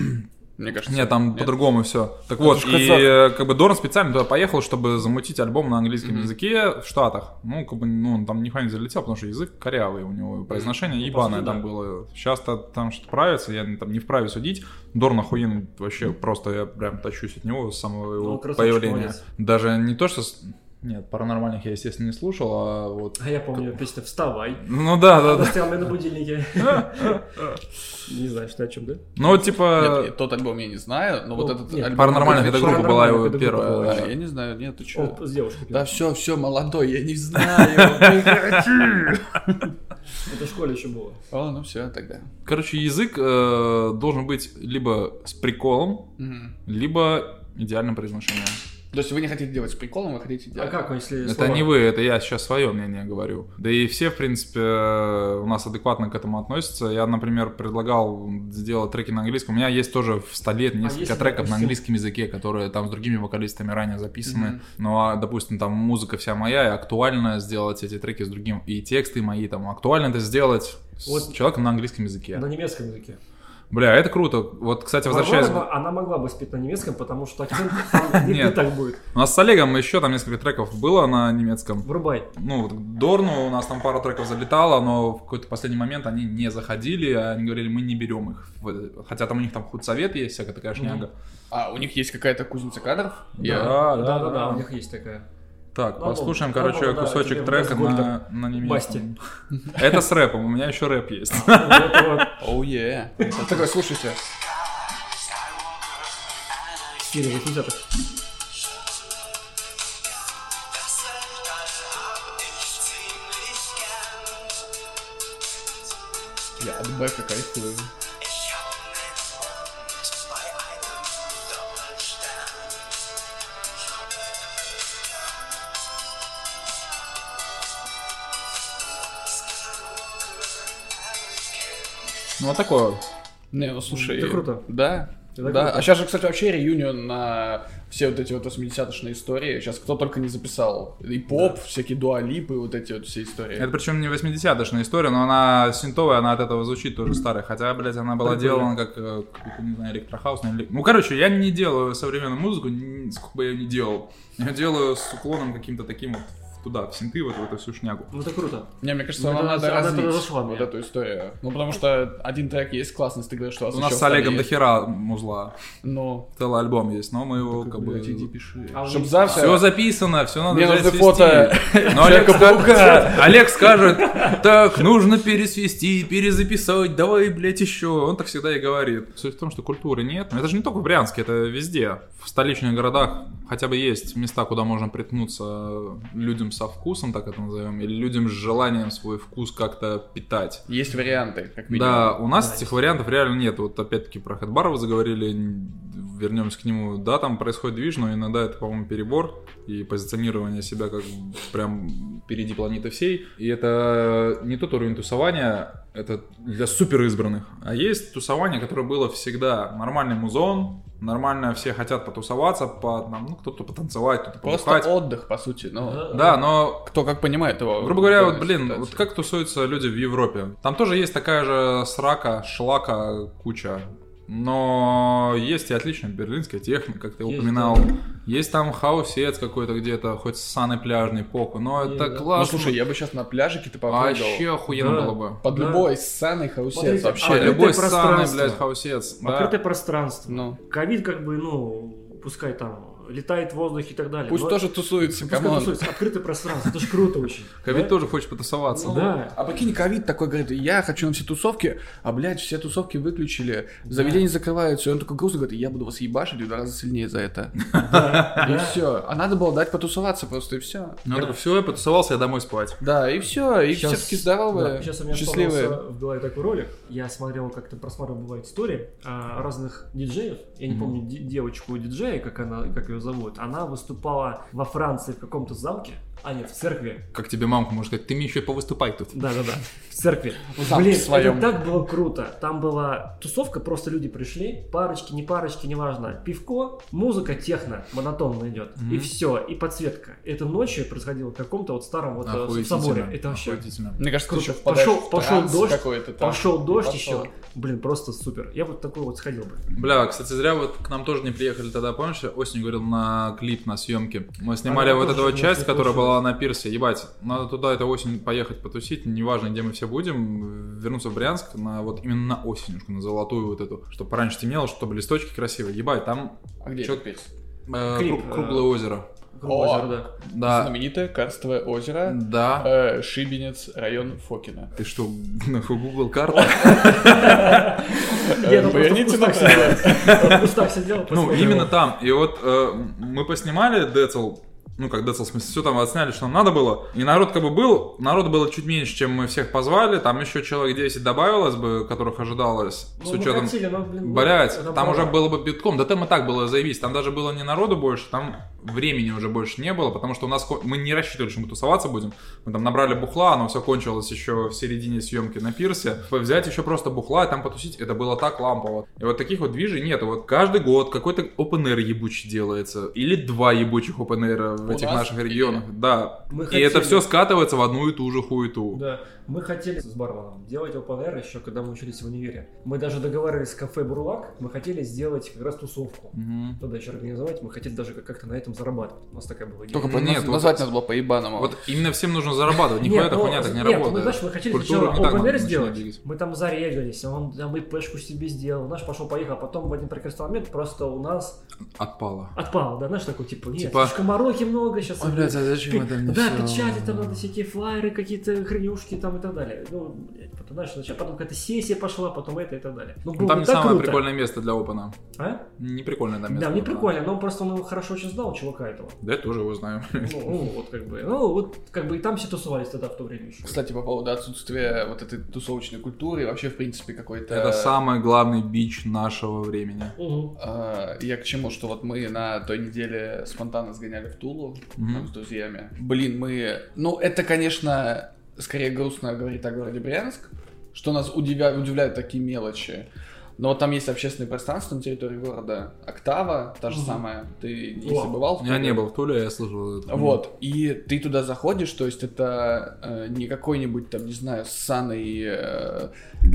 Speaker 3: мне кажется.
Speaker 1: Нет, там по-другому все. Так
Speaker 3: Это
Speaker 1: вот,
Speaker 3: ж
Speaker 1: и
Speaker 3: казах.
Speaker 1: э, как бы Дорн специально туда поехал, чтобы замутить альбом на английском
Speaker 3: Мгм.
Speaker 1: языке в Штатах. Ну, как бы, ну, он там нихуя не залетел, потому что язык корявый у него, и произношение
Speaker 2: Ну, по
Speaker 1: ебаное
Speaker 2: сути,
Speaker 1: там
Speaker 2: да.
Speaker 1: было. Сейчас-то там что-то правится, я там не вправе судить. Дорн охуенный вообще, просто я прям тащусь от него с самого его
Speaker 2: Ну, красавчик,
Speaker 1: появления.
Speaker 2: молодец.
Speaker 1: Даже не то, что... с- Нет, паранормальных я, естественно, не слушал, а вот...
Speaker 2: А я помню песню «Вставай».
Speaker 1: Ну да, да, да.
Speaker 2: Она стояла у меня на будильнике. Не знаю, что о чем, да?
Speaker 1: Ну вот типа...
Speaker 3: Нет, тот альбом я не знаю, но вот
Speaker 2: Ну,
Speaker 3: этот
Speaker 2: нет,
Speaker 3: альбом...
Speaker 1: Паранормальных это группа была его
Speaker 2: Паранормальных это группа
Speaker 1: первая.
Speaker 2: была,
Speaker 1: да.
Speaker 3: А, Я не знаю, нет, ты чё?
Speaker 2: О, с девушкой.
Speaker 3: Да все, все, молодой, я не знаю, не хочу.
Speaker 2: Это в школе еще было.
Speaker 3: О, ну все, тогда.
Speaker 1: Короче, язык э, должен быть либо с приколом,
Speaker 3: Мгм.
Speaker 1: либо идеальным произношением.
Speaker 3: То есть вы не хотите делать с приколом, вы хотите
Speaker 2: А
Speaker 3: делать...
Speaker 2: как, если
Speaker 1: Это
Speaker 2: слова-
Speaker 1: не вы, это я сейчас свое мнение говорю. Да и все, в принципе, э, у нас адекватно к этому относятся. Я, например, предлагал сделать треки на английском. У меня есть тоже в столе несколько
Speaker 2: А если,
Speaker 1: треков на
Speaker 2: допустим-
Speaker 1: английском языке, которые там с другими вокалистами ранее записаны.
Speaker 3: Мгм.
Speaker 1: Ну, а, допустим, там музыка вся моя, и актуально сделать эти треки с другим, и тексты мои там. Актуально это сделать с
Speaker 2: Вот.
Speaker 1: человеком на английском языке.
Speaker 2: На немецком языке.
Speaker 1: Бля, это круто. Вот, кстати, возвращаясь... к-
Speaker 2: Варварова, она могла бы спеть на немецком, потому что акцент там не- не
Speaker 1: Нет.
Speaker 2: так будет.
Speaker 1: У нас с Олегом еще там несколько треков было на немецком.
Speaker 2: Врубай.
Speaker 1: ну, вот к Дорну у нас там пара треков залетало, но в какой-то последний момент они не заходили, а они говорили, мы не берем их. Вот, Хотя там у них там худсовет есть, всякая такая шняга.
Speaker 3: А, у них есть какая-то кузница кадров? Я-
Speaker 1: Да, да, да,
Speaker 2: Да-да-да, у них есть такая.
Speaker 1: Так,
Speaker 2: Ну,
Speaker 1: послушаем,
Speaker 2: ну,
Speaker 1: короче,
Speaker 2: ну, да,
Speaker 1: кусочек
Speaker 2: тебе
Speaker 1: трека
Speaker 2: Вальс
Speaker 1: на, на немецком. Это с рэпом, у меня еще рэп есть.
Speaker 2: Вот, вот,
Speaker 3: Оу, е. Я Oh, Такой, слушайте.
Speaker 2: в стиле 80-х.
Speaker 3: Я от Бэка кайфую.
Speaker 1: Ну, вот такое.
Speaker 3: Не, ну слушай.
Speaker 2: Это круто.
Speaker 3: Да.
Speaker 2: Это
Speaker 3: да.
Speaker 2: круто.
Speaker 3: А сейчас же, кстати, вообще реюнион на все вот эти вот 80-шные истории. Сейчас кто только не записал. И поп, всякие дуалипы, вот эти вот все истории.
Speaker 1: Это причем не 80-шная история, но она синтовая, она от этого звучит тоже старая. Хотя, блядь, она была
Speaker 2: Прикольно.
Speaker 1: делана как, э, какой-то, не знаю, электрохаус. наверное, элек- Ну, короче, я не делаю современную музыку, ни- сколько бы я ни делал. Я делаю с уклоном каким-то таким вот в- туда, в синты, вот в эту всю шнягу.
Speaker 2: Ну это круто.
Speaker 3: Не, мне кажется,
Speaker 2: Ну,
Speaker 3: нам
Speaker 2: это-
Speaker 3: надо
Speaker 2: она тоже
Speaker 3: развить
Speaker 2: зашла мне.
Speaker 3: вот эту историю. Ну, потому что один трек есть классный, ты говоришь, что
Speaker 1: У нас с Олегом дохера музла.
Speaker 3: Но...
Speaker 1: Целый альбом есть, но мы его как бы...
Speaker 3: иди пиши.
Speaker 2: А у
Speaker 3: Чтоб
Speaker 2: них-
Speaker 3: завтра...
Speaker 1: Все записано, все надо
Speaker 3: Мне
Speaker 1: взять
Speaker 3: нужны
Speaker 1: свести.
Speaker 3: фото
Speaker 1: Но Олег,
Speaker 3: Человека-паука.
Speaker 1: скажет- Олег скажет, так, нужно пересвести, перезаписать, давай, блядь, еще. Он так всегда и говорит. Суть в том, что культуры нет. Но это же не только в Брянске, это везде. В столичных городах хотя бы есть места, куда можно приткнуться людям со вкусом, так это назовем, или людям с желанием свой вкус как-то питать.
Speaker 3: Есть варианты, как минимум.
Speaker 1: Да, у нас
Speaker 2: Да,
Speaker 1: этих вариантов реально нет. Вот опять-таки про Хэтбар вы заговорили, н- вернемся к нему. Да, там происходит движ, но иногда это, по-моему, перебор и позиционирование себя как прям впереди планеты всей. И это не тот уровень тусования, это для супер избранных. А есть тусование, которое было всегда. Нормальный музон, нормально все хотят потусоваться, по, там, ну, кто-то потанцевать, кто-то
Speaker 3: Просто
Speaker 1: побухать.
Speaker 3: отдых, по сути. Ну,
Speaker 1: Да, но
Speaker 3: кто как понимает его. Ну,
Speaker 1: Грубо говоря, вот,
Speaker 3: Да,
Speaker 1: блин,
Speaker 3: ситуацию.
Speaker 1: вот как тусуются люди в Европе? Там тоже есть такая же срака, шлака, куча. Но есть и отличная берлинская техника, как ты
Speaker 2: Есть,
Speaker 1: упоминал.
Speaker 2: да.
Speaker 1: Есть там хаусец какой-то где-то, хоть ссаный пляжный поку. Но
Speaker 2: Есть,
Speaker 1: это
Speaker 2: да.
Speaker 3: Ну,
Speaker 1: классно. А
Speaker 3: слушай, я бы сейчас на пляжике ты попробовал.
Speaker 1: Вообще охуенно
Speaker 2: Да.
Speaker 1: было бы.
Speaker 3: Под
Speaker 2: Да.
Speaker 3: любой ссаный хаусец
Speaker 2: Смотрите, а
Speaker 1: Вообще,
Speaker 2: Открытое
Speaker 3: вообще.
Speaker 1: любой ссаный,
Speaker 2: пространство.
Speaker 1: блядь, хаусец. да.
Speaker 2: Открытое пространство.
Speaker 3: Ну,
Speaker 2: Ковид как бы, ну, пускай там летает в воздухе и так далее.
Speaker 3: пусть
Speaker 2: но-
Speaker 3: тоже тусуется,
Speaker 2: пускай
Speaker 3: камон.
Speaker 2: тусуется. Открытое пространство, это же круто очень.
Speaker 1: Ковид
Speaker 2: Да?
Speaker 1: тоже хочет потусоваться.
Speaker 2: Ну, Да.
Speaker 3: А покинь ковид такой, говорит, я хочу на все тусовки, а, блядь, все тусовки выключили, заведения закрываются. И он такой грустно говорит, я буду вас ебашить в два раза сильнее за это. И все. А надо было дать потусоваться просто, и все.
Speaker 1: Ну, я такой, все, я потусовался, я домой спать.
Speaker 3: Да, и все. И все таки здоровые,
Speaker 2: сейчас у меня
Speaker 3: счастливые.
Speaker 2: вспомнился в голове такой ролик. Я смотрел, как-то просматривал, бывает, истории а, разных диджеев. Я не
Speaker 1: Мгм.
Speaker 2: помню де- девочку диджея, как она, как ее зовут. Она выступала во Франции в каком-то замке. А нет, в церкви.
Speaker 1: Как тебе мамка может сказать, ты мне еще и повыступай тут.
Speaker 2: Да-да-да, в церкви.
Speaker 3: Замке
Speaker 2: Блин,
Speaker 3: Ну, своем.
Speaker 2: это так было круто. Там была тусовка, просто люди пришли, парочки, не парочки, неважно. Пивко, музыка техно, монотонно идет.
Speaker 1: Мгм.
Speaker 2: И все, и подсветка. Это ночью происходило в каком-то вот старом вот э, соборе. Это вообще...
Speaker 1: Охуительно.
Speaker 3: Мне кажется, ты
Speaker 2: Круто.
Speaker 3: еще впадаешь
Speaker 2: Пошел-
Speaker 3: в
Speaker 2: пошел
Speaker 3: транс
Speaker 2: дождь,
Speaker 3: какой-то там.
Speaker 2: Пошел дождь
Speaker 3: Пошел.
Speaker 2: еще. Блин, просто супер. Я вот такой вот сходил бы.
Speaker 1: Бля, кстати, зря вот к нам тоже не приехали тогда, помнишь, я осенью говорил на клип, на съемки. Мы снимали
Speaker 2: Она
Speaker 1: вот
Speaker 2: тоже
Speaker 1: эту вот
Speaker 2: у нас
Speaker 1: часть,
Speaker 2: не
Speaker 1: которая
Speaker 2: получилась.
Speaker 1: была на пирсе. Ебать, надо туда это осень поехать потусить, неважно, где мы все будем, вернуться в Брянск на вот именно на осенюшку, на золотую вот эту, чтобы пораньше темнело, чтобы листочки красивые. Ебать, там
Speaker 3: А где
Speaker 1: Чё-
Speaker 3: это песня?
Speaker 1: э,
Speaker 2: Клип,
Speaker 1: кру-
Speaker 2: э,
Speaker 1: круглое озеро.
Speaker 2: Круглое
Speaker 3: О.
Speaker 2: озеро, да.
Speaker 1: Да.
Speaker 3: Знаменитое Карстовое озеро,
Speaker 1: Да.
Speaker 3: э, Шибенец, район Фокина.
Speaker 1: Ты что, нахуй Google карта?
Speaker 2: Я там просто в
Speaker 3: э, Поверните
Speaker 2: кустах
Speaker 3: направо.
Speaker 2: сидел. В кустах сидел.
Speaker 1: Ну,
Speaker 2: посмотрел.
Speaker 1: именно там. И вот э, мы поснимали Децл, ну, как Децл, в смысле, все там отсняли, что нам надо было. И народ как бы был, народу было чуть меньше, чем мы всех позвали. Там еще человек 10 добавилось бы, которых ожидалось
Speaker 2: Ну,
Speaker 1: с
Speaker 2: мы
Speaker 1: учетом...
Speaker 2: хотели, но, блин,
Speaker 1: Блять,
Speaker 2: это
Speaker 1: там
Speaker 2: было.
Speaker 1: уже было бы битком. Да там и так было заявись. Там даже было не народу больше, там времени уже больше не было, потому что у нас ко- мы не рассчитывали, что мы тусоваться будем. Мы там набрали бухла, оно все кончилось еще в середине съемки на пирсе. Взять еще просто бухла и там потусить, это было так лампово. И вот таких вот движений нет. Вот каждый год какой-то open air ебучий делается. Или два ебучих open air в
Speaker 3: У
Speaker 1: этих
Speaker 3: нас
Speaker 1: наших
Speaker 3: или-
Speaker 1: регионах. Да.
Speaker 2: Мы
Speaker 1: и
Speaker 2: хотели.
Speaker 1: это все скатывается в одну и ту же хуету.
Speaker 2: Да, мы хотели с барменом делать open air еще, когда мы учились в универе. Мы даже договаривались с кафе Бурлак, мы хотели сделать как раз тусовку.
Speaker 1: Мгм.
Speaker 2: Тогда еще организовать, мы хотели даже как-то на этом зарабатывать. У нас такая была идея.
Speaker 3: Только
Speaker 1: Нет,
Speaker 3: наз-
Speaker 1: вот-
Speaker 3: назвать надо было по-ебаному.
Speaker 1: Вот именно всем нужно зарабатывать, нихуя
Speaker 2: Нет,
Speaker 1: эта
Speaker 2: ну,
Speaker 1: хуйня так не
Speaker 2: нет,
Speaker 1: работает.
Speaker 2: Ну, знаешь, мы хотели
Speaker 1: Культуру
Speaker 2: сначала
Speaker 1: не так
Speaker 2: open
Speaker 1: надо
Speaker 2: air
Speaker 1: начинать
Speaker 2: сделать,
Speaker 1: двигать.
Speaker 2: мы там зарегались, он там и пешку себе сделал, наш пошел поехал, а потом в один прекрасный момент просто у нас
Speaker 1: Отпало.
Speaker 2: отпало, да, знаешь, такой типа, нет,
Speaker 1: Типа,
Speaker 2: слишком мороки много сейчас.
Speaker 1: Ой, блядь, а зачем это мне
Speaker 2: да,
Speaker 1: всё?
Speaker 2: печати там надо всякие флайеры, какие-то хренюшки там и так далее. Ну, блядь, потом, знаешь, сначала- потом какая-то сессия пошла, потом это и так далее. Ну,
Speaker 1: Ну,
Speaker 2: было
Speaker 1: там
Speaker 2: бы
Speaker 1: не
Speaker 2: так
Speaker 1: самое
Speaker 2: круто.
Speaker 1: прикольное место для опана.
Speaker 2: А?
Speaker 1: Не прикольное там место.
Speaker 2: Да, мне
Speaker 1: для опана.
Speaker 2: прикольно, но просто он его хорошо очень знал, чувака этого.
Speaker 1: Да, я тоже его знаю.
Speaker 2: Ну, ну, вот как бы, ну, вот как бы и там все тусовались тогда в то время еще.
Speaker 3: Кстати, по поводу отсутствия вот этой тусовочной культуры, и вообще, в принципе, какой-то...
Speaker 1: Это самый главный бич нашего времени.
Speaker 2: Мгм.
Speaker 3: А, Я к чему, что вот мы на той неделе спонтанно сгоняли в Тулу
Speaker 1: Мгм.
Speaker 3: там, с друзьями. Блин, мы... Ну, это, конечно, скорее грустно говорит о городе Брянск, что нас удивя- удивляют такие мелочи. Но вот там есть общественное пространство на территории города. Октава, та же
Speaker 2: Мгм.
Speaker 3: самая. Ты, если
Speaker 2: О,
Speaker 3: бывал в
Speaker 1: Я
Speaker 3: Туле?
Speaker 1: не был в Туле, я слышал. эту хуйню.
Speaker 3: Э, Вот, и ты туда заходишь, то есть это э, не какой-нибудь там, не знаю, ссаный э,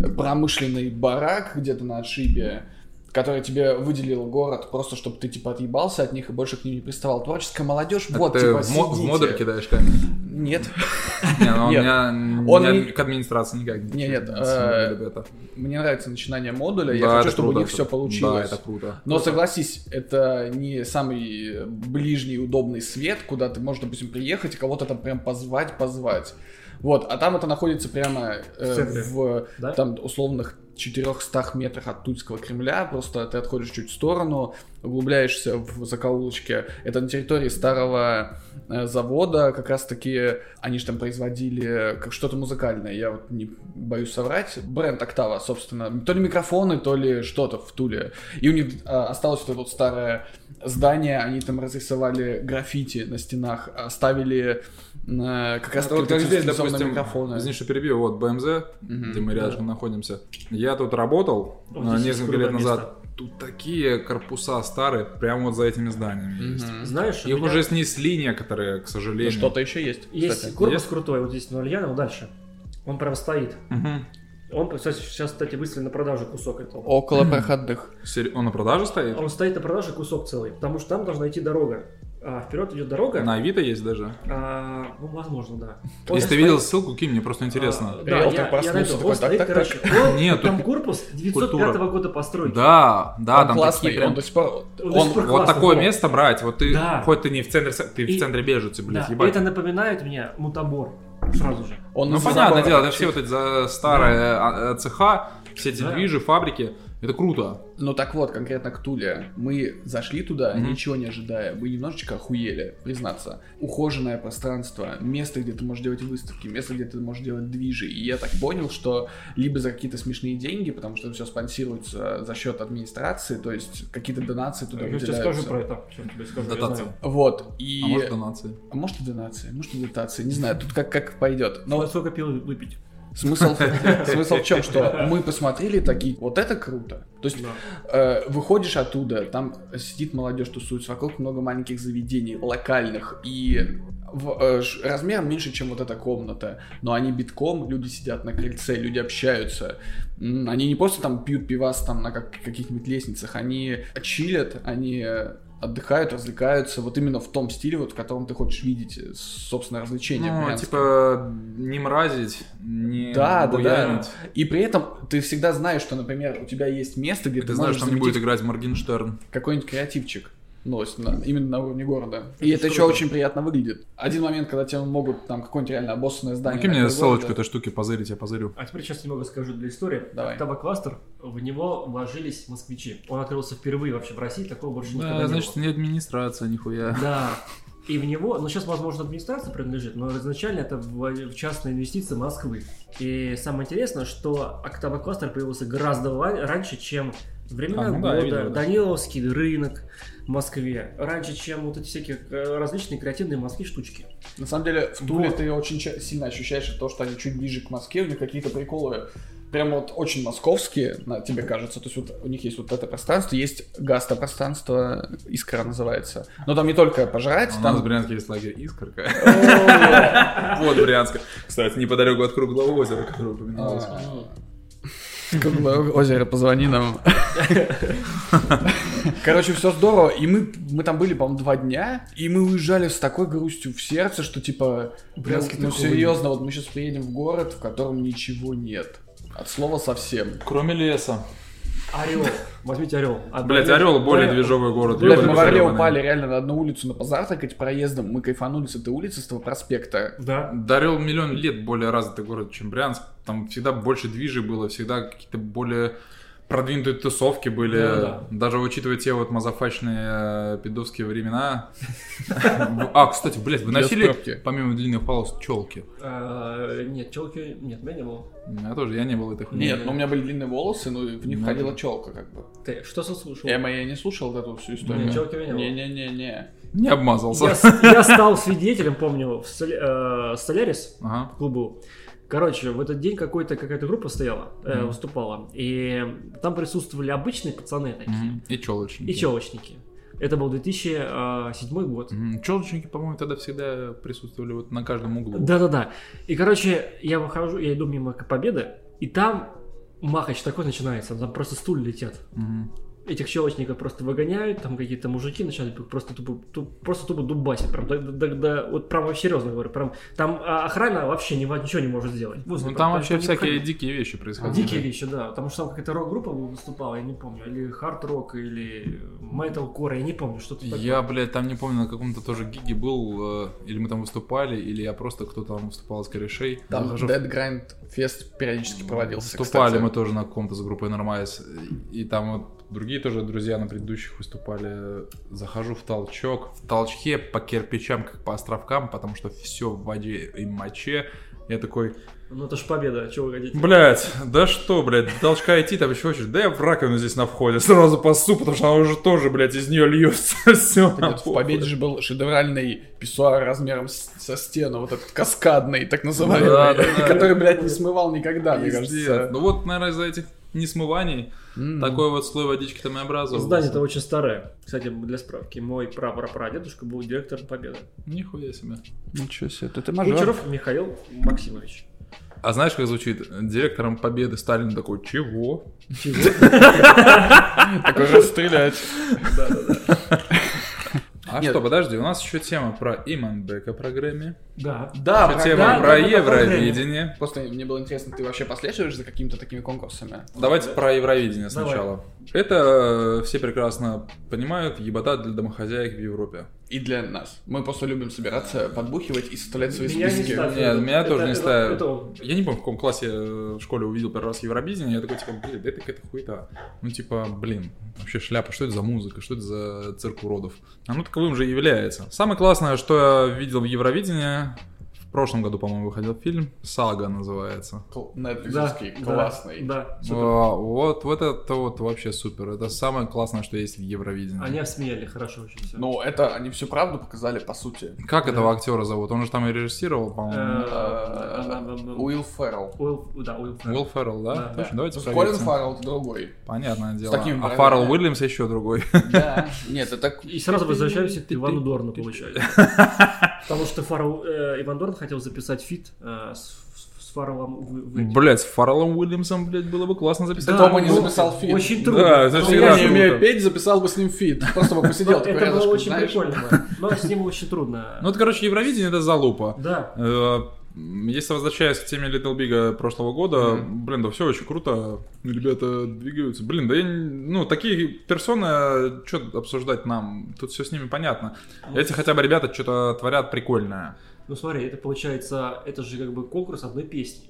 Speaker 3: промышленный барак где-то на отшибе, который тебе выделил город просто, чтобы ты типа отъебался от них и больше к ним не приставал. Творческая молодежь,
Speaker 1: Это
Speaker 3: вот,
Speaker 1: ты
Speaker 3: типа,
Speaker 1: в, мо- в
Speaker 3: сидите.
Speaker 1: модуль кидаешь камень?
Speaker 3: Нет,
Speaker 1: Не, ну, у
Speaker 3: Нет.
Speaker 1: меня
Speaker 3: Он
Speaker 1: меня
Speaker 3: не-
Speaker 1: к администрации никак не
Speaker 3: Не, нет,
Speaker 1: не
Speaker 3: э,
Speaker 1: любят это.
Speaker 3: мне нравится начинание модуля, я
Speaker 1: Да,
Speaker 3: хочу,
Speaker 1: это
Speaker 3: чтобы
Speaker 1: круто,
Speaker 3: у них все
Speaker 1: это-
Speaker 3: получилось.
Speaker 1: Да, это круто.
Speaker 3: Но согласись, это не самый ближний удобный свет, куда ты можешь, допустим, приехать и кого-то там прям позвать, позвать. Вот, а там это находится прямо э,
Speaker 2: В центре.
Speaker 3: в
Speaker 2: Да?
Speaker 3: там условных 400 метрах от Тульского Кремля, просто ты отходишь чуть в сторону, углубляешься в закоулочке. Это на территории старого э, завода, как раз таки они же там производили э, как что-то музыкальное, я вот не боюсь соврать. Бренд Октава, собственно, то ли микрофоны, то ли что-то в Туле. И у них э, осталось вот это вот старое здание, они там разрисовали граффити на стенах, оставили э, как раз
Speaker 1: Это вот как здесь, допустим,
Speaker 3: микрофоны.
Speaker 1: извини, что перебью, вот БМЗ,
Speaker 3: Мгм.
Speaker 1: где мы рядом находимся. Я тут работал
Speaker 2: Вот
Speaker 1: а,
Speaker 2: здесь
Speaker 1: несколько
Speaker 2: крутое
Speaker 1: лет назад. Тут такие корпуса старые, прямо вот за этими зданиями.
Speaker 3: Мгм.
Speaker 2: Знаешь, у
Speaker 1: Их
Speaker 2: меня
Speaker 1: уже снесли некоторые, к
Speaker 3: Да
Speaker 1: сожалению.
Speaker 3: Что-то еще есть.
Speaker 2: есть
Speaker 3: кстати.
Speaker 2: корпус
Speaker 1: Есть?
Speaker 2: крутой, вот здесь на Ульянову, дальше. Он прям стоит.
Speaker 1: Мгм.
Speaker 2: Он, кстати, сейчас, кстати, выставлен на продажу кусок этого.
Speaker 3: Около проходных.
Speaker 1: Сери- Он на продаже стоит?
Speaker 2: Он стоит на продаже кусок целый, потому что там должна идти дорога. А, вперед идет дорога.
Speaker 1: На Авито есть даже.
Speaker 2: А, ну, возможно, да.
Speaker 1: Если
Speaker 2: Он
Speaker 1: ты
Speaker 2: стоит-
Speaker 1: видел ссылку, кинь, мне просто интересно. Э,
Speaker 2: А, да,
Speaker 3: Риэлтор
Speaker 2: я, я
Speaker 3: проснулся,
Speaker 2: найду.
Speaker 3: такой,
Speaker 2: Он стоит,
Speaker 3: так, так,
Speaker 2: короче, он-
Speaker 1: Нет,
Speaker 2: там
Speaker 1: тут
Speaker 2: корпус 905
Speaker 1: культура.
Speaker 2: года постройки.
Speaker 1: Да, да,
Speaker 3: он
Speaker 1: там
Speaker 3: классный,
Speaker 1: такие прям-
Speaker 3: он до сих пор...
Speaker 2: Он до
Speaker 3: он-
Speaker 2: сих пор
Speaker 1: Вот
Speaker 2: классный,
Speaker 1: такое
Speaker 2: да.
Speaker 1: место брать, вот ты,
Speaker 2: Да.
Speaker 1: хоть ты не в центре, с- ты
Speaker 2: И-
Speaker 1: в центре бежицы, блядь,
Speaker 2: Да,
Speaker 1: ебать.
Speaker 2: Это напоминает мне мутобор сразу же.
Speaker 3: он
Speaker 1: Ну,
Speaker 3: из-за
Speaker 1: понятное
Speaker 3: забора
Speaker 1: дело, это все
Speaker 3: торчит.
Speaker 1: вот эти за- старые а, а, цеха, все эти
Speaker 2: Да.
Speaker 1: движи, фабрики, это круто.
Speaker 3: Ну так вот, конкретно к Туле. Мы зашли туда,
Speaker 1: Мгм.
Speaker 3: ничего не ожидая. Мы немножечко охуели, признаться. Ухоженное пространство, место, где ты можешь делать выставки, место, где ты можешь делать движи. И я так понял, что либо за какие-то смешные деньги, потому что все спонсируется за счет администрации, то есть какие-то донации туда
Speaker 2: Я тебе
Speaker 3: выделяются.
Speaker 2: скажу про это. Сейчас тебе скажу, я
Speaker 1: Дотация.
Speaker 2: знаю.
Speaker 3: Вот, и...
Speaker 1: А может донации?
Speaker 3: А может и донации, может и дотации, не знаю, тут как, как пойдет. Но
Speaker 2: Ну, вот сколько пил выпить?
Speaker 3: Смысл, в- смысл в чем, что мы посмотрели такие, вот это круто. То есть э, выходишь оттуда, там сидит молодежь, тусуется, вокруг много маленьких заведений, локальных, и в- э, ш- размером меньше, чем вот эта комната. Но они битком, люди сидят на крыльце, люди общаются. М, Они не просто там пьют пивас там на как- каких-нибудь лестницах, они чилят, они э, отдыхают, развлекаются вот именно в том стиле, вот в котором ты хочешь видеть, э, собственно, развлечения. в
Speaker 1: Ну,
Speaker 3: Брянске.
Speaker 1: типа, не мразить, не
Speaker 3: Да, да, да.
Speaker 1: буянить.
Speaker 3: И при этом ты всегда знаешь, что, например, у тебя есть место, где
Speaker 1: Ты,
Speaker 3: ты,
Speaker 1: знаешь,
Speaker 3: можешь
Speaker 1: там не будет
Speaker 3: замутить
Speaker 1: играть Моргенштерн.
Speaker 3: какой-нибудь креативчик. новость на- именно на уровне города. И это еще очень приятно выглядит. Один момент, когда тебе могут там какое-нибудь реально обоссанное здание.
Speaker 1: Накинь мне
Speaker 3: на край
Speaker 1: ссылочку
Speaker 3: города.
Speaker 1: этой штуки, позырить, я позырю.
Speaker 2: А теперь сейчас немного скажу для истории.
Speaker 3: Давай.
Speaker 2: Октава-кластер, в него вложились москвичи. Он открылся впервые вообще в России, такого больше никогда не было.
Speaker 1: не администрация, нихуя.
Speaker 2: Да. И в него, ну сейчас, возможно, администрация принадлежит, но изначально это в, в частные инвестиции Москвы. И самое интересное, что Октава Кластер появился гораздо ва- раньше, чем времена
Speaker 1: А, ну да,
Speaker 2: года,
Speaker 1: я видел, да.
Speaker 2: Даниловский рынок в Москве, раньше, чем вот эти всякие э, различные креативные москвы штучки.
Speaker 3: На самом деле, в Туле
Speaker 2: Вот.
Speaker 3: ты очень ча- сильно ощущаешь то, что они чуть ближе к Москве, у них какие-то приколы прям вот очень московские, на, тебе кажется. То есть вот у них есть вот это пространство, есть гастропространство, искра называется. Но там не только пожрать,
Speaker 1: А У нас в
Speaker 3: там...
Speaker 1: Брянске есть лагерь «Искорка». Вот Брянска. Кстати, неподалеку от Круглого озера, которое упоминалось.
Speaker 3: а, Круглое озеро, позвони нам. Короче, все здорово. И мы, мы там были, по-моему, два дня, и мы уезжали с такой грустью в сердце, что типа,
Speaker 2: Брянске
Speaker 3: ну, ну
Speaker 2: такого
Speaker 3: серьезно, вот мы сейчас приедем в город, в котором ничего нет. От слова совсем.
Speaker 1: Кроме леса.
Speaker 2: Орел. Возьмите Орел. А
Speaker 1: Блять,
Speaker 2: Орел-
Speaker 1: Орел более
Speaker 2: Орел-
Speaker 1: движовый город.
Speaker 2: Блядь,
Speaker 3: Блядь,
Speaker 1: Ёбаный
Speaker 3: мы в Орле
Speaker 1: ёбаный.
Speaker 3: упали реально на одну улицу на позавтракать проездом. Мы кайфанули с этой улицы, с того проспекта.
Speaker 2: Да.
Speaker 1: Да, Орел миллион лет более развитый город, чем Брянск. Там всегда больше движей было, всегда какие-то более продвинутые тусовки были.
Speaker 2: Да-да-да.
Speaker 1: Даже учитывая те вот мазафачные э, пидовские времена. А, кстати, блядь, вы
Speaker 3: Для
Speaker 1: носили,
Speaker 3: справки.
Speaker 1: помимо длинных волос, челки?
Speaker 2: Э, Нет, челки... Нет, меня не было.
Speaker 1: У меня тоже, я не был этой хуйни.
Speaker 3: Нет, но у меня были длинные волосы, но в них
Speaker 1: Ну,
Speaker 3: входила
Speaker 1: да.
Speaker 3: челка как бы.
Speaker 2: Ты что сослушал?
Speaker 3: Эма, я не слушал вот эту всю
Speaker 2: Нет,
Speaker 3: историю.
Speaker 2: челки у меня не было.
Speaker 3: Не-не-не-не.
Speaker 1: Не обмазался.
Speaker 2: Я, с- я стал свидетелем, помню, в Сол- э, Солярис
Speaker 1: Ага.
Speaker 2: клубу. Короче, в этот день какой-то какая-то группа стояла, э,
Speaker 1: Мгм.
Speaker 2: выступала, и там присутствовали обычные пацаны такие
Speaker 1: Мгм. И челочники.
Speaker 2: и челочники. Это был 2007 год.
Speaker 1: Мгм. Челочники, по-моему, тогда всегда присутствовали вот на каждом углу.
Speaker 2: Да-да-да. И, короче, я выхожу, я иду мимо Победы, и там махач такой начинается, там просто стуль летят.
Speaker 1: Мгм.
Speaker 2: Этих челочников просто выгоняют, там какие-то мужики начинают их просто тупо, ту- просто тупо дубасить, прям, да, да- да- да, вот прям серьезно говорю, прям, там а, охрана вообще ни- ничего не может сделать. Возле
Speaker 1: Ну там
Speaker 2: просто
Speaker 1: вообще
Speaker 2: не входи.
Speaker 1: всякие дикие вещи происходили.
Speaker 2: Дикие вещи, да, потому что там какая-то рок-группа выступала, я не помню, или хард-рок, или метал-кор, я не помню, что-то такое.
Speaker 1: Я, блядь, там не помню, на каком-то тоже гиге был, э, или мы там выступали, или я просто кто там выступал из корешей.
Speaker 3: Там
Speaker 1: Захожу в-
Speaker 3: Dead Grind Fest периодически проводился,
Speaker 1: Выступали
Speaker 3: кстати.
Speaker 1: мы тоже на каком-то с группой Нормайс. И там вот другие тоже друзья на предыдущих выступали. Захожу в толчок. В толчке по кирпичам, как по островкам, потому что все в воде и моче. Я такой,
Speaker 2: Ну это ж победа, чего вы хотите?
Speaker 1: Блять, да что, блядь, до толчка идти там еще очередь. Да я в раковину здесь на входе сразу пасу, потому что она уже тоже, блядь, из нее льется. Все.
Speaker 3: Да нет, в победе же был шедевральный писсуар размером с- со стену, вот этот каскадный, так называемый,
Speaker 1: Да, да, да.
Speaker 3: который, блядь, не смывал никогда, мне кажется.
Speaker 1: Ну вот, наверное, из-за этих несмываний
Speaker 3: М.
Speaker 1: такой вот слой водички там и образовался.
Speaker 2: Здание-то очень старое. Кстати, для справки, мой прапрапрадедушка был директором Победы.
Speaker 1: Нихуя себе.
Speaker 3: Ничего себе, ты, ты
Speaker 2: Кучеров Михаил Максимович.
Speaker 1: А знаешь, как звучит? Директором Победы Сталин такой, чего?
Speaker 3: Такой расстрелять.
Speaker 1: А
Speaker 3: Нет.
Speaker 1: что, подожди, у нас еще тема про Иманбека программе.
Speaker 2: Да.
Speaker 3: Да,
Speaker 1: Еще
Speaker 3: про-
Speaker 1: тема
Speaker 3: да,
Speaker 1: про
Speaker 2: да, да,
Speaker 1: Евровидение.
Speaker 3: Просто мне было интересно, ты вообще последуешь за какими-то такими конкурсами?
Speaker 1: Давайте про Евровидение
Speaker 2: Давай.
Speaker 1: сначала. Это э, все прекрасно понимают, ебота для домохозяек в Европе.
Speaker 3: И для нас. Мы просто любим собираться, подбухивать и составлять свои
Speaker 2: Меня не
Speaker 3: списки.
Speaker 2: ставь.
Speaker 1: Нет, меня
Speaker 2: Это-
Speaker 1: тоже не
Speaker 2: это-
Speaker 1: ставят.
Speaker 2: это он.
Speaker 1: Я не помню, в каком классе я в школе увидел первый раз Евровидение, я такой, типа, блин, да это какая-то хуета. Ну, типа, блин, вообще шляпа, что это за музыка, что это за цирк уродов? Оно таковым же и является. Самое классное, что я видел в Евровидении, в прошлом году, по-моему, выходил фильм, «Сага» называется.
Speaker 3: Кл-
Speaker 2: Да,
Speaker 3: Нетфликсовский,
Speaker 2: да,
Speaker 3: классный.
Speaker 2: Да, супер.
Speaker 1: А, Вот, вот это вот вообще супер. Это самое классное, что есть в Евровидении.
Speaker 2: Они обсмеяли хорошо очень все.
Speaker 3: Ну, это они всю правду показали, по сути.
Speaker 1: Как этого актера зовут? Он же там и режиссировал,
Speaker 2: Э,
Speaker 1: по-моему.
Speaker 3: а, Э, Уилл Феррелл.
Speaker 2: а, Уилл, да, Уилл Феррелл.
Speaker 1: Уилл Феррелл, да?
Speaker 2: Э, Да.
Speaker 1: Точно, Давайте
Speaker 3: Колин
Speaker 1: проверим.
Speaker 3: Фаррелл другой.
Speaker 1: Понятное дело.
Speaker 3: таким
Speaker 1: а
Speaker 3: бровями.
Speaker 1: Фаррелл Уильямс еще другой.
Speaker 3: Да. Нет, это так...
Speaker 2: И сразу возвращаемся к Ивану Дорну, получается. Потому что Фару, э, Иван Дорн хотел записать фит э, с, с Фарреллом Уи- Уильямсом.
Speaker 1: Блять, с Фарреллом Уильямсом, блядь, было бы классно записать.
Speaker 3: Дома не
Speaker 2: ну,
Speaker 3: записал фит.
Speaker 2: Очень
Speaker 1: Да,
Speaker 2: трудно.
Speaker 1: это
Speaker 2: Ну,
Speaker 1: всегда
Speaker 2: я не
Speaker 1: трудно.
Speaker 2: умею.
Speaker 1: круто.
Speaker 3: петь, записал бы с ним фит. Просто бы посидел
Speaker 2: Это
Speaker 3: такой
Speaker 2: было
Speaker 3: рядышком,
Speaker 2: очень
Speaker 3: знаешь.
Speaker 2: прикольно. Но с ним очень трудно.
Speaker 1: Ну, это, короче, Евровидение это залупа.
Speaker 2: Да.
Speaker 1: Э, М, Если возвращаясь к теме Little Big прошлого года,
Speaker 4: Мгм.
Speaker 1: блин, да все очень круто, ребята двигаются. Блин, да я, не- ну, такие персоны, что обсуждать нам, тут все с ними понятно.
Speaker 2: А
Speaker 1: Эти хотя бы ребята что-то творят прикольное.
Speaker 2: Ну смотри, это получается, это же как бы конкурс одной песни.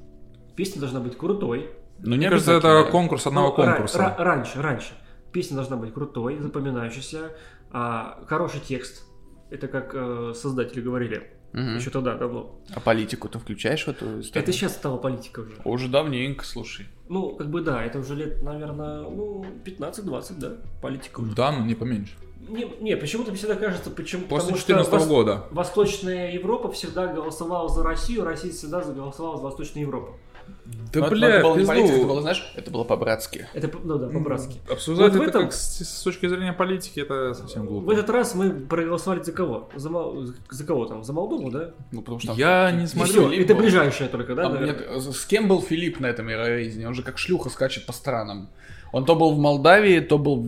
Speaker 2: Песня должна быть крутой.
Speaker 3: Ну, не
Speaker 1: Мне кажется,
Speaker 3: обязательно.
Speaker 1: это конкурс одного
Speaker 2: Ну, ра-
Speaker 1: конкурса.
Speaker 2: ра- раньше, раньше. Песня должна быть крутой, запоминающейся, а, хороший текст. Это как э, создатели говорили
Speaker 4: Мгм.
Speaker 2: еще тогда, давно.
Speaker 3: А политику ты включаешь в эту историю?
Speaker 2: Это сейчас стала политика уже.
Speaker 3: Уже давненько, слушай.
Speaker 2: Ну, как бы да, это уже лет, наверное, ну, 15-20, да, политика уже.
Speaker 1: Да, ну не поменьше.
Speaker 2: Не, не, почему-то мне всегда кажется, почему...
Speaker 1: После
Speaker 2: потому что
Speaker 1: 2014
Speaker 2: вос-
Speaker 1: года.
Speaker 2: Восточная Европа всегда голосовала за Россию, а Россия всегда заголосовала за Восточную Европу.
Speaker 1: Да
Speaker 3: Но Ну, это-
Speaker 1: бля,
Speaker 3: это было не
Speaker 1: пизду.
Speaker 3: политика, это было, знаешь, это было по-братски.
Speaker 2: Это, по- ну да, по-братски.
Speaker 1: Обсуждать
Speaker 2: Вот в
Speaker 1: это
Speaker 2: этом-
Speaker 1: как с, с точки зрения политики, это совсем
Speaker 2: В
Speaker 1: глупо.
Speaker 2: этот раз мы проголосовали за кого? За, Мол- за кого там? За Молдову, да?
Speaker 3: Ну, потому что...
Speaker 1: Я не
Speaker 2: И
Speaker 1: смотрю.
Speaker 2: всё,
Speaker 3: Либо-
Speaker 2: это ближайшее только, да?
Speaker 3: Там
Speaker 2: наверное?
Speaker 3: нет, э, с кем был Филипп на этом Евровидении? Он же как шлюха скачет по странам. Он то был в Молдавии, то был в...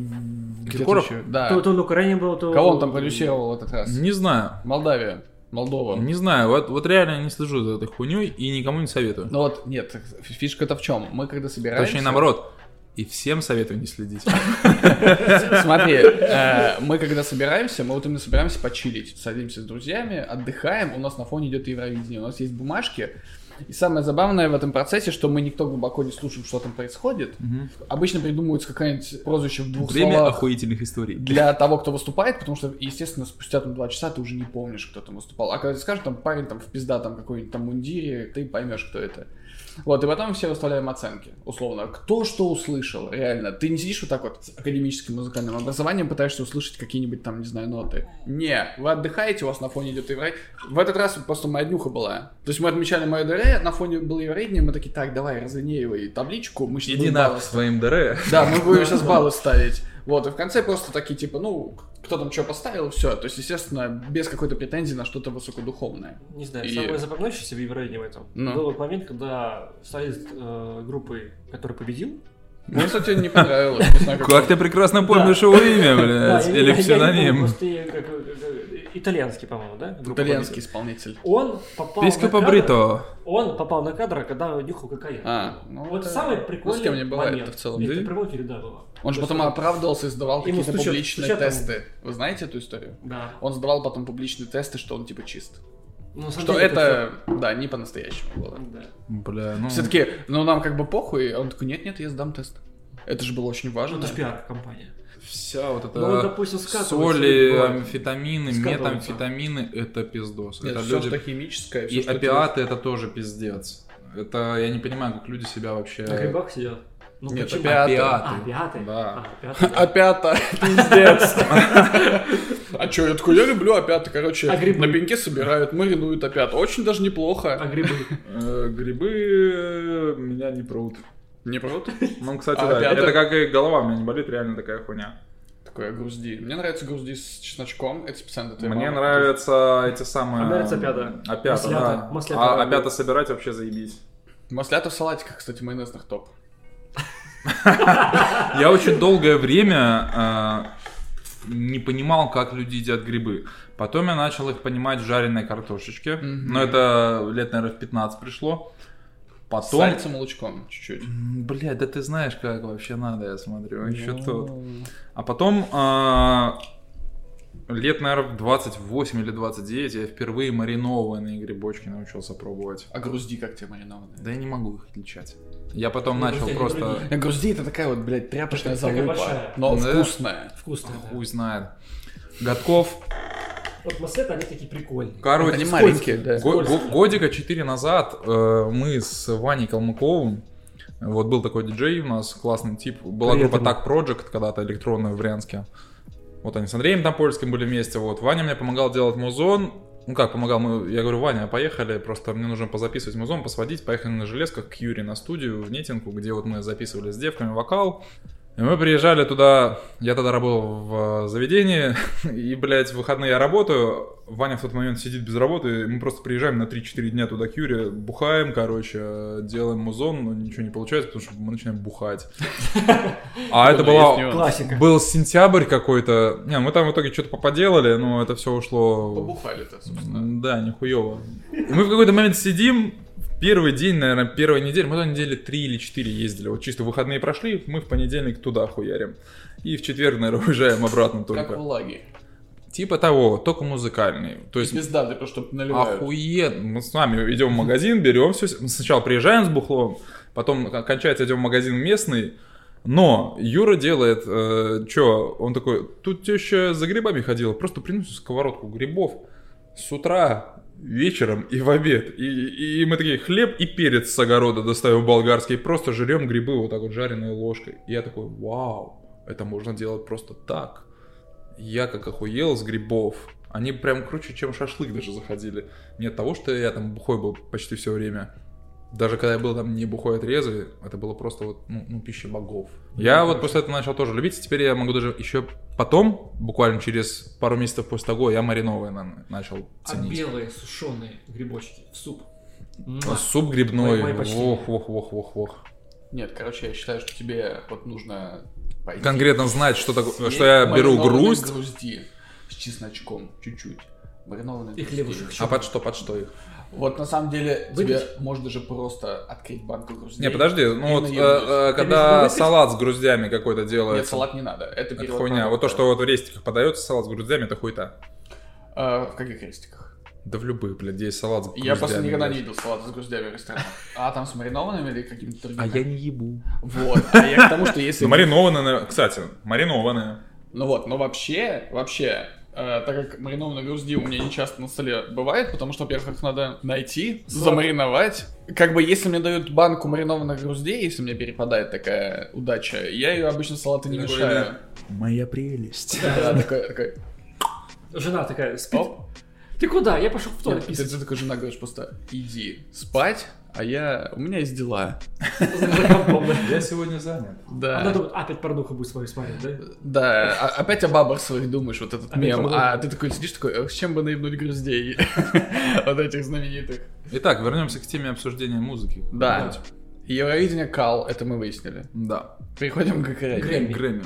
Speaker 3: где-то
Speaker 1: Киркоров?
Speaker 3: еще. Да.
Speaker 2: То, то на Украине было, то...
Speaker 3: а, Кого он там продюсировал в этот раз?
Speaker 1: Не знаю.
Speaker 3: Молдавия. Молдова.
Speaker 1: Не знаю, вот, вот реально не слежу за этой хуйней и никому не советую.
Speaker 3: Ну вот, нет, фишка-то в чем? Мы когда собираемся...
Speaker 1: Точнее, наоборот. И всем советую не следить.
Speaker 3: Смотри, э, мы когда собираемся, мы вот именно собираемся почилить. Садимся с друзьями, отдыхаем, у нас на фоне идет Евровидение, у нас есть бумажки. И самое забавное в этом процессе, что мы никто глубоко не слушаем, что там происходит.
Speaker 1: Мгм.
Speaker 3: Обычно придумывается какая-нибудь прозвище в двух
Speaker 1: Время
Speaker 3: словах
Speaker 1: охуительных историй.
Speaker 3: для того, кто выступает, потому что, естественно, спустя там два часа ты уже не помнишь, кто там выступал. А когда тебе скажут, там парень там в пизда там какой-нибудь там мундире, ты поймешь, кто это. Вот, и потом все выставляем оценки, условно. Кто что услышал, реально. Ты не сидишь вот так вот с академическим музыкальным образованием, пытаешься услышать какие-нибудь там, не знаю, ноты. Не, вы отдыхаете, у вас на фоне идет Еврей. В этот раз просто моя днюха была. То есть мы отмечали мою ДР, на фоне был Еврейдень, мы такие, так, давай, разлинеивай табличку. Мы щас
Speaker 1: Иди
Speaker 3: будем
Speaker 1: на
Speaker 3: баллы
Speaker 1: своим ДР.
Speaker 3: да, мы будем сейчас баллы ставить. Вот, и в конце просто такие, типа, ну, кто там что поставил, все. То есть, естественно, без какой-то претензии на что-то высокодуховное.
Speaker 2: Не знаю,
Speaker 3: И-
Speaker 2: самое запоминающееся в Евровидении в этом
Speaker 3: Ну.
Speaker 2: был вот момент, когда солист э, группы, который победил,
Speaker 3: Мне, кстати, не понравилось. не знаю,
Speaker 1: Как ты прекрасно помнишь его имя,
Speaker 3: Э,
Speaker 1: блядь,
Speaker 2: Да,
Speaker 1: или
Speaker 2: я- я- я не помню,
Speaker 1: псевдоним.
Speaker 2: просто я как- как- итальянский, по-моему, да? группа
Speaker 3: Итальянский исполнитель.
Speaker 2: победила. Он попал
Speaker 1: Писька
Speaker 2: на кадр-
Speaker 1: побрито.
Speaker 2: Он попал на кадр, когда нюхал кокаин.
Speaker 3: А, ну
Speaker 2: вот
Speaker 3: это-
Speaker 2: самый
Speaker 3: ну, с
Speaker 2: прикольный
Speaker 3: кем не бывает-то
Speaker 2: момент.
Speaker 3: в целом,
Speaker 2: Это
Speaker 1: да?
Speaker 2: в прямом эфире, да, было.
Speaker 3: Он же
Speaker 2: То есть
Speaker 3: потом оправдывался и сдавал
Speaker 2: Ему
Speaker 3: какие-то
Speaker 2: стучат-
Speaker 3: публичные
Speaker 2: стучат ему.
Speaker 3: тесты. Вы знаете эту историю?
Speaker 2: Да.
Speaker 3: Он сдавал потом публичные тесты, что он типа чист.
Speaker 2: Ну, на самом
Speaker 3: Что
Speaker 2: деле,
Speaker 3: это, да, не по-настоящему было.
Speaker 2: всё- Да.
Speaker 1: Бля, ну...
Speaker 3: Все-таки, ну нам как бы похуй, а он такой, нет-нет, я сдам тест. Это же было очень важно.
Speaker 2: Ну, это ж пиар-компания.
Speaker 1: Вся вот
Speaker 2: Ну, вот,
Speaker 1: эта
Speaker 2: допустим, скатывается.
Speaker 1: соли,
Speaker 2: бывает.
Speaker 1: амфетамины,
Speaker 2: Скатывается.
Speaker 1: метамфетамины — это пиздос.
Speaker 3: Нет,
Speaker 1: Это
Speaker 3: все,
Speaker 1: люди...
Speaker 3: что химическое, всё,
Speaker 1: И
Speaker 3: что ты-
Speaker 1: опиаты — это тоже пиздец. Это я не понимаю, как люди себя
Speaker 3: э,
Speaker 2: На
Speaker 1: вообще...
Speaker 2: грибах сидят. Ну,
Speaker 3: Нет,
Speaker 2: почему?
Speaker 3: опиаты.
Speaker 2: А, пиаты?
Speaker 1: Да.
Speaker 2: А, пиаты, да.
Speaker 3: Опята, пиздец. А чё, я такой, я люблю опята, короче,
Speaker 2: А грибы?
Speaker 3: на пеньке собирают, маринуют опята, очень даже
Speaker 2: А
Speaker 3: неплохо.
Speaker 2: грибы?
Speaker 1: Э, Грибы э, меня не прут.
Speaker 3: Не правда?
Speaker 1: Ну, кстати,
Speaker 3: А
Speaker 1: да.
Speaker 3: опять-
Speaker 1: Это как и голова у меня не болит, реально такая хуйня.
Speaker 3: Такой, а грузди. Мне нравится грузди с чесночком, это специально для твоей
Speaker 1: Мне
Speaker 3: мамы.
Speaker 1: нравятся эти самые...
Speaker 2: А нравится опята?
Speaker 1: Опята,
Speaker 2: Маслята.
Speaker 1: да.
Speaker 2: Маслята
Speaker 1: а
Speaker 2: нравится.
Speaker 1: опята собирать вообще заебись.
Speaker 3: Маслята в салатиках, кстати, майонезных топ.
Speaker 1: Я очень долгое время э, не понимал, как люди едят грибы. Потом я начал их понимать в жареной картошечке.
Speaker 3: Мгм.
Speaker 1: Но это лет, наверное, в 15 пришло.
Speaker 3: С
Speaker 1: Потом...
Speaker 3: сальцем и лучком чуть-чуть.
Speaker 1: Бля, да ты знаешь, как вообще надо, я смотрю. Еще тут. А потом а, лет, наверное, 28 или 29 я впервые маринованные грибочки научился пробовать.
Speaker 3: А грузди как тебе маринованные?
Speaker 1: Да я не могу их отличать. Я потом
Speaker 2: Ну,
Speaker 1: начал
Speaker 2: друзья, не
Speaker 1: просто...
Speaker 2: вредите.
Speaker 3: А грузди это такая вот, блядь, тряпочная
Speaker 2: Такая
Speaker 3: залупа,
Speaker 2: большая.
Speaker 3: но
Speaker 1: Да.
Speaker 3: вкусная.
Speaker 2: Вкусно. да.
Speaker 1: Хуй знает. Годков,
Speaker 2: Вот маслеты, они такие прикольные.
Speaker 1: короче,
Speaker 3: Они маленькие, да.
Speaker 1: го- го- годика 4 назад э, мы с Ваней Калмыковым, вот был такой диджей у нас, классный тип, была
Speaker 2: Привет
Speaker 1: группа
Speaker 2: ему.
Speaker 1: Так Project когда-то электронная в Брянске. Вот они с Андреем Топольским были вместе, вот Ваня мне помогал делать музон, ну как помогал, мы, я говорю, Ваня, поехали, просто мне нужно позаписывать музон, посводить, поехали на железках к Юре на студию в Нетинку, где вот мы записывали с девками вокал, И мы приезжали туда, я тогда работал в э, заведении, и, блядь, в выходные я работаю, Ваня в тот момент сидит без работы, и мы просто приезжаем на 3-4 дня туда к Юре, бухаем, короче, э, делаем музон, но ничего не получается, потому что мы начинаем бухать. А это
Speaker 3: Да, есть
Speaker 1: была...
Speaker 3: нюанс.
Speaker 2: Классика.
Speaker 1: Был сентябрь какой-то. Не, мы там в итоге что-то поподелали, но это все ушло
Speaker 5: Побухали-то, собственно.
Speaker 1: М, Да, нихуево. И мы в какой-то момент сидим, в первый день, наверное, первая неделя, мы туда недели три или четыре ездили. Вот чисто выходные прошли, мы в понедельник туда хуярим. И в четверг, наверное, уезжаем обратно
Speaker 3: Как в
Speaker 1: только.
Speaker 3: лагере.
Speaker 1: Типа того, только музыкальный. То есть
Speaker 3: Пизда, ты просто наливают.
Speaker 1: охуенно. Мы с вами идем в магазин, берем все. Сначала приезжаем с бухлом, потом к- кончается, идем в магазин местный. Но Юра делает, э, чё, он такой, тут теща за грибами ходила, просто приносит сковородку грибов с утра, вечером и в обед. И, и- и мы такие, хлеб и перец с огорода доставим болгарский, просто жрем грибы вот так вот жареной ложкой. И я такой, вау, это можно делать просто так. Я как охуел с грибов. Они прям круче, чем шашлык даже заходили. Нет того, что я там бухой был почти все время. Даже когда я был там не бухой отрезвый, это было просто вот, ну, ну, пища богов. Я вот после этого начал тоже любить, и теперь я могу даже еще потом, буквально через пару месяцев после того, я мариновые на- начал
Speaker 2: А
Speaker 1: ценить.
Speaker 2: белые сушеные грибочки в суп. М.
Speaker 1: А Суп грибной,
Speaker 2: Мои- мои почтения.
Speaker 1: вох, вох, вох, вох, вох.
Speaker 3: Нет, короче, я считаю, что тебе вот нужно пойти.
Speaker 1: Конкретно знать, что, такое, что я беру
Speaker 3: маринованные
Speaker 1: грусть,
Speaker 3: грузди с чесночком, чуть-чуть. Маринованные
Speaker 2: И
Speaker 3: грузди.
Speaker 2: хлебушек.
Speaker 1: а под что, под что их?
Speaker 3: Вот на самом деле
Speaker 2: Выпить?
Speaker 3: тебе можно даже просто открыть банку груздей.
Speaker 1: Не, подожди,
Speaker 3: и
Speaker 1: ну вот э,
Speaker 3: наебнуть.
Speaker 1: э,
Speaker 2: имеешь в
Speaker 1: когда
Speaker 2: виду
Speaker 1: салат с груздями какой-то
Speaker 3: Нет,
Speaker 1: делается,
Speaker 3: салат не надо. Это,
Speaker 1: это
Speaker 3: перевод
Speaker 1: хуйня. Вот
Speaker 3: продукта.
Speaker 1: то, что вот в рестиках подается, салат с груздями, это хуйта.
Speaker 3: А, в каких рестиках?
Speaker 1: Да в любых, блядь, здесь салат с
Speaker 3: Я просто
Speaker 1: груздями,
Speaker 3: никогда не
Speaker 1: блядь.
Speaker 3: видел салат с груздями в ресторанах. А там с маринованными или какими-то другими?
Speaker 1: не ебу.
Speaker 3: Вот. А я к тому, что если...
Speaker 1: Ну, маринованное, наверное, кстати, маринованное.
Speaker 3: Ну вот, но вообще, вообще, э, так как маринованные грузди у меня не часто на столе бывает, потому что, во-первых, их надо найти, замариновать. Как бы, если мне дают банку маринованных груздей, если мне перепадает такая удача, я ее обычно салаты не
Speaker 1: Такой,
Speaker 3: мешаю.
Speaker 1: Моя прелесть.
Speaker 3: Да, такой, такой,
Speaker 2: Жена такая спит.
Speaker 3: оп.
Speaker 2: Ты куда? Я пошел в
Speaker 3: Нет,
Speaker 2: туалет
Speaker 3: ты,
Speaker 2: писать.
Speaker 3: ты такой жена говоришь просто, иди спать, а я, у меня есть дела.
Speaker 2: За компом, да.
Speaker 1: Я сегодня занят.
Speaker 3: Да.
Speaker 2: Она думает, опять порнуху будет с вами смотреть, да?
Speaker 3: Да, а- опять о бабах своих думаешь, вот этот
Speaker 2: Опять о
Speaker 3: мем,
Speaker 2: бабах.
Speaker 3: а ты такой сидишь такой, «Эх, с чем бы наебнуть груздей? Вот этих знаменитых.
Speaker 1: Итак, вернемся к теме обсуждения музыки.
Speaker 3: Да.
Speaker 1: Давайте.
Speaker 3: Евровидение Кал, это мы выяснили.
Speaker 1: Да.
Speaker 3: Переходим к Грэмми.
Speaker 2: Грэмми.
Speaker 1: Грэмми.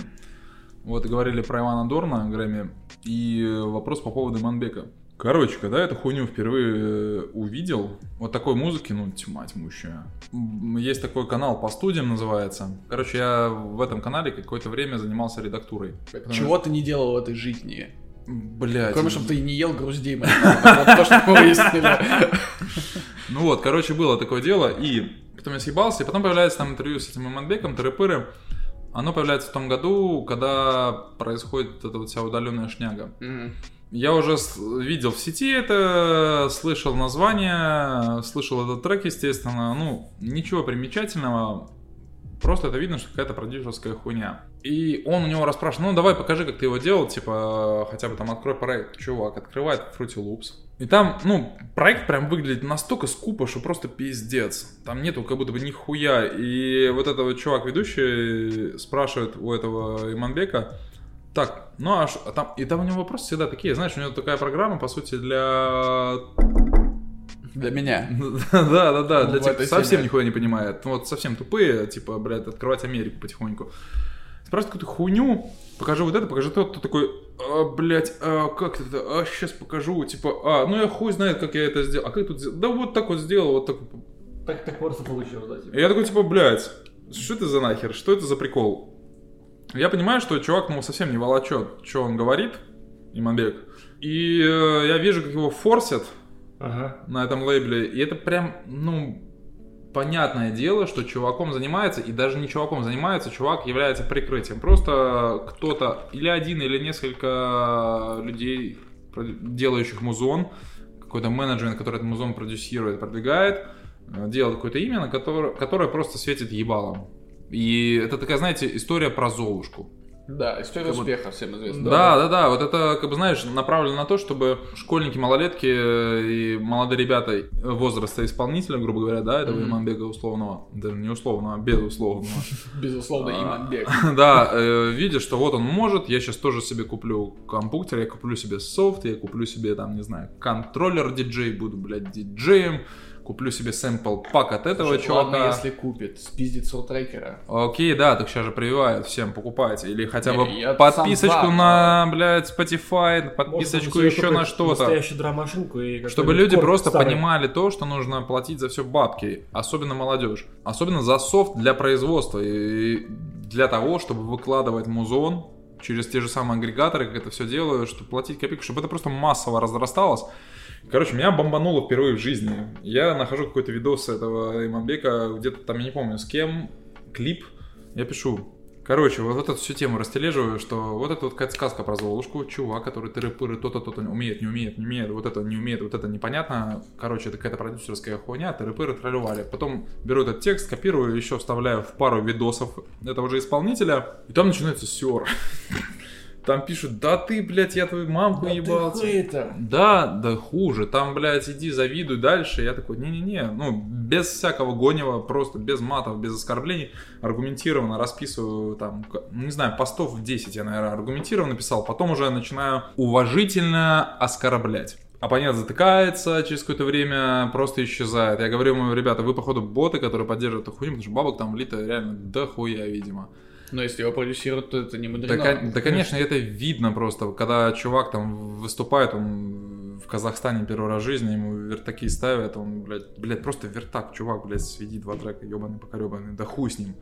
Speaker 1: Вот говорили про Ивана Дорна, Грэмми, и вопрос по поводу Манбека. Короче, когда я эту хуйню впервые э, увидел, вот такой музыки, ну, тьма тьмущая. М, Есть такой канал по студиям называется. Короче, я в этом канале какое-то время занимался редактурой.
Speaker 3: Чего ты не делал в этой жизни?
Speaker 1: Блять.
Speaker 3: Кроме, чтобы ты не ел груздей, маринованных. Вот то, что мы выяснили.
Speaker 1: Ну вот, короче, было такое дело, и потом я съебался, и потом появляется там интервью с этим Иманбеком, тыры-пыры. Оно появляется в том году, когда происходит эта вот вся удаленная шняга.
Speaker 3: М.
Speaker 1: Я уже с- видел в сети это, слышал название, слышал этот трек, естественно. Ну, ничего примечательного. Просто это видно, что какая-то продюсерская хуйня. И он у него расспрашивает, ну давай покажи, как ты его делал, типа, хотя бы там открой проект. Чувак открывает Fruity Loops. И там, ну, проект прям выглядит настолько скупо, что просто пиздец. Там нету как будто бы нихуя. И вот этого чувак ведущий спрашивает у этого Иманбека, так, ну а ш- а там, и там у него вопросы всегда такие, знаешь, у него такая программа, по сути, для...
Speaker 3: Для меня.
Speaker 1: Да-да-да,
Speaker 3: Ну,
Speaker 1: для
Speaker 3: в
Speaker 1: тех,
Speaker 3: этой
Speaker 1: кто совсем
Speaker 3: теме.
Speaker 1: нихуя не понимает. Ну, Вот совсем тупые, типа, блядь, открывать Америку потихоньку. Спрашивают какую-то хуйню, покажи вот это, покажи то, ты такой, а, блядь, а, как это, а, сейчас покажу, типа, а, ну я хуй знает, как я это сделал, а как тут сделал, да вот так вот сделал, вот так.
Speaker 2: Так, так просто получилось, да? типа.
Speaker 1: И я такой, типа, блядь, что это за нахер, что это за прикол? Я понимаю, что чувак, ну, совсем не волочет, что он говорит, Иманбек. И э, я вижу, как его форсят
Speaker 2: Ага.
Speaker 1: на этом лейбле, и это прям, ну, понятное дело, что чуваком занимается, и даже не чуваком занимается, чувак является прикрытием. Просто кто-то, или один, или несколько людей, проди- делающих музон, какой-то менеджмент, который этот музон продюсирует, продвигает, э, делает какое-то имя, на которое, которое просто светит ебалом. И это такая, знаете, история про Золушку.
Speaker 6: Да, история
Speaker 3: Как бы-
Speaker 6: успеха всем известна.
Speaker 1: Да, да, да. Вот это, как бы, знаешь, направлено на то, чтобы школьники, малолетки э, и молодые ребята возраста исполнителя, грубо говоря, да, этого
Speaker 3: Мгм.
Speaker 1: имамбега условного, даже не условного, а безусловного,
Speaker 6: Безусловно,
Speaker 1: А.
Speaker 6: иман бег.
Speaker 1: да, э, видя, что вот он может, я сейчас тоже себе куплю компьютер, я куплю себе софт, я куплю себе, там, не знаю, контроллер диджей, буду, блядь, диджеем, куплю себе сэмпл пак от этого чувака.
Speaker 6: Ладно, если купит, спиздит суртрекера.
Speaker 1: Окей, да, так сейчас же прививают, всем покупайте. Или хотя бы
Speaker 6: Не, я
Speaker 1: подписочку
Speaker 6: сам за,
Speaker 1: на, блядь, Spotify,
Speaker 2: Может,
Speaker 1: подписочку
Speaker 2: он себе
Speaker 1: еще на
Speaker 2: купит
Speaker 1: что-то.
Speaker 2: Настоящую драм-машинку и какой-нибудь
Speaker 1: Чтобы люди
Speaker 2: корт
Speaker 1: просто
Speaker 2: старый.
Speaker 1: понимали то, что нужно платить за все бабки, особенно молодежь. Особенно за софт для производства и для того, чтобы выкладывать музон через те же самые агрегаторы, как это все делаю, чтобы платить копейку, чтобы это просто массово разрасталось. Короче, меня бомбануло впервые в жизни. Я нахожу какой-то видос этого Имамбека, где-то там, я не помню, с кем, клип, я пишу. Короче, вот эту всю тему растележиваю, что вот это вот какая-то сказка про Золушку, чувак, который тыры-пыры, то-то, то-то, умеет, не умеет, не умеет, вот это не умеет, вот это непонятно. Короче, это какая-то продюсерская хуйня, тыры-пыры, тролливали. Потом беру этот текст, копирую, еще вставляю в пару видосов этого же исполнителя, и там начинается сер. Там пишут, да ты, блядь, я твою мамку ебал. типа,
Speaker 6: Ты хейтер.
Speaker 1: Да, да хуже. Там, блядь, иди завидуй дальше. Я такой, не-не-не, ну, без всякого гонева, просто без матов, без оскорблений, аргументированно расписываю там, к- ну, не знаю, постов в 10 я, наверное, аргументированно писал, потом уже начинаю уважительно оскорблять. Оппонент затыкается, через какое-то время просто исчезает. Я говорю ему, ребята, вы, походу, боты, которые поддерживают эту хуйню, потому что бабок там влито реально дохуя, видимо.
Speaker 6: Но если его продюсируют, то это не
Speaker 1: Да,
Speaker 6: мудрено.
Speaker 1: кон- да, конечно, это видно просто, когда чувак там выступает, он в Казахстане первый раз в жизни, ему вертаки ставят, он, блядь, блядь, просто вертак, чувак, блядь, сведи два трека, ебаный покоребаный, да хуй с ним.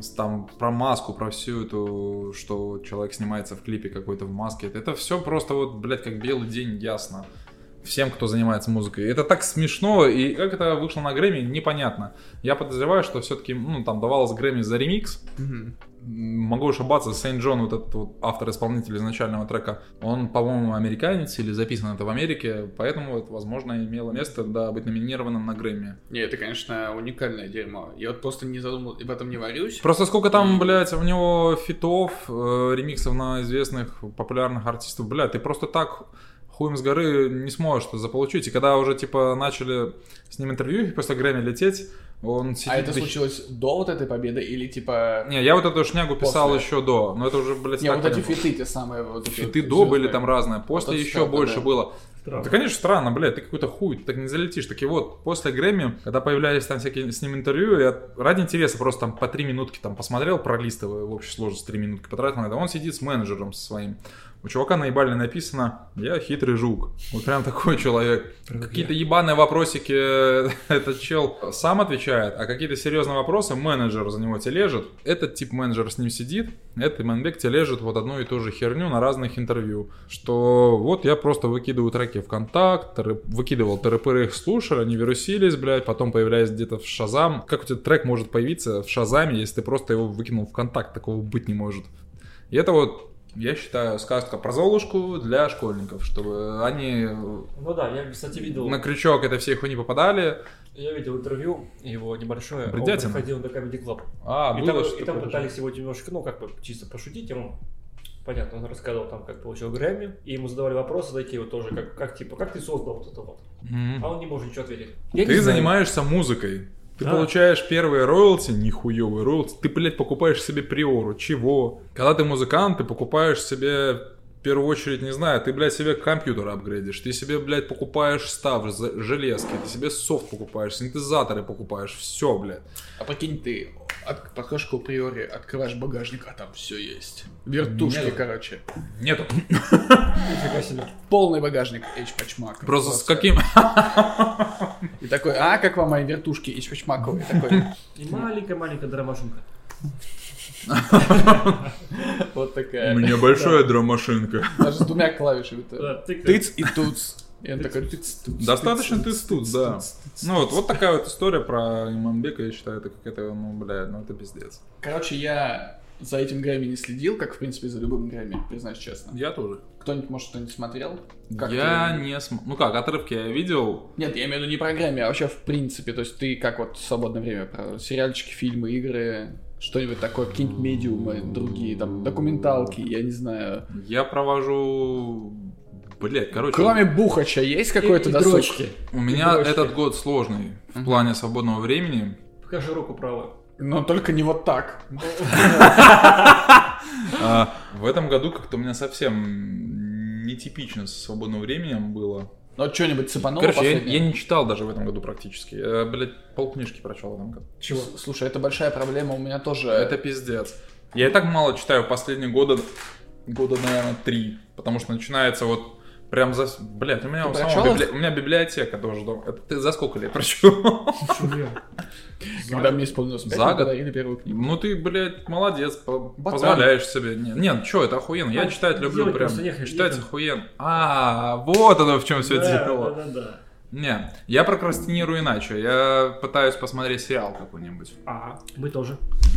Speaker 1: С- Там про маску, про всю эту, что человек снимается в клипе какой-то в маске, это, все просто вот, блядь, как белый день, ясно. Всем, кто занимается музыкой. Это так смешно, и как это вышло на Грэмми, непонятно. Я подозреваю, что все-таки, ну, там давалось Грэмми за ремикс,
Speaker 3: Мгм.
Speaker 1: Могу ошибаться, Сейнт Джон, вот этот вот автор-исполнитель изначального трека, он, по-моему, американец или записан это в Америке, поэтому это, возможно, имело место, да, быть номинированным на Грэмми.
Speaker 3: Не, это, конечно, уникальное дерьмо. Я вот просто не задумал, об этом не варюсь.
Speaker 1: Просто сколько там, блядь, у него фитов, э, ремиксов на известных популярных артистов, блядь, ты просто так хуем с горы не сможешь что заполучить. И когда уже, типа, начали с ним интервью после Грэмми лететь, он сидит...
Speaker 6: А это
Speaker 1: дых-
Speaker 6: случилось до вот этой победы или типа...
Speaker 1: Не, я вот эту шнягу писал
Speaker 6: После.
Speaker 1: еще до, но это уже, блядь,
Speaker 6: Не,
Speaker 1: так
Speaker 6: вот эти
Speaker 1: понятно.
Speaker 6: фиты те самые. Вот эти
Speaker 1: Фиты
Speaker 6: вот
Speaker 1: до были
Speaker 6: звездные.
Speaker 1: там разные, после
Speaker 6: это
Speaker 1: еще
Speaker 6: странно,
Speaker 1: больше
Speaker 6: да.
Speaker 1: было.
Speaker 2: Странно.
Speaker 1: Да, конечно, странно, блядь, ты какой-то хуй, ты так не залетишь. Так и вот, после Грэмми, когда появлялись там всякие с ним интервью, я ради интереса просто там по три минутки там посмотрел, пролистывая в общей сложности три минутки потратил на это. Он сидит с менеджером со своим. У чувака наебально написано «Я хитрый жук». Вот прям такой человек. Какие-то ебаные вопросики э, этот чел сам отвечает, а какие-то серьезные вопросы менеджер за него тележит. Этот тип менеджер с ним сидит, этот Манбек тележит вот одну и ту же херню на разных интервью. Что вот я просто выкидываю треки в контакт, выкидывал тыры их слушали, они вирусились, блядь, потом появляясь где-то в Шазам. Как у тебя трек может появиться в Шазаме, если ты просто его выкинул в контакт? Такого быть не может. И это вот я считаю, сказка про Золушку для школьников, чтобы они э,
Speaker 2: Ну да, я, кстати, видел,
Speaker 1: на крючок этой всей хуйни попадали.
Speaker 2: я видел интервью его небольшое,
Speaker 1: Бредятина.
Speaker 2: он приходил на Comedy Club.
Speaker 1: А,
Speaker 2: и
Speaker 1: было
Speaker 2: там, и
Speaker 1: что-то
Speaker 2: там
Speaker 1: такое.
Speaker 2: пытались его немножко, ну, как бы чисто пошутить, и он, понятно, он рассказывал там, как получил Грэмми, и ему задавали вопросы такие вот тоже, как, как типа, как ты создал вот это вот,
Speaker 1: Мгм.
Speaker 2: а он не может ничего ответить.
Speaker 6: Я не
Speaker 1: Ты
Speaker 6: знаю.
Speaker 1: занимаешься музыкой. Ты
Speaker 2: Да.
Speaker 1: получаешь первые роялти, нихуевые роялти, ты, блядь, покупаешь себе приору. Чего? Когда ты музыкант, ты покупаешь себе, в первую очередь, не знаю, ты, блядь, себе компьютер апгрейдишь, ты себе, блядь, покупаешь став, за- железки, ты себе софт покупаешь, синтезаторы покупаешь, все, блядь.
Speaker 6: А прикинь, ты от- подходишь к приори, открываешь багажник, а там все есть. Вертушки,
Speaker 1: Нет.
Speaker 6: короче.
Speaker 1: Нету.
Speaker 2: Нифига себе.
Speaker 6: Полный багажник H-пачмак.
Speaker 1: Просто с каким...
Speaker 6: И такой, а как вам мои вертушки H-пачмаковые? Такой,
Speaker 2: И маленькая-маленькая драмашинка.
Speaker 6: вот
Speaker 1: У
Speaker 6: такая.
Speaker 1: меня большая драмашинка.
Speaker 6: Даже с двумя клавишами.
Speaker 3: Э,
Speaker 2: Да, тык-тык.
Speaker 6: Тыц и туц. И он такой, тыц, туц.
Speaker 1: Достаточно
Speaker 6: тыц,
Speaker 1: ты тут, да. Ну вот, вот такая вот история про Иманбека, я считаю, это какая-то, ну, блядь, ну это пиздец.
Speaker 6: туц. Короче, я за этим Грэмми не следил, как, в принципе, за любым Грэмми, признаюсь честно.
Speaker 1: Я тоже.
Speaker 6: Кто-нибудь, может, кто-нибудь смотрел? Как
Speaker 1: я
Speaker 6: ты-
Speaker 1: не см... Ну как, отрывки я видел.
Speaker 6: Нет, я имею в виду не про Грэмми, а вообще в принципе. То есть ты как вот в свободное время, про сериальчики, фильмы, игры,
Speaker 3: Что-нибудь такое, какие-нибудь медиумы, другие, там, документалки, я не знаю.
Speaker 1: Я провожу... Блять, короче,
Speaker 3: Кроме Бухача есть какой-то
Speaker 2: И- и
Speaker 3: досуг?
Speaker 2: дрочки.
Speaker 1: у меня
Speaker 2: дрочки.
Speaker 1: этот год сложный в плане свободного времени.
Speaker 2: Покажи руку правую.
Speaker 3: Но только не вот так.
Speaker 1: А, в этом году как-то у меня совсем нетипично со свободным временем было.
Speaker 3: Но что-нибудь цепануло
Speaker 1: Короче, я,
Speaker 3: последнее?
Speaker 1: я не читал даже в этом году практически. Я, блядь, полкнижки прочел в этом году.
Speaker 2: Чего?
Speaker 3: С- Слушай, это большая проблема у меня тоже.
Speaker 1: Это пиздец. Я и так мало читаю последние годы, года, наверное, три. Потому что начинается вот прям за... Блядь, у меня,
Speaker 3: Ты
Speaker 1: у, самого
Speaker 3: прочел их?
Speaker 1: библи- у меня библиотека тоже дома. Это ты за сколько лет прочел?
Speaker 2: Чего?
Speaker 3: Когда мне исполнилось пять,
Speaker 1: За
Speaker 3: мне
Speaker 1: год?
Speaker 3: подарили первую книгу.
Speaker 1: Ну ты, блядь, молодец, по-
Speaker 3: Ботан.
Speaker 1: позволяешь себе. Не- Нет, что, это охуенно. Я
Speaker 2: А,
Speaker 1: читать люблю
Speaker 2: делать
Speaker 1: прям.
Speaker 2: просто ехать,
Speaker 1: Читать
Speaker 2: ехать.
Speaker 1: охуенно. А, вот оно в чем все
Speaker 2: Да,
Speaker 1: дело.
Speaker 2: да, да, да.
Speaker 1: Не, я прокрастинирую иначе. Я пытаюсь посмотреть сериал какой-нибудь.
Speaker 2: А, мы тоже.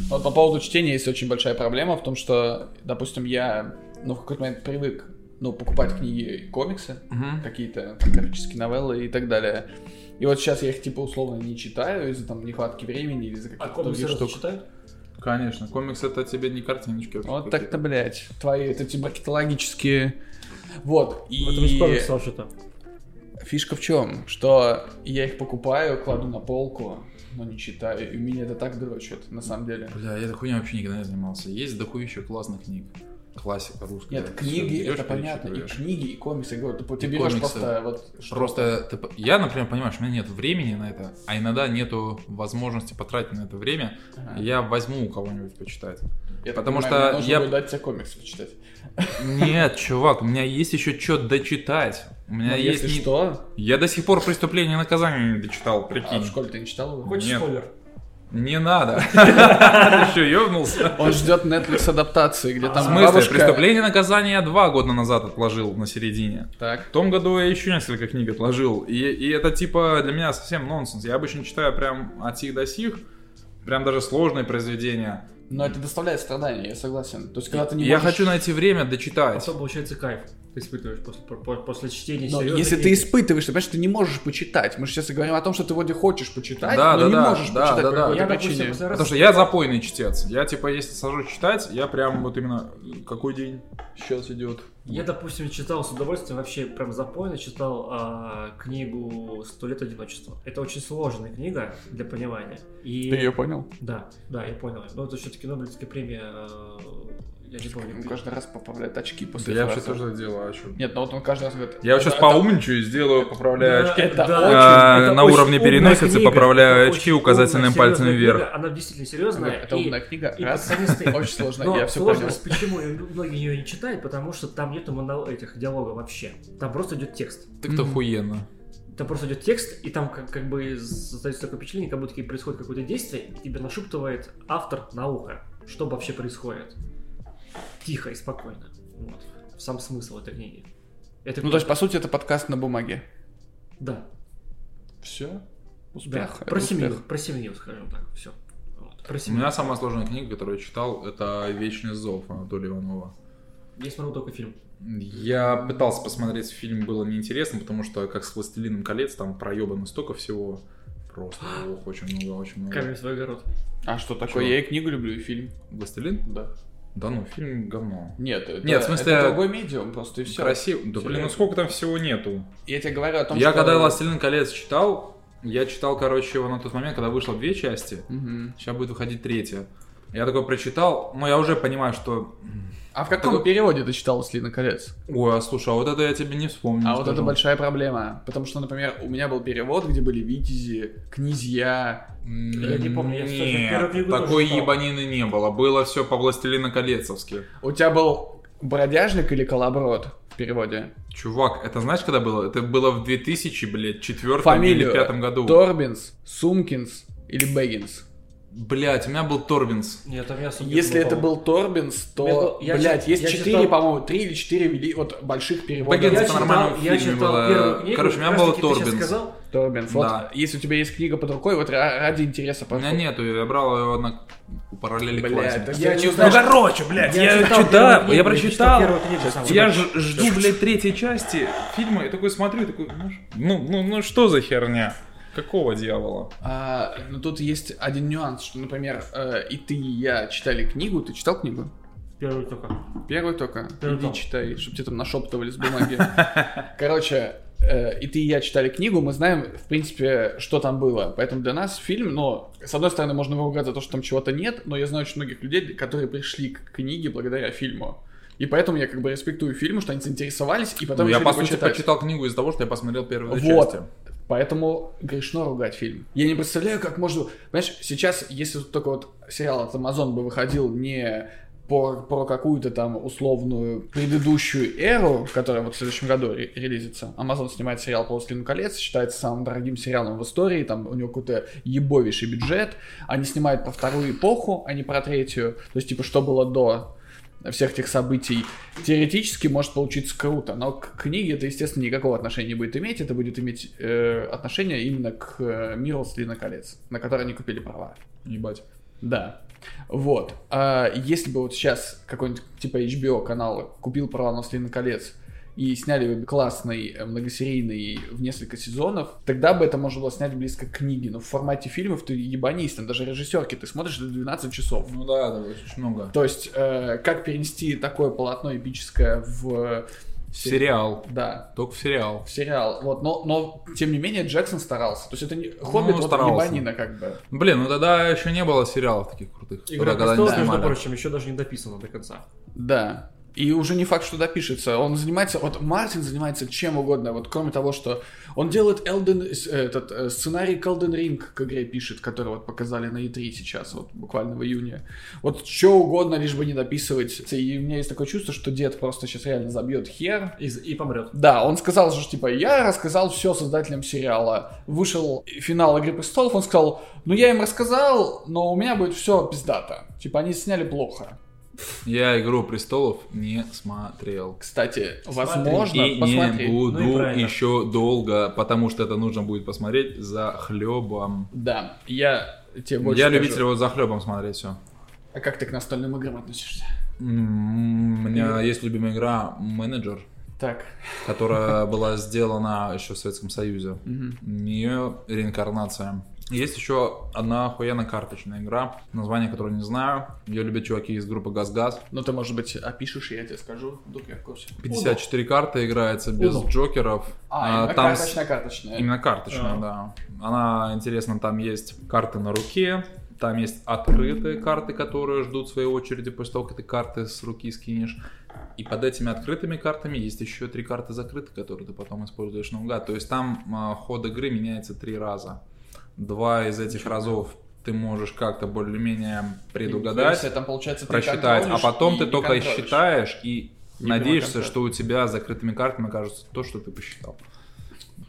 Speaker 3: Вот по поводу чтения есть очень большая проблема в том, что, допустим, я ну, в какой-то момент привык ну, покупать книги и комиксы,
Speaker 1: Мгм.
Speaker 3: какие-то там, графические новеллы и так далее. И вот сейчас я их типа условно не читаю из-за там нехватки времени или из-за
Speaker 2: А
Speaker 3: каких-то
Speaker 2: комиксы
Speaker 3: других
Speaker 2: разве
Speaker 3: штук.
Speaker 2: читают?
Speaker 1: Конечно, комикс это тебе не картиночки.
Speaker 3: Вот так-то, блядь, твои вот эти маркетологические... Вот, и...
Speaker 2: Вот ты вспомнил, Слав, что-то.
Speaker 3: Фишка в чем? Что я их покупаю, кладу на полку, но не читаю, и меня это так дрочит, на самом деле.
Speaker 1: Бля, я этой хуйней вообще никогда не занимался. Есть дохуя еще классных книг. Классика русская.
Speaker 3: Нет,
Speaker 1: Всё,
Speaker 3: книги
Speaker 1: берёшь,
Speaker 3: это понятно, и
Speaker 1: перечитываешь.
Speaker 3: книги, и комиксы, я говорю, ты, ты
Speaker 1: И
Speaker 3: берешь
Speaker 1: комиксы.
Speaker 3: просто вот...
Speaker 1: Просто ты п- я, например, понимаешь, у меня нет времени на это, а иногда нету возможности потратить на это время.
Speaker 3: Ага.
Speaker 1: Я возьму у кого-нибудь почитать.
Speaker 3: Я так
Speaker 1: потому
Speaker 3: понимаю,
Speaker 1: что
Speaker 3: мне нужно
Speaker 1: я-
Speaker 3: будет дать тебе комикс почитать.
Speaker 1: Нет, чувак, у меня есть еще что дочитать. У меня
Speaker 3: Но
Speaker 1: есть
Speaker 3: Ну, если
Speaker 1: не-
Speaker 3: что,
Speaker 1: Я до сих пор преступление и наказание не дочитал,
Speaker 3: а
Speaker 1: прикинь.
Speaker 3: в школе ты не читал его?
Speaker 2: Хочешь
Speaker 1: Нет.
Speaker 2: спойлер?
Speaker 1: Не надо. Ты что, ёбнулся?
Speaker 3: Он ждет Netflix адаптации, где
Speaker 1: В
Speaker 3: там
Speaker 1: смысле,
Speaker 3: А бабушка...
Speaker 1: преступление и наказание я два года назад отложил на середине.
Speaker 3: Так.
Speaker 1: В том году я еще несколько книг отложил. И, и это типа для меня совсем нонсенс. Я обычно читаю прям от сих до сих, прям даже сложные произведения.
Speaker 3: Но это доставляет страдания, я согласен. То есть, когда ты не
Speaker 1: я
Speaker 3: можешь-
Speaker 1: хочу найти время дочитать.
Speaker 2: Потом получается кайф. Ты испытываешь после, по- после чтения
Speaker 3: Но
Speaker 2: серьёзной
Speaker 3: если ты
Speaker 2: книги.
Speaker 3: испытываешь, ты понимаешь, ты не можешь почитать. Мы же сейчас говорим о том, что ты вроде хочешь почитать,
Speaker 1: Да,
Speaker 3: но
Speaker 1: да,
Speaker 3: не
Speaker 1: да,
Speaker 3: можешь
Speaker 1: да,
Speaker 3: почитать
Speaker 1: да,
Speaker 3: по
Speaker 1: да.
Speaker 3: какой-то
Speaker 2: Я, допустим,
Speaker 3: причине.
Speaker 2: последний раз-
Speaker 1: Потому что я запойный чтец. Я типа, если сажусь читать, я прям вот именно какой день сейчас идет.
Speaker 2: Я, допустим, читал с удовольствием, вообще прям запойно читал а, книгу «Сто лет одиночества». Это очень сложная книга для понимания. И...
Speaker 3: Ты ее понял?
Speaker 2: Да, да, я понял. Но это все-таки Нобелевская премия, э, я не помню.
Speaker 3: Он каждый раз поправляет очки после
Speaker 1: Я
Speaker 3: фразы.
Speaker 1: вообще тоже это делаю, а чё?
Speaker 3: Нет, но вот он каждый раз говорит...
Speaker 1: Я вот сейчас
Speaker 3: «Это-
Speaker 1: поумничаю, сделаю, поправляю
Speaker 2: Да,
Speaker 1: очки.
Speaker 3: это
Speaker 2: да.
Speaker 3: очень-
Speaker 1: А,
Speaker 2: Это
Speaker 1: на
Speaker 2: очень
Speaker 1: уровне
Speaker 2: умная
Speaker 1: переносицы
Speaker 2: книга,
Speaker 1: поправляю
Speaker 2: это
Speaker 1: очки
Speaker 2: очень умная,
Speaker 1: указательным пальцем
Speaker 2: серьезная
Speaker 1: вверх.
Speaker 2: книга, Она действительно
Speaker 3: Это,
Speaker 2: серьезная.
Speaker 3: это
Speaker 2: и-
Speaker 3: умная книга.
Speaker 2: и
Speaker 3: Раз.
Speaker 2: пацанистая.
Speaker 3: Очень сложно.
Speaker 2: Но
Speaker 3: я все понял.
Speaker 2: сложность, почему ее- многие ее не читают, потому что там нету монолог, этих диалогов вообще. Там просто идет текст.
Speaker 1: Так-то охуенно.
Speaker 2: Там просто идет текст, и там как, как бы создается такое впечатление, как будто и происходит какое-то действие, и тебе нашептывает автор на ухо, что вообще происходит. Тихо и спокойно. Вот. Сам смысл этой книги. Это
Speaker 3: Ну, то есть, по сути, это подкаст на бумаге.
Speaker 2: Да.
Speaker 3: Все.
Speaker 2: Да,
Speaker 3: Успех.
Speaker 2: про
Speaker 3: Это
Speaker 2: семью,
Speaker 3: успех.
Speaker 2: про семью, скажем так, все. Вот, про
Speaker 1: У
Speaker 2: семью.
Speaker 1: меня самая сложная книга, которую я читал, это «Вечный зов» Анатолия Иванова.
Speaker 2: Я смотрел только фильм.
Speaker 1: Я пытался посмотреть фильм, было неинтересно, потому что как с «Властелином колец» там проебано столько всего. Просто ох, очень много, очень много.
Speaker 2: Камень в свой огород.
Speaker 3: А что такое?
Speaker 1: Чего?
Speaker 3: Я и книгу люблю, и фильм.
Speaker 1: «Властелин»?
Speaker 3: Да.
Speaker 1: Да ну, фильм говно.
Speaker 3: Нет, это,
Speaker 1: Нет, в смысле-
Speaker 3: это другой медиум просто, и все.
Speaker 1: Красиво. Да блин, ну
Speaker 3: Серьезно.
Speaker 1: сколько там всего нету.
Speaker 3: Я тебе говорю о том,
Speaker 1: Я
Speaker 3: что...
Speaker 1: когда «Властелин колец» читал, я читал, короче, его на тот момент, когда вышло две части.
Speaker 3: Мгм.
Speaker 1: Сейчас будет выходить третья. Я такой прочитал, но я уже понимаю, что... м,
Speaker 3: А в каком переводе ты читал «Слина колец»?
Speaker 1: Ой, а слушай, а вот это я тебе не вспомню.
Speaker 3: А вот это
Speaker 1: скажу.
Speaker 3: большая проблема. Потому что, например, у меня был перевод, где были витязи, князья.
Speaker 2: Я не помню, я, кстати, первую
Speaker 1: Нет,
Speaker 2: книгу
Speaker 1: такой
Speaker 2: тоже читал.
Speaker 1: ебанины не было. Было все по «Властелина колецовски».
Speaker 3: У тебя был бродяжник или колоброд в переводе?
Speaker 1: Чувак, это знаешь, когда было? Это было в 2000, блядь, четвертом
Speaker 3: Фамилию.
Speaker 1: или пятом году.
Speaker 3: Торбинс, Сумкинс или Бэггинс?
Speaker 1: Блядь, у меня был Торбинс.
Speaker 2: Нет, там я особо не
Speaker 3: Если
Speaker 2: было,
Speaker 3: это
Speaker 2: по-моему.
Speaker 3: был Торбинс,
Speaker 2: Я
Speaker 3: то,
Speaker 2: был- я
Speaker 3: блядь,
Speaker 2: чит-
Speaker 3: есть
Speaker 2: я
Speaker 3: четыре,
Speaker 2: читал-
Speaker 3: по-моему, три или четыре вели... вот, больших перевода.
Speaker 1: Бэггинс
Speaker 2: Я
Speaker 1: это
Speaker 2: читал-
Speaker 1: нормально в
Speaker 2: я
Speaker 1: фильме
Speaker 2: читал
Speaker 1: было.
Speaker 2: первую книгу,
Speaker 1: Короче, у меня
Speaker 2: как
Speaker 1: был
Speaker 2: раз-таки ты сейчас
Speaker 1: Торбинс.
Speaker 2: сказал,
Speaker 3: Торбинс,
Speaker 1: Да.
Speaker 3: вот, если у тебя есть книга под рукой, вот ра- ради интереса
Speaker 1: У меня
Speaker 3: пожалуйста.
Speaker 1: нету, я брал его на у параллели
Speaker 3: Блядь,
Speaker 1: классе.
Speaker 3: это
Speaker 2: Я
Speaker 3: я не узнал.
Speaker 2: читал-
Speaker 1: ну, короче, блядь,
Speaker 2: читал первую книгу,
Speaker 1: прочитал.
Speaker 2: первую книгу сам.
Speaker 1: Я ж- жду, блядь, третьей части фильма и такой смотрю, и такой, ну, ш- ну, ну, ну что за херня? Какого дьявола?
Speaker 3: А, но тут есть один нюанс, что, например, э, и ты, и я читали книгу. Ты читал книгу?
Speaker 2: Первый только.
Speaker 3: Первый только.
Speaker 2: Первый
Speaker 3: Иди
Speaker 2: том.
Speaker 3: читай, чтобы тебе там нашептывали с бумаги. Короче, э, и ты, и я читали книгу, мы знаем, в принципе, что там было. Поэтому для нас фильм, но, с одной стороны, можно выругать за то, что там чего-то нет, но я знаю очень многих людей, которые пришли к книге благодаря фильму. И поэтому я как бы респектую фильм, что они заинтересовались, и потом
Speaker 1: Ну, я,
Speaker 3: решили
Speaker 1: по сути,
Speaker 3: почитать.
Speaker 1: почитал книгу из-за того, что я посмотрел первые две
Speaker 3: Вот.
Speaker 1: части.
Speaker 3: Поэтому грешно ругать фильм. Я не представляю, как можно... Понимаешь, сейчас, если вот только вот сериал от Amazon бы выходил не по, про какую-то там условную предыдущую эру, которая вот в следующем году ре- релизится. Amazon снимает сериал по «Властелину колец», считается самым дорогим сериалом в истории, там у него какой-то ебовейший бюджет. Они снимают про вторую эпоху, а не про третью. То есть, типа, что было до всех этих событий. Теоретически может получиться круто, но к книге это, естественно, никакого отношения не будет иметь. Это будет иметь э, отношение именно к э, миру «Властелина колец», на который они купили права.
Speaker 1: Ебать.
Speaker 3: Да. Вот. А если бы вот сейчас какой-нибудь типа HBO канал купил права на «Властелин колец» и сняли бы классный э, многосерийный в несколько сезонов, тогда бы это можно было снять близко к книге. Но в формате фильмов ты ебанись, там даже режиссерки ты смотришь до 12 часов.
Speaker 1: Ну да, это очень много.
Speaker 3: То есть, э, как перенести такое полотно эпическое в...
Speaker 1: Сериал.
Speaker 3: Да,
Speaker 1: Только в сериал.
Speaker 3: в сериал. Вот, но, но, тем не менее, Джексон старался. То есть, это не... Хоббит, вот,
Speaker 1: старался.
Speaker 3: ебанина, как бы.
Speaker 1: Блин, ну тогда еще не было сериалов таких крутых.
Speaker 2: Игра
Speaker 1: Тогда, когда они
Speaker 2: престолов, между
Speaker 1: снимали.
Speaker 2: прочим, еще даже не дописана до конца.
Speaker 3: Да. И уже не факт, что допишется. Он занимается... Вот Мартин занимается чем угодно. Вот кроме того, что он делает Elden, с- э, этот, э, сценарий к Elden Ring к игре пишет, который вот показали на E3 сейчас, вот буквально в июне. Вот что угодно, лишь бы не дописывать. И у меня есть такое чувство, что дед просто сейчас реально забьет хер,
Speaker 2: И, и помрет.
Speaker 3: Да, он сказал же, типа, я рассказал все создателям сериала. Вышел финал «Игры престолов», он сказал, ну я им рассказал, но у меня будет все пиздато. Типа, они сняли плохо.
Speaker 1: Я «Игру престолов» не смотрел.
Speaker 3: Кстати, возможно,
Speaker 1: и
Speaker 3: посмотри.
Speaker 1: не буду
Speaker 2: Ну и правильно.
Speaker 1: еще долго, потому что это нужно будет посмотреть за хлебом.
Speaker 3: Да, я тебе больше
Speaker 1: я
Speaker 3: скажу.
Speaker 1: любитель вот за хлебом смотреть все.
Speaker 3: А как ты к настольным играм относишься?
Speaker 1: У меня есть любимая игра «Менеджер»,
Speaker 3: Так.
Speaker 1: которая была сделана еще в Советском Союзе.
Speaker 3: мгм.
Speaker 1: Нее реинкарнация. Есть еще одна охуенно карточная игра, название которой не знаю. Ее любят чуваки из группы «Газгаз».
Speaker 3: Ну ты, может быть, опишешь, и я тебе скажу. Вдруг я в курсе.
Speaker 1: 54 карты играется без
Speaker 2: Uno.
Speaker 1: джокеров.
Speaker 3: А,
Speaker 1: А,
Speaker 3: именно
Speaker 1: там с-
Speaker 3: карточная-карточная.
Speaker 1: Именно карточная, да. Она, интересно, там есть карты на руке, там есть открытые карты, которые ждут своей очереди после того, как ты карты с руки скинешь. И под этими открытыми картами есть еще три карты закрытых, которые ты потом используешь наугад. То есть там а, ход игры меняется три раза. Два из этих разов ты можешь как-то более-менее предугадать
Speaker 3: Там, получается, ты
Speaker 1: просчитать, а
Speaker 3: контролишь
Speaker 1: потом
Speaker 3: и
Speaker 1: ты
Speaker 3: не
Speaker 1: только
Speaker 3: контролишь.
Speaker 1: считаешь и
Speaker 3: Именно
Speaker 1: надеешься,
Speaker 3: контроль.
Speaker 1: что у тебя закрытыми картами окажется то, что ты посчитал.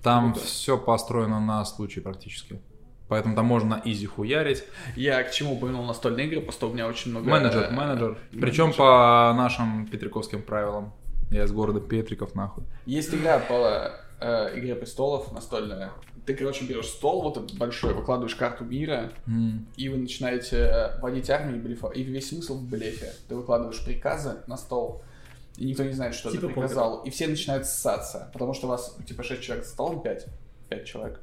Speaker 1: Там
Speaker 3: Круто.
Speaker 1: все построено на случай практически. Поэтому там можно на изи хуярить.
Speaker 3: Я к чему упомянул настольные игры, просто у меня очень много...
Speaker 1: Менеджер,
Speaker 3: э,
Speaker 1: менеджер. Причем по нашим петриковским правилам. Я из города Петриков, нахуй.
Speaker 3: Есть игра по э, Игре престолов настольная. Ты, короче, берешь стол вот этот большой, выкладываешь карту мира,
Speaker 1: М.
Speaker 3: и вы начинаете э, водить армию и блефа- И весь смысл в блефе. Ты выкладываешь приказы на стол, и никто не знает, что
Speaker 2: Типа
Speaker 3: ты приказал. И все начинают ссаться, потому что у вас, типа, 6 человек за столом, 5, 5 человек.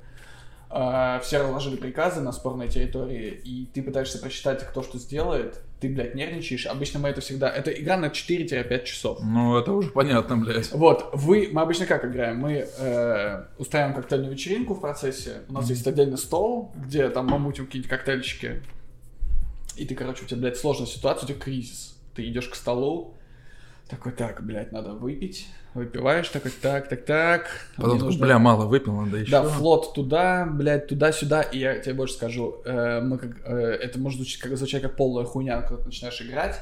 Speaker 3: А, все разложили приказы на спорной территории, и ты пытаешься просчитать, кто что сделает. Ты, блядь, нервничаешь. Обычно мы это всегда... Это игра на 4-5 часов.
Speaker 1: Ну, это уже понятно, блядь.
Speaker 3: Вот, вы, мы обычно как играем? Мы э, устраиваем коктейльную вечеринку в процессе. У нас есть отдельный стол, где там мы мутим какие-нибудь коктейльчики. И ты, короче, у тебя, блядь, сложная ситуация, у тебя кризис. Ты идешь к столу, такой, так, блядь, надо выпить. Выпиваешь, такой, так, так, так.
Speaker 1: Потом
Speaker 3: мне
Speaker 1: А такой,
Speaker 3: нужно-
Speaker 1: бля, мало выпил, надо еще.
Speaker 3: да, флот туда, блядь, туда-сюда. И я тебе больше скажу, э, мы как, э, это может звучать как, звучать как полная хуйня, когда ты начинаешь играть.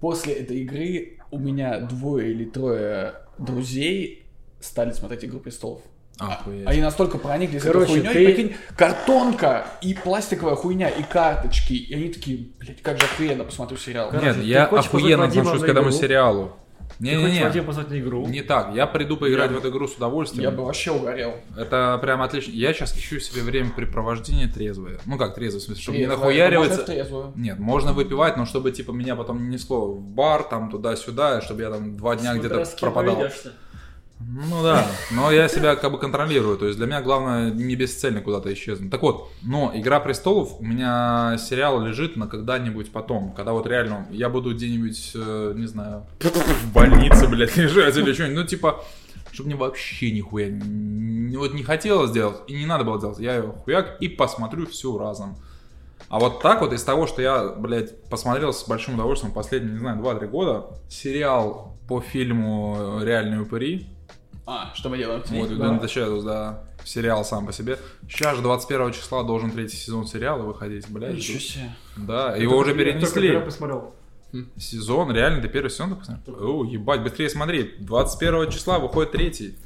Speaker 3: После этой игры у меня двое или трое друзей стали смотреть «Игру престолов».
Speaker 1: Охуеть.
Speaker 3: Они настолько прониклись этой
Speaker 2: Короче,
Speaker 3: хуйней,
Speaker 2: ты-
Speaker 3: прикинь, картонка и пластиковая хуйня, и карточки. И они такие, блядь, как же охуенно посмотрю сериал.
Speaker 1: Нет,
Speaker 2: Короче, ты
Speaker 1: я
Speaker 2: хочешь позвать
Speaker 1: охуенно
Speaker 2: Вадима
Speaker 1: отношусь
Speaker 2: на
Speaker 1: к этому
Speaker 2: игру?
Speaker 1: сериалу.
Speaker 2: Ты хочешь
Speaker 1: Не-не-не,
Speaker 2: Вадим позвать на игру?
Speaker 1: не так. Я приду поиграть
Speaker 3: Я-
Speaker 1: в эту игру с удовольствием.
Speaker 3: Я бы вообще угорел.
Speaker 1: Это прям отлично. Я сейчас ищу себе времяпрепровождение трезвое. Ну как трезвое, в смысле, чтобы не
Speaker 3: Трезвая,
Speaker 1: нахуяриваться.
Speaker 3: можно трезвую.
Speaker 1: Нет, можно выпивать, но чтобы типа меня потом не несло в бар, там туда-сюда, и чтобы я там два дня
Speaker 2: Смотря
Speaker 1: где-то
Speaker 2: с кем
Speaker 1: пропадал.
Speaker 2: поведешься.
Speaker 1: Ну да, но я себя как бы контролирую, то есть для меня главное не бесцельно куда-то исчезнуть. Так вот, но «Игра престолов» у меня сериал лежит на когда-нибудь потом, когда вот реально я буду где-нибудь, э, не знаю, в больнице, блядь, лежать или что-нибудь, ну типа, чтобы мне вообще нихуя, не- вот не хотелось делать и не надо было делать, я ее хуяк и посмотрю всю разом. А вот так вот из того, что я, блядь, посмотрел с большим удовольствием последние, не знаю, 2-3 года, сериал по фильму «Реальные упыри»,
Speaker 6: А, что мы делаем?
Speaker 1: вот,
Speaker 6: Да.
Speaker 1: Gun in the Shadows, да. Сериал сам по себе. Сейчас же 21 числа должен третий сезон сериала выходить, блядь.
Speaker 6: Ничего себе.
Speaker 1: Да, его уже
Speaker 2: Я
Speaker 1: перенесли.
Speaker 2: посмотрел.
Speaker 1: Сезон, реально, ты первый сезон только посмотрел? О, ебать, быстрее смотри. 21 числа выходит третий.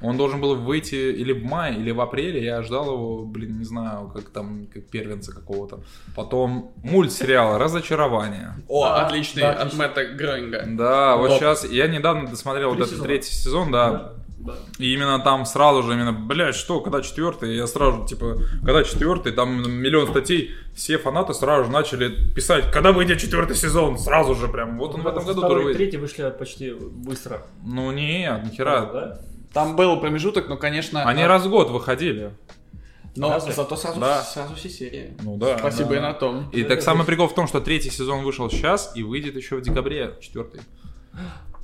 Speaker 1: Он должен был выйти или в мае, или в апреле. Я ждал его, блин, не знаю, как там, как первенца какого-то. Потом мультсериал «Разочарование».
Speaker 3: О,
Speaker 6: Да,
Speaker 3: отличный,
Speaker 6: да,
Speaker 3: от
Speaker 6: отлично.
Speaker 3: Мэтта Гроинга.
Speaker 1: Да, вот
Speaker 3: Топ.
Speaker 1: сейчас... Я недавно досмотрел вот
Speaker 2: Три
Speaker 1: этот
Speaker 2: сезона.
Speaker 1: третий сезон, да.
Speaker 2: Да.
Speaker 1: И именно там сразу же, именно, блядь, что, когда четвертый, я сразу, типа, когда четвертый, там миллион статей, все фанаты сразу же начали писать, когда выйдет четвертый сезон, сразу же прям, вот он в этом году
Speaker 2: Ну, Второй
Speaker 1: тоже
Speaker 2: и
Speaker 1: выйдет.
Speaker 2: третий вышли почти быстро.
Speaker 1: Ну нет,
Speaker 2: Да,
Speaker 1: нихера,
Speaker 2: да?
Speaker 6: Там был промежуток, но, конечно...
Speaker 1: они
Speaker 3: э,
Speaker 6: а,
Speaker 1: раз в год выходили.
Speaker 6: Но
Speaker 2: Разве?
Speaker 6: зато сразу,
Speaker 1: Да.
Speaker 6: сразу все серии.
Speaker 1: Ну да.
Speaker 6: Спасибо
Speaker 1: да.
Speaker 6: и на том.
Speaker 1: И так самый прикол в том, что третий сезон вышел сейчас и выйдет еще в декабре четвертый.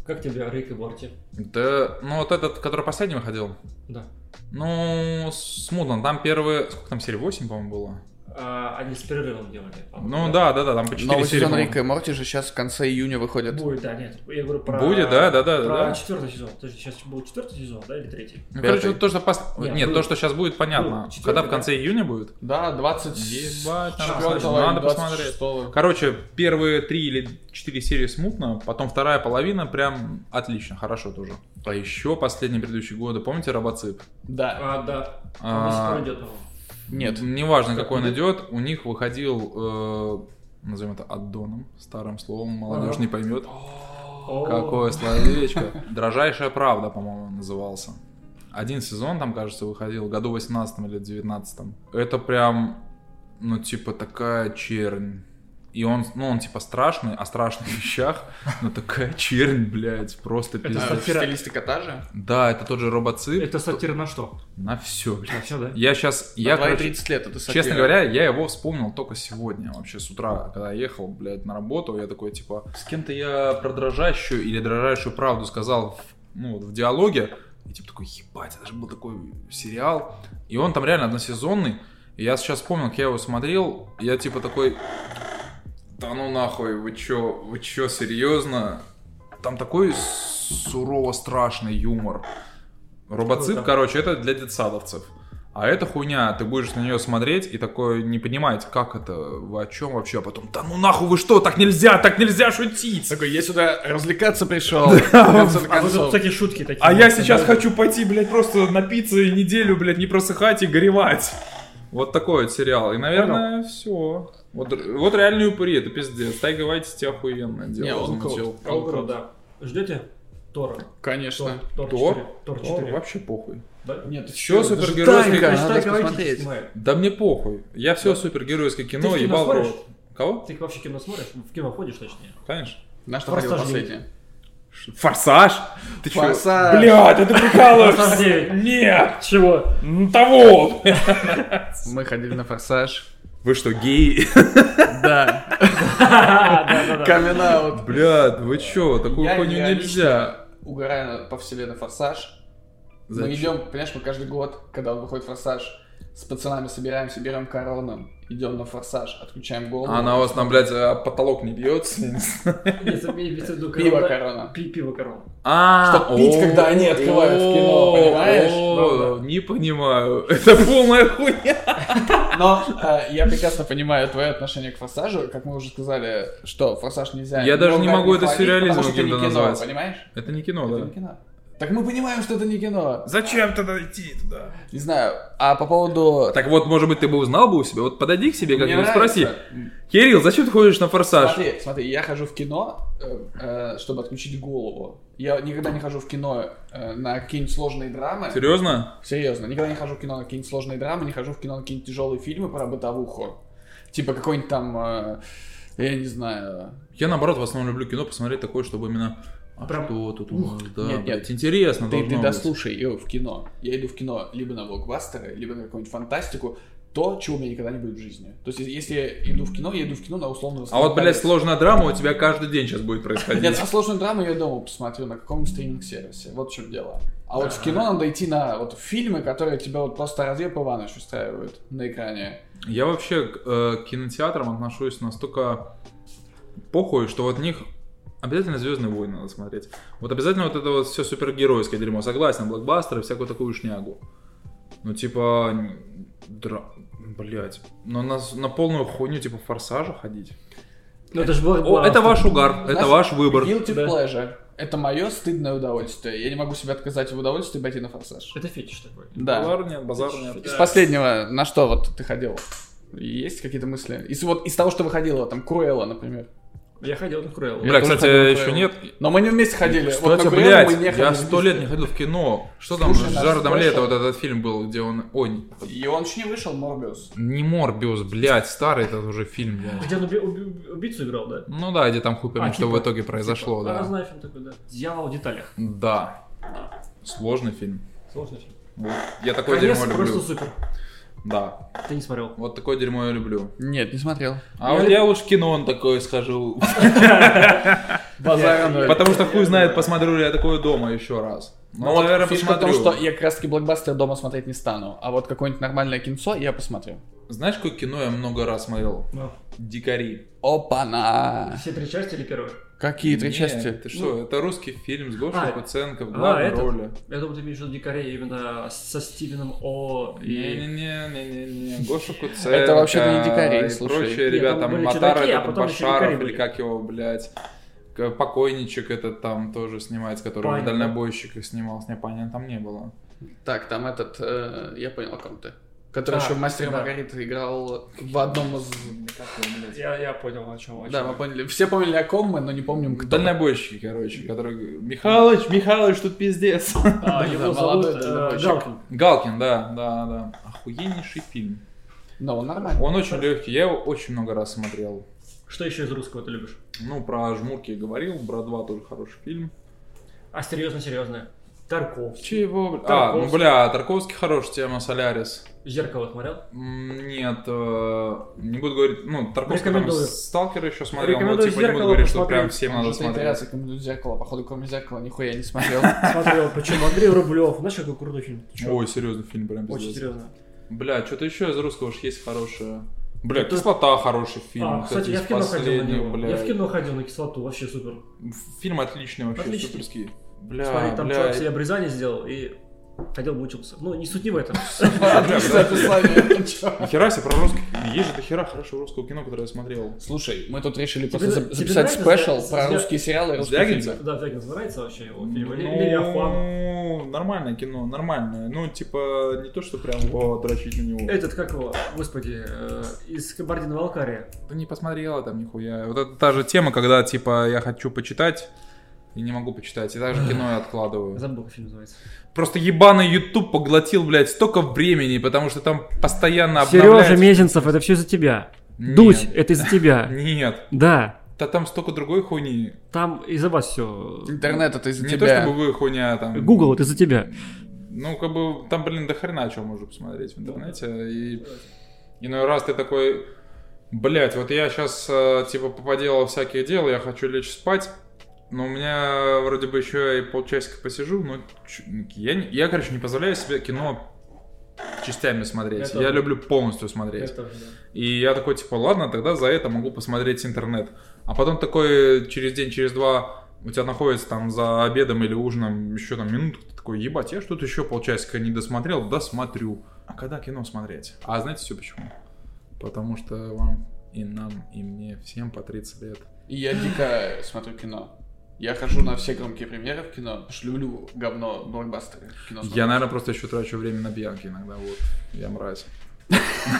Speaker 2: Как тебе Рик и Морти?
Speaker 1: Да, ну вот этот, который последний выходил,
Speaker 2: Да.
Speaker 1: ну, смутно, там первые, сколько там серий, 8, по-моему, было?
Speaker 2: А, они с перерывом делали. по-моему,
Speaker 1: Ну да, да, да, там по 4
Speaker 3: Новый
Speaker 1: серии.
Speaker 3: сезон
Speaker 1: по-моему.
Speaker 3: Рика и Морти же сейчас в конце июня выходит.
Speaker 2: Будет, да, нет. Я говорю про...
Speaker 1: Будет, да, да, да,
Speaker 2: Про
Speaker 1: да.
Speaker 2: четвертый сезон. То есть сейчас был четвертый сезон, да, или третий?
Speaker 1: Ну,
Speaker 3: Пятый.
Speaker 1: короче, вот то, что пос-
Speaker 2: Нет,
Speaker 1: Нет,
Speaker 2: был.
Speaker 1: то, что сейчас будет, понятно.
Speaker 2: Был. Четвертый,
Speaker 1: Когда в
Speaker 2: да.
Speaker 1: конце июня будет?
Speaker 6: Да, 24
Speaker 1: Ебать, надо
Speaker 2: Четвёртого
Speaker 1: посмотреть, надо посмотреть.
Speaker 6: 26
Speaker 1: Короче, первые три или четыре серии смутно, потом вторая половина прям отлично, хорошо тоже. А еще последние предыдущие годы, помните Робоцип?
Speaker 6: Да.
Speaker 2: А, да. Он до сих
Speaker 1: А,
Speaker 2: пор идет, по-моему.
Speaker 6: Нет.
Speaker 1: Неважно, какой он идет, у них выходил, э, назовем это аддоном, старым словом, молодежь
Speaker 2: Ага.
Speaker 1: не поймет.
Speaker 2: О,
Speaker 1: Какое словечко. Дрожайшая правда, по-моему, он назывался. Один сезон там, кажется, выходил, году 18 или 19. Это прям, ну, типа, такая чернь. И он, ну, он типа страшный, о страшных вещах, но такая чернь, блядь, просто
Speaker 3: А,
Speaker 1: пиздец.
Speaker 3: Стилистика та же.
Speaker 1: Да, это тот же робоцип.
Speaker 2: Это сатира на что?
Speaker 1: На все, блядь.
Speaker 2: На все, да?
Speaker 1: Я сейчас, я,
Speaker 3: Я твои
Speaker 1: короче,
Speaker 3: 30 лет, это сатира.
Speaker 1: Честно говоря, я его вспомнил только сегодня, вообще с утра, когда я ехал, блядь, на работу, я такой, типа, с кем-то я про дрожащую или дрожащую правду сказал, в- ну, вот в диалоге, и типа такой, ебать, это же был такой сериал, и он там реально односезонный, и я сейчас вспомнил, как я его смотрел, и я типа такой, да ну нахуй, вы чё, вы чё, серьезно? Там такой сурово страшный юмор. Робоцит,
Speaker 2: Круто.
Speaker 1: короче, это для детсадовцев. А эта хуйня, ты будешь на нее смотреть и такой не понимать, как это, вы о чем вообще, а потом, да ну нахуй вы что, так нельзя, так нельзя шутить.
Speaker 3: Такой, я сюда развлекаться пришел. В конце
Speaker 2: А вы тут
Speaker 3: концов.
Speaker 2: всякие шутки такие.
Speaker 1: А я сейчас хочу пойти, блядь, просто напиться и неделю, блядь, не просыхать и горевать. Вот такой вот сериал. И, наверное, все. Вот, вот реальные упыри, это пиздец. Тайга Вайтис тебя охуенно дело.
Speaker 3: Не, он
Speaker 1: замутил.
Speaker 3: крут.
Speaker 2: Кого, да. Ждете? Тора.
Speaker 3: Конечно.
Speaker 2: Тор, Тор
Speaker 1: Тор?
Speaker 2: 4. Тор
Speaker 1: О,
Speaker 2: 4.
Speaker 1: вообще похуй.
Speaker 2: Да?
Speaker 6: Нет,
Speaker 1: Чё
Speaker 6: всё, даже
Speaker 1: супергеройское
Speaker 3: Тайга.
Speaker 1: кино?
Speaker 3: надо
Speaker 2: Hashtag говорите,
Speaker 3: посмотреть.
Speaker 2: снимаю.
Speaker 1: Да мне похуй. Я все супергеройское
Speaker 2: Ты
Speaker 1: кино
Speaker 2: в кино
Speaker 1: ебал в
Speaker 2: смотришь?
Speaker 1: рот. Кого?
Speaker 2: Ты вообще кино смотришь? В кино ходишь, точнее.
Speaker 1: Конечно.
Speaker 3: На что
Speaker 2: Просто
Speaker 3: ходил
Speaker 2: жди.
Speaker 3: последнее?
Speaker 1: Форсаж? Ты чё?
Speaker 3: Форсаж.
Speaker 1: Блядь, это ты
Speaker 2: Форсаж
Speaker 1: прикалываешься?
Speaker 2: девять.
Speaker 1: Нет!
Speaker 2: Чего?
Speaker 1: Ну того!
Speaker 3: Мы ходили на форсаж.
Speaker 1: Вы что, геи?
Speaker 3: Да.
Speaker 2: Да-да-да.
Speaker 3: Камин-аут.
Speaker 1: Блядь, вы чё? Такую
Speaker 6: Я
Speaker 1: хуйню
Speaker 6: реально
Speaker 1: нельзя.
Speaker 6: Угораю по вселенной Форсаж.
Speaker 1: Зачем?
Speaker 6: Мы идем, понимаешь, мы каждый год, когда он выходит Форсаж, с пацанами собираемся, берем корону, идем на Форсаж, отключаем голову.
Speaker 1: А на вас там, блядь, а, потолок не бьется?
Speaker 2: Нет, имеется в виду
Speaker 6: Пиво
Speaker 2: корона.
Speaker 6: корона.
Speaker 2: Пи- Пиво корона.
Speaker 1: А,
Speaker 6: Чтоб пить,
Speaker 1: о,
Speaker 6: когда они открывают в кино,
Speaker 1: о,
Speaker 6: понимаешь?
Speaker 1: о, Не понимаю. Это полная хуйня.
Speaker 6: Но э, я прекрасно понимаю твое отношение к Форсажу, как мы уже сказали, что Форсаж нельзя.
Speaker 1: Я даже не
Speaker 6: ругать,
Speaker 1: могу это
Speaker 6: хвалить,
Speaker 1: сюрреализмом
Speaker 6: потому что это не
Speaker 1: каким-то
Speaker 6: кино,
Speaker 1: назвать.
Speaker 6: Понимаешь?
Speaker 1: Это не кино,
Speaker 6: Это
Speaker 1: да.
Speaker 6: не кино. Так мы понимаем, что это не кино.
Speaker 1: Зачем тогда идти туда?
Speaker 6: Не знаю. А по поводу...
Speaker 1: Так вот, может быть, ты бы узнал бы у себя. Вот подойди к себе
Speaker 6: Мне
Speaker 1: как-нибудь
Speaker 6: нравится.
Speaker 1: спроси. Кирилл, зачем ты ходишь на форсаж?
Speaker 6: Смотри, смотри, я хожу в кино, э, э, чтобы отключить голову. Я никогда не хожу в кино э, на какие-нибудь сложные драмы.
Speaker 1: Серьезно?
Speaker 6: Серьезно, никогда не хожу в кино на какие-нибудь сложные драмы, не хожу в кино на какие-нибудь тяжелые фильмы про бытовуху. Типа какой-нибудь там, э, я не знаю,
Speaker 1: Я наоборот в основном люблю кино посмотреть такое, чтобы именно А
Speaker 2: Прям-
Speaker 1: что тут у
Speaker 2: Ух.
Speaker 1: нас? Да,
Speaker 3: Нет, нет.
Speaker 1: блядь, интересно
Speaker 3: Ты,
Speaker 1: должно
Speaker 3: ты
Speaker 1: быть.
Speaker 3: дослушай ее в кино. Я иду в кино либо на блокбастеры, либо на какую-нибудь фантастику, то, чего у меня никогда не будет в жизни. То есть, если я иду в кино, я иду в кино на условного
Speaker 1: А вот, блядь,
Speaker 3: «Властелина
Speaker 1: сложная драма у тебя каждый день сейчас будет
Speaker 3: колец».
Speaker 1: происходить.
Speaker 3: Нет, а сложную драму я дома посмотрю на каком-нибудь стриминг-сервисе. Вот в чем дело. А вот в
Speaker 2: Ага.
Speaker 3: кино надо идти на вот фильмы, которые тебя вот просто разъеб Иванович устраивают на экране.
Speaker 1: Я вообще к э, к кинотеатрам отношусь настолько похуй, что вот них обязательно Звездные войны надо смотреть. Вот обязательно вот это вот все супергеройское дерьмо. Согласен, блокбастеры, всякую такую шнягу. Ну, типа, н- дра... блять. Но на, с- на полную хуйню, типа, форсажа ходить.
Speaker 2: Ну это же
Speaker 1: О, это ваш угар, это
Speaker 3: Знаешь,
Speaker 1: ваш выбор.
Speaker 3: Guilty
Speaker 2: Да.
Speaker 3: pleasure. Это мое стыдное удовольствие. Я не могу себе отказать в удовольствии пойти на форсаж.
Speaker 2: Это фетиш такой.
Speaker 3: Да.
Speaker 1: Базар нет, базар нет.
Speaker 3: Из последнего, на что вот ты ходил? Есть какие-то мысли? Из, вот, из того, что выходило, там, Круэлла, например.
Speaker 2: Я ходил на Круэлл.
Speaker 1: Бля,
Speaker 3: тоже
Speaker 1: кстати,
Speaker 3: ходил на
Speaker 1: еще
Speaker 3: Круэлл.
Speaker 1: нет.
Speaker 3: Но мы не вместе ходили. вот
Speaker 1: Кстати,
Speaker 3: на Круэллу
Speaker 1: блядь,
Speaker 3: мы не
Speaker 1: я
Speaker 3: ходили
Speaker 1: сто
Speaker 3: вместе.
Speaker 1: лет не ходил в кино. Что там
Speaker 3: Слушай,
Speaker 1: с
Speaker 3: наш
Speaker 1: Джаредом Лето
Speaker 3: спешл.
Speaker 1: вот этот фильм был, где он... Ой,
Speaker 3: И он еще не вышел, Морбиус.
Speaker 1: Не Морбиус, блядь, старый этот уже фильм, блядь.
Speaker 2: Где он уби- уби- убийцу играл, да?
Speaker 1: Ну да, где там хуй пойми,
Speaker 2: А,
Speaker 1: что
Speaker 2: типа-
Speaker 1: в итоге произошло,
Speaker 2: Типа, А,
Speaker 1: да.
Speaker 2: знаешь, он такой, да. Дьявол в деталях.
Speaker 1: Да. Сложный фильм.
Speaker 2: Сложный фильм.
Speaker 1: Вот. Я такое
Speaker 2: Конец
Speaker 1: дерьмо люблю.
Speaker 2: просто супер.
Speaker 1: Да.
Speaker 2: Ты не смотрел.
Speaker 1: Вот такое дерьмо я люблю.
Speaker 3: Нет, не смотрел.
Speaker 1: А
Speaker 2: Я
Speaker 1: вот
Speaker 2: люб-
Speaker 1: я лучше в кино он такое схожу.
Speaker 3: Базара ноль.
Speaker 1: Потому что хуй знает, посмотрю ли я такое дома еще раз.
Speaker 3: э, Ну,
Speaker 1: Ну,
Speaker 3: вот
Speaker 1: наверное,
Speaker 3: фишка в том,
Speaker 1: посмотрю.
Speaker 3: что я как раз таки блокбастер дома смотреть не стану, а вот какое-нибудь нормальное кинцо я посмотрю.
Speaker 1: Знаешь, какое кино я много раз смотрел?
Speaker 2: Ну,
Speaker 1: Дикари.
Speaker 3: Опа-на!
Speaker 2: Все три части или первая?
Speaker 3: Какие три
Speaker 1: Не,
Speaker 3: части? Ну.
Speaker 1: Ты что, это русский фильм с Гошей
Speaker 2: А,
Speaker 1: Куценко в главной
Speaker 2: этот?
Speaker 1: роли.
Speaker 2: Я думаю, ты имеешь в виду дикарей именно со Стивеном О. и-
Speaker 1: Не-не-не-не-не, Гоша Куценко.
Speaker 3: Это вообще-то не дикари,
Speaker 1: и
Speaker 3: слушай.
Speaker 1: прочие
Speaker 2: Нет,
Speaker 1: ребята,
Speaker 2: там
Speaker 1: там
Speaker 2: были
Speaker 1: Матара,
Speaker 2: чудаки, а
Speaker 1: этот
Speaker 2: потом еще
Speaker 1: Башаров,
Speaker 2: дикари
Speaker 1: или
Speaker 2: были.
Speaker 1: как его, блядь. к- Покойничек этот там тоже снимается, который
Speaker 2: Панин, да.
Speaker 1: дальнобойщик и снимал, с Непанин там не было.
Speaker 3: Так, там этот, э, я понял, о ком ты. Который
Speaker 2: А,
Speaker 3: еще в «Мастере и
Speaker 2: да.
Speaker 3: Маргарите» играл в одном из...
Speaker 2: Я, я понял, о чем. О чем.
Speaker 3: Да, мы поняли. Все поняли, о ком мы, но не помним,
Speaker 1: А,
Speaker 3: кто.
Speaker 1: Дальнобойщики, короче, который... говорит, Михалыч, Михалыч, тут пиздец.
Speaker 2: А,
Speaker 3: Да,
Speaker 2: его
Speaker 3: да,
Speaker 2: зовут
Speaker 3: молодой
Speaker 2: э,
Speaker 3: дальнобойщик.
Speaker 2: Галкин.
Speaker 1: Галкин, да, да, да. Охуеннейший фильм.
Speaker 3: Но он нормальный.
Speaker 1: Он очень легкий, я его очень много раз смотрел.
Speaker 2: Что еще из русского ты любишь?
Speaker 1: Ну, про жмурки я говорил, брат 2 тоже хороший фильм.
Speaker 2: А серьезно, серьезно. Тарковский.
Speaker 1: Чего? бля? А, ну
Speaker 2: Тарковский.
Speaker 1: бля, Тарковский хорошая тема, Солярис.
Speaker 2: Зеркало смотрел?
Speaker 1: М, Нет, э, не буду говорить, ну, Тарковский там
Speaker 2: Рекомендую.
Speaker 1: Сталкера еще смотрел, но
Speaker 2: Рекомендую
Speaker 1: типа не буду
Speaker 2: «Зеркало»
Speaker 1: говорить, что
Speaker 2: посмотреть.
Speaker 1: прям всем надо
Speaker 3: Потому что я три раза
Speaker 1: смотреть.
Speaker 3: рекомендую «Зеркало», походу, кроме «Зеркала» нихуя не смотрел.
Speaker 2: Смотрел, почему Андрей Рублев. Знаешь, какой крутой фильм? Ты чё?
Speaker 1: Ой, серьезный фильм, прям
Speaker 2: Очень
Speaker 1: пиздец.
Speaker 2: серьезно.
Speaker 1: Бля, что-то еще из русского ж есть хорошее. Бля,
Speaker 2: Это-
Speaker 1: кислота хороший фильм.
Speaker 2: А, кстати, я
Speaker 1: из
Speaker 2: в кино ходил на
Speaker 1: последних,
Speaker 2: него.
Speaker 1: бля.
Speaker 2: Я в кино ходил на кислоту, вообще супер.
Speaker 1: Фильм отличный вообще,
Speaker 2: Отличный.
Speaker 1: суперский.
Speaker 3: А,
Speaker 1: Бля,
Speaker 2: Смотри, там
Speaker 1: бля.
Speaker 2: человек себе обрезание сделал и ходил бы учился. Ну, не суть не в этом.
Speaker 3: Отличное описание. Чё?
Speaker 1: Нихера себе про русский фильм. Есть же до хера хорошего русского кино, которое я смотрел.
Speaker 3: Слушай, мы тут решили
Speaker 2: Тебе
Speaker 3: просто
Speaker 2: на-
Speaker 3: за-
Speaker 2: тебе
Speaker 3: записать
Speaker 2: нравится
Speaker 3: спешл
Speaker 2: Звягин-
Speaker 3: про
Speaker 2: Звягин-
Speaker 3: русские сериалы и русские
Speaker 1: Звягинцев?
Speaker 3: фильмы.
Speaker 2: Да, Фягин нравится вообще его фильм. Или или Левиафан.
Speaker 1: Ну, нормальное кино, нормальное. Ну, типа, не то, что прям о, дрочить на него.
Speaker 2: Этот, как его, господи, э, из Кабардино-Балкария.
Speaker 1: Да не посмотрела там нихуя. Вот это та же тема, когда, типа, я хочу почитать и не могу почитать. И также кино я откладываю.
Speaker 2: Забыл, как фильм называется.
Speaker 1: Просто ебаный YouTube поглотил, блядь, столько времени, потому что там постоянно обновляется.
Speaker 2: Сережа Мезенцев, это все из-за тебя.
Speaker 1: Нет.
Speaker 2: Дудь, это из-за тебя.
Speaker 1: Нет.
Speaker 2: Да,
Speaker 1: Да там столько другой хуйни.
Speaker 2: там из-за вас все.
Speaker 3: Интернет это из-за
Speaker 1: Не то, чтобы
Speaker 3: тебя.
Speaker 1: вы хуйня а там.
Speaker 2: Google, это из-за тебя.
Speaker 1: Ну, как бы, там, блин, до хрена чего можно посмотреть в интернете. И иной раз ты такой, блядь, вот я сейчас, типа, поподелал всякие дела, я хочу лечь спать, но у меня вроде бы еще и полчасика посижу, но чё- я, не- я, короче, не позволяю себе кино частями
Speaker 2: Я
Speaker 1: смотреть.
Speaker 2: тоже.
Speaker 1: я люблю полностью смотреть.
Speaker 2: Это уже, да.
Speaker 1: И я такой, типа, ладно, тогда за это могу посмотреть интернет. А потом такой через день, через два у тебя находится там за обедом или ужином еще там минутку, ты такой, ебать, я что-то еще полчасика не досмотрел, досмотрю. А когда кино смотреть? А знаете все почему? Потому что вам и нам, и мне всем по 30 лет.
Speaker 3: И я дико смотрю кино. Я хожу на все громкие премьеры в кино, потому что люблю говно блокбастеры. в кино
Speaker 1: Я, наверное, просто еще трачу время на пьянки иногда, вот. Я мразь.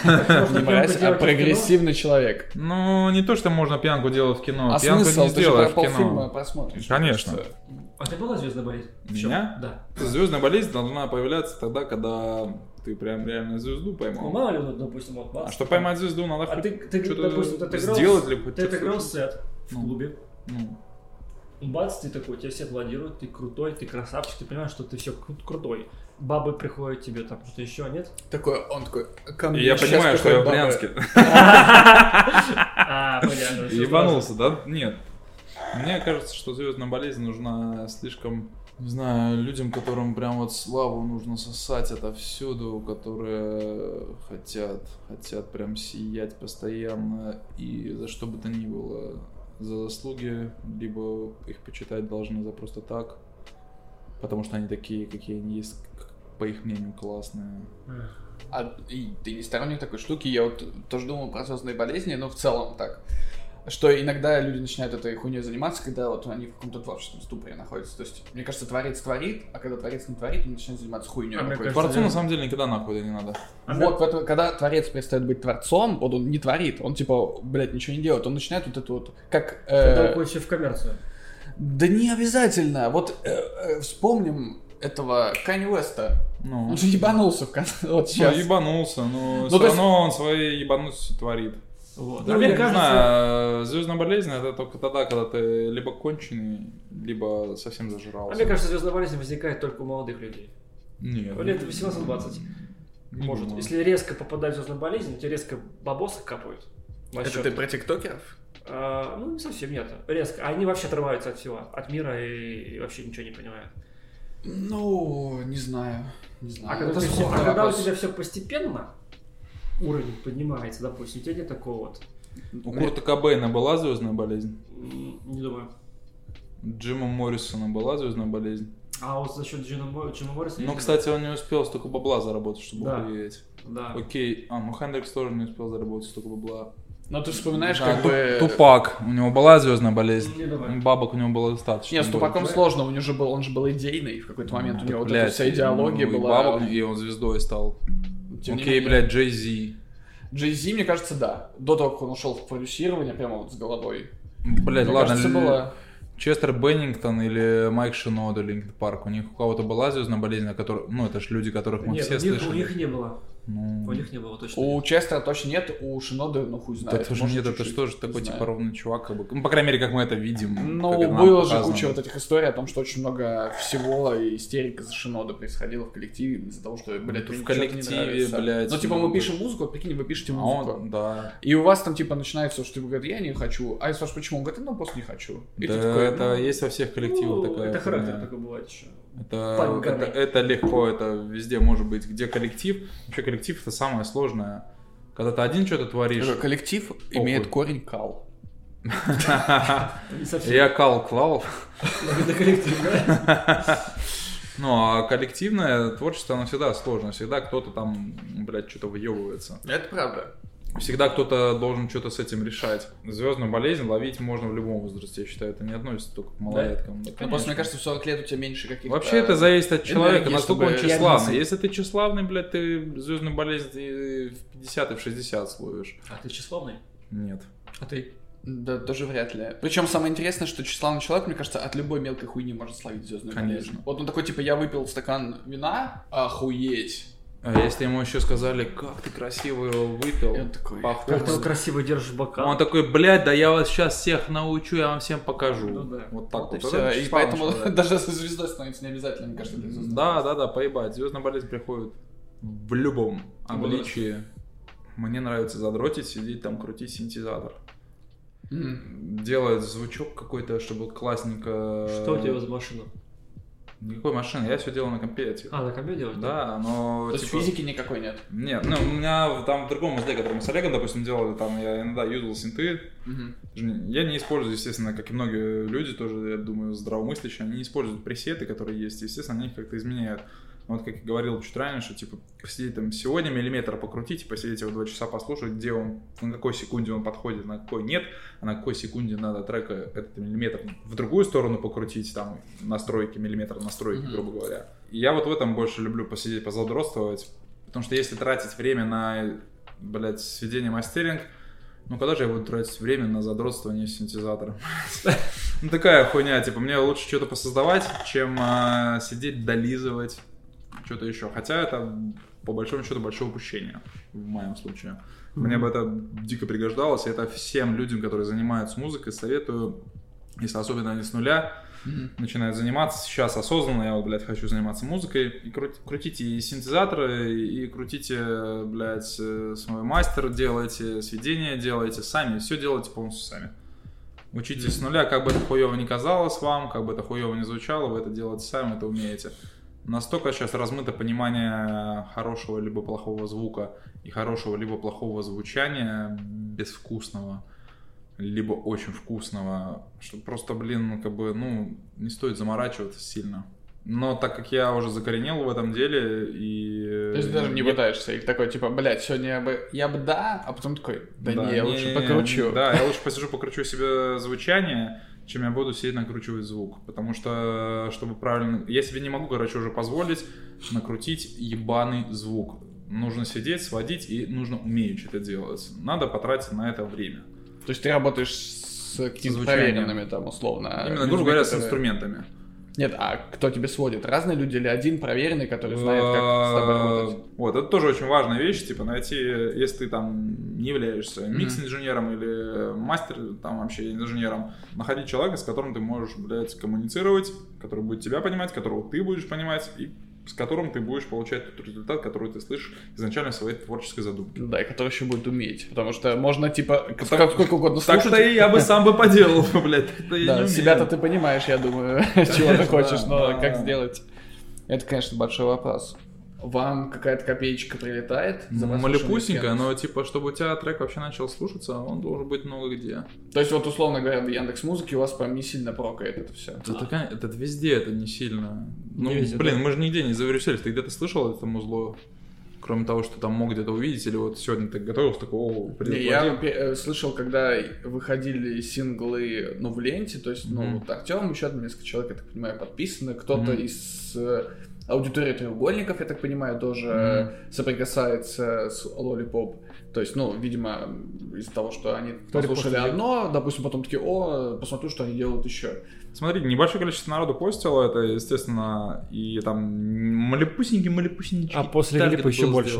Speaker 3: смотрю. не мразь, а прогрессивный человек.
Speaker 1: Ну, не то, что можно пьянку делать в кино.
Speaker 3: А
Speaker 1: пьянку
Speaker 3: смысл?
Speaker 1: не
Speaker 3: Ты же про
Speaker 1: сделаешь в
Speaker 3: полфильма
Speaker 1: кино.
Speaker 3: просмотришь.
Speaker 1: Конечно.
Speaker 3: Потому что-
Speaker 2: А ты была звездная болезнь? В чём?
Speaker 1: Меня?
Speaker 2: Да.
Speaker 1: Звездная болезнь должна появляться тогда, когда ты прям реально звезду
Speaker 2: Ну,
Speaker 1: поймал.
Speaker 2: мало ли, ну, допустим, вот
Speaker 1: А
Speaker 2: вас-
Speaker 1: что поймать звезду, надо
Speaker 2: А
Speaker 1: хоть
Speaker 2: ты, ты
Speaker 1: что-то
Speaker 2: допустим, ты отыграл,
Speaker 1: сделать ли хоть
Speaker 2: ты
Speaker 1: что-то.
Speaker 2: отыграл сет в
Speaker 1: Ну.
Speaker 2: клубе,
Speaker 1: Ну,
Speaker 2: Бац, ты такой, тебя все аплодируют, ты крутой, ты красавчик, ты понимаешь, что ты все крутой. Бабы приходят тебе там, что-то еще, нет?
Speaker 3: Такой, он такой, ко мне
Speaker 1: И я
Speaker 3: щас
Speaker 1: понимаю, что я в
Speaker 3: Ну, какой бабы.
Speaker 1: Брянске.
Speaker 2: А, понятно. всё
Speaker 1: Ебанулся, да? Нет. Мне кажется, что звездная болезнь нужна слишком, не знаю, людям, которым прям вот славу нужно сосать отовсюду, которые хотят, хотят прям сиять постоянно и за что бы то ни было за заслуги, либо их почитать должны за просто так, потому что они такие, какие они есть, к- по их мнению, классные.
Speaker 2: классно.
Speaker 6: А и ты не сторонник такой штуки, я вот тоже думал про звездные болезни, но в целом так.
Speaker 3: Что иногда люди начинают этой хуйней заниматься, когда вот они в каком-то творческом ступоре находятся. То есть, мне кажется, творец творит, а когда творец не творит, он начинает заниматься хуйней.
Speaker 2: А мне
Speaker 3: какой-то.
Speaker 2: кажется,
Speaker 1: Творцу
Speaker 2: реально.
Speaker 1: на самом деле никогда нахуй не надо.
Speaker 2: А
Speaker 3: Вот, в этом- когда творец перестает быть творцом, вот он не творит, он типа, блядь, ничего не делает, он начинает вот это вот, как... э,
Speaker 2: Это уходит все в коммерцию.
Speaker 3: Да не обязательно, вот э, э, вспомним этого Канни Уэста,
Speaker 1: Ну.
Speaker 3: он же ебанулся в конце, вот сейчас.
Speaker 1: Ну, ебанулся, но
Speaker 3: Ну,
Speaker 1: все
Speaker 3: то есть-
Speaker 1: равно он свои ебануться творит.
Speaker 2: Вот.
Speaker 1: Да,
Speaker 2: Ну,
Speaker 1: я
Speaker 2: мне
Speaker 1: не
Speaker 2: кажется,
Speaker 1: знаю, э, звездная болезнь это только тогда, когда ты либо конченый, либо совсем
Speaker 2: а
Speaker 1: зажирался.
Speaker 2: мне кажется, звездная болезнь возникает только у молодых людей.
Speaker 1: Нет.
Speaker 2: лет 18-20.
Speaker 1: Не
Speaker 2: Может,
Speaker 1: думаю.
Speaker 2: если резко попадать в звездную болезнь, тебе резко бабосы капают. на счёт.
Speaker 3: про тиктокеров?
Speaker 2: А, ну, не совсем нет. Резко. Они вообще отрываются от всего, от мира и, и вообще ничего не понимают.
Speaker 3: Ну, не знаю, не знаю.
Speaker 2: А когда,
Speaker 3: Это
Speaker 2: ты всё- а
Speaker 3: сложный
Speaker 2: когда у
Speaker 3: вопрос.
Speaker 2: тебя все постепенно, уровень поднимается, допустим, у тебя нет такого вот.
Speaker 1: У Курта Кобейна была звездная болезнь.
Speaker 2: м, Не думаю.
Speaker 1: У Джима Моррисона была звездная болезнь.
Speaker 2: А вот за счет Джима Мор- Джима Морриса...
Speaker 1: Но,
Speaker 2: не
Speaker 1: Ну, кстати, он не успел столько бабла заработать, чтобы
Speaker 2: Да.
Speaker 1: охуеть.
Speaker 2: знаю. Да.
Speaker 1: Окей, а, ну Хендрикс тоже не успел заработать столько бабла.
Speaker 3: Но ты же вспоминаешь,
Speaker 1: Да,
Speaker 3: как
Speaker 1: Ту-
Speaker 3: бы...
Speaker 1: Тупак, у него была звездная болезнь.
Speaker 2: Не думаю.
Speaker 1: Бабок у него было достаточно.
Speaker 3: Не, с
Speaker 1: Было.
Speaker 3: Тупаком сложно, у него же был, он же был идейный в какой-то момент, у
Speaker 1: Так,
Speaker 3: него вот
Speaker 1: блядь,
Speaker 3: эта вся идеология
Speaker 1: ну, и
Speaker 3: была.
Speaker 1: бабок, и он звездой стал.
Speaker 3: Тем не
Speaker 1: Окей,
Speaker 3: менее.
Speaker 1: блядь, Джей Зи.
Speaker 3: Джей Зи, мне кажется, да. До того, как он ушел в продюсирование, прямо вот с головой.
Speaker 1: Блядь,
Speaker 3: мне
Speaker 1: ладно.
Speaker 3: кажется,
Speaker 1: л-
Speaker 3: было...
Speaker 1: Честер Беннингтон или Майк Шинода, Линкин Парк, у них у кого-то была звездная болезнь, о которой... Ну, это же люди, которых мы
Speaker 2: Нет,
Speaker 1: все
Speaker 2: у них, у
Speaker 1: слышали.
Speaker 2: них не было.
Speaker 1: Ну,
Speaker 2: У них не было точно.
Speaker 3: У Честера точно нет, у Шиноды, ну хуй знает.
Speaker 1: так это же
Speaker 3: может,
Speaker 1: нет, это
Speaker 3: чуть-чуть,
Speaker 1: же тоже
Speaker 3: не
Speaker 1: такой,
Speaker 3: знаю.
Speaker 1: типа, ровный чувак, как бы. Ну, по крайней мере, как мы это видим. как это
Speaker 3: Ну,
Speaker 1: нам
Speaker 3: было же
Speaker 1: показано.
Speaker 3: куча вот этих историй о том, что очень много всего и истерика за Шинода происходило в коллективе из-за того, что, блядь,
Speaker 1: Это в
Speaker 3: мне чё-то не
Speaker 1: коллективе,
Speaker 3: нравится.
Speaker 1: блядь,
Speaker 3: Ну, типа,
Speaker 1: много.
Speaker 3: мы пишем музыку, вот прикинь, вы пишете
Speaker 1: А
Speaker 3: музыку.
Speaker 1: он, да.
Speaker 3: И у вас там, типа, начинается, что типа, говорит, я не хочу. А я спрашиваю, почему? Он говорит, ну, просто не хочу. И ты
Speaker 1: Да,
Speaker 3: такой,
Speaker 1: это
Speaker 3: «Ну,
Speaker 1: есть во всех коллективах
Speaker 2: Ну,
Speaker 1: такая.
Speaker 2: Это характер
Speaker 1: хуйня.
Speaker 2: такой бывает еще.
Speaker 1: Это, это,
Speaker 2: Поганый.
Speaker 1: это легко, это везде может быть. Где коллектив? Вообще коллектив это самое сложное. Когда ты один что-то творишь.
Speaker 3: Слушай, Коллектив имеет корень кал.
Speaker 2: Не совсем.
Speaker 1: Я кал клал.
Speaker 2: Это коллектив, да?
Speaker 1: Ну, а коллективное творчество, оно всегда сложно. Всегда кто-то там, блядь, что-то выебывается.
Speaker 3: Это правда.
Speaker 1: Всегда кто-то должен что-то с этим решать. Звездную болезнь ловить можно в любом возрасте, я считаю. Это не относится только к малолеткам. Да,
Speaker 3: Ну,
Speaker 1: конечно.
Speaker 3: просто, мне кажется, типа, в 40 лет у тебя меньше каких-то...
Speaker 1: Вообще это зависит от человека,
Speaker 3: энергии,
Speaker 1: насколько он
Speaker 3: чтобы-
Speaker 1: тщеславный.
Speaker 3: Я
Speaker 1: Если ты тщеславный, блядь, ты звездную болезнь ты в 50 и в 60 словишь.
Speaker 2: А ты тщеславный?
Speaker 1: Нет.
Speaker 2: А ты?
Speaker 3: Да, тоже вряд ли. Причем самое интересное, что тщеславный человек, мне кажется, от любой мелкой хуйни может словить звездную
Speaker 1: Конечно.
Speaker 3: болезнь. Вот он такой, типа, я выпил стакан вина, охуеть.
Speaker 1: А если ему еще сказали, как ты красиво его выпил,
Speaker 3: И он такой,
Speaker 1: пах-
Speaker 2: Как ты красиво держишь бокал.
Speaker 1: Он такой, блядь, да я вас сейчас всех научу, я вам всем покажу.
Speaker 2: Ну да.
Speaker 1: Вот так вот.
Speaker 3: и
Speaker 1: Это
Speaker 3: всё. И
Speaker 1: тщеславный
Speaker 3: поэтому
Speaker 1: человек.
Speaker 3: даже со звездой становится не обязательно, мне кажется, для звездной
Speaker 1: Да, да, да, поебать. Звездная болезнь приходит в любом обличии. Мне нравится задротить, сидеть там, крутить синтезатор.
Speaker 3: болезни. М.
Speaker 1: Делает звучок какой-то, чтобы классненько...
Speaker 2: Что у тебя за машина?
Speaker 1: Никакой машины, я все делаю на компе. типа.
Speaker 2: А, на комедии делать?
Speaker 1: Да, но...
Speaker 3: То есть
Speaker 1: типа-
Speaker 3: физики никакой нет.
Speaker 1: Нет, ну, у меня в- там в другом узле, который мы с Олегом, допустим, делали, там я иногда юзал синты, Ж- Я не использую, естественно, как и многие люди тоже, я думаю, здравомыслящие, они не используют пресеты, которые есть, естественно, они их как-то изменяют. Вот как я говорил чуть раньше, типа, посидеть там сегодня миллиметр покрутить, посидеть его два часа послушать, где он, на какой секунде он подходит, на какой нет, а на какой секунде надо трека этот миллиметр в другую сторону покрутить, там, настройки, миллиметр настройки,
Speaker 3: Мгм.
Speaker 1: грубо говоря. И я вот в этом больше люблю посидеть, позадротствовать, потому что если тратить время на, блядь, сведение мастеринг, ну когда же я буду тратить время на задротствование синтезатора? Ну такая хуйня, типа мне лучше что-то посоздавать, чем а, сидеть долизывать что-то еще. Хотя это по большому счету большое упущение в моем случае. Мне бы это дико пригождалось, и это всем людям, которые занимаются музыкой, советую Если особенно они с нуля начинают заниматься, сейчас осознанно я, вот, блядь, хочу заниматься музыкой, и кру- крутите и синтезаторы, и крутите, блядь, э, свой мастер, делайте сведения, делайте сами, все делайте полностью сами. Учитесь с нуля, как бы это хуево не казалось вам, как бы это хуево не звучало, вы это делаете сами, это умеете. Настолько сейчас размыто понимание хорошего либо плохого звука и хорошего либо плохого звучания, безвкусного, либо очень вкусного, что просто, блин, как бы, ну, не стоит заморачиваться сильно. Но так как я уже закоренел в этом деле и...
Speaker 3: То есть даже не пытаешься их такой, типа, блядь, сегодня я бы, я бы да, а потом такой, да, не, я лучше покручу.
Speaker 1: Да, я лучше посижу, покручу себе звучание, чем я буду сидеть накручивать звук. Потому что, чтобы правильно... Я себе не могу, короче, уже позволить накрутить ебаный звук. Нужно сидеть, сводить, и нужно уметь это делать. Надо потратить на это время.
Speaker 3: То есть ты работаешь с какими-то
Speaker 1: звучанием.
Speaker 3: проверенными там, условно.
Speaker 1: Именно,
Speaker 3: людьми,
Speaker 1: грубо говоря, с
Speaker 3: А, ну, которые-
Speaker 1: инструментами.
Speaker 3: Нет, а кто тебе сводит? Разные люди или один проверенный, который знает, как с тобой работать?
Speaker 1: Э, Вот, это тоже очень важная вещь, типа найти, если ты там не являешься микс-инженером или э, мастер, там вообще инженером, находить человека, с которым ты можешь, блядь, коммуницировать, который будет тебя понимать, которого ты будешь понимать, и с которым ты будешь получать тот результат, который ты слышишь изначально в своей творческой задумке.
Speaker 3: Да, и который еще будет уметь. Потому что можно, типа, к- как- сколько угодно
Speaker 1: Так
Speaker 3: слушать.
Speaker 1: что и я бы сам бы поделал, блядь. так-то я не
Speaker 3: Да,
Speaker 1: умею.
Speaker 3: себя-то ты понимаешь, я думаю, чего
Speaker 1: Конечно,
Speaker 3: ты хочешь,
Speaker 1: да,
Speaker 3: но
Speaker 1: да.
Speaker 3: как сделать? Это, конечно, большой вопрос.
Speaker 7: Вам какая-то копеечка прилетает? за
Speaker 1: Ну,
Speaker 7: прослушанный
Speaker 1: Малюпусенько,
Speaker 7: сеанс?
Speaker 1: но типа, чтобы у тебя трек вообще начал слушаться, он должен быть много где.
Speaker 3: То есть, вот, условно говоря, в Яндекс Музыке у вас прям не сильно прокает это все.
Speaker 1: Это, такая- это везде, это не сильно. Ну,
Speaker 2: везде,
Speaker 1: блин,
Speaker 2: да.
Speaker 1: мы же нигде не завирусились. Ты где-то слышал это музло? Кроме того, что там мог где-то увидеть, или вот сегодня ты готовился, такой, о,
Speaker 3: Не,
Speaker 1: привет,
Speaker 3: я
Speaker 1: Владимир».
Speaker 3: пе- э, слышал, когда выходили синглы, ну, в ленте, то есть, ну,
Speaker 1: Мгм.
Speaker 3: вот Артем, еще там несколько человек, я так понимаю, подписаны, кто-то
Speaker 1: Мгм.
Speaker 3: из э, аудитории треугольников, я так понимаю, тоже э, соприкасается с Лолипоп. То есть, ну, видимо, из-за того, что они послушали
Speaker 1: репостили.
Speaker 3: одно, допустим, потом такие, о, посмотрю, что они делают еще.
Speaker 1: Смотри, небольшое количество народу постило это, естественно, и там малепусеньки, малепусеньки.
Speaker 2: А после клипа еще больше.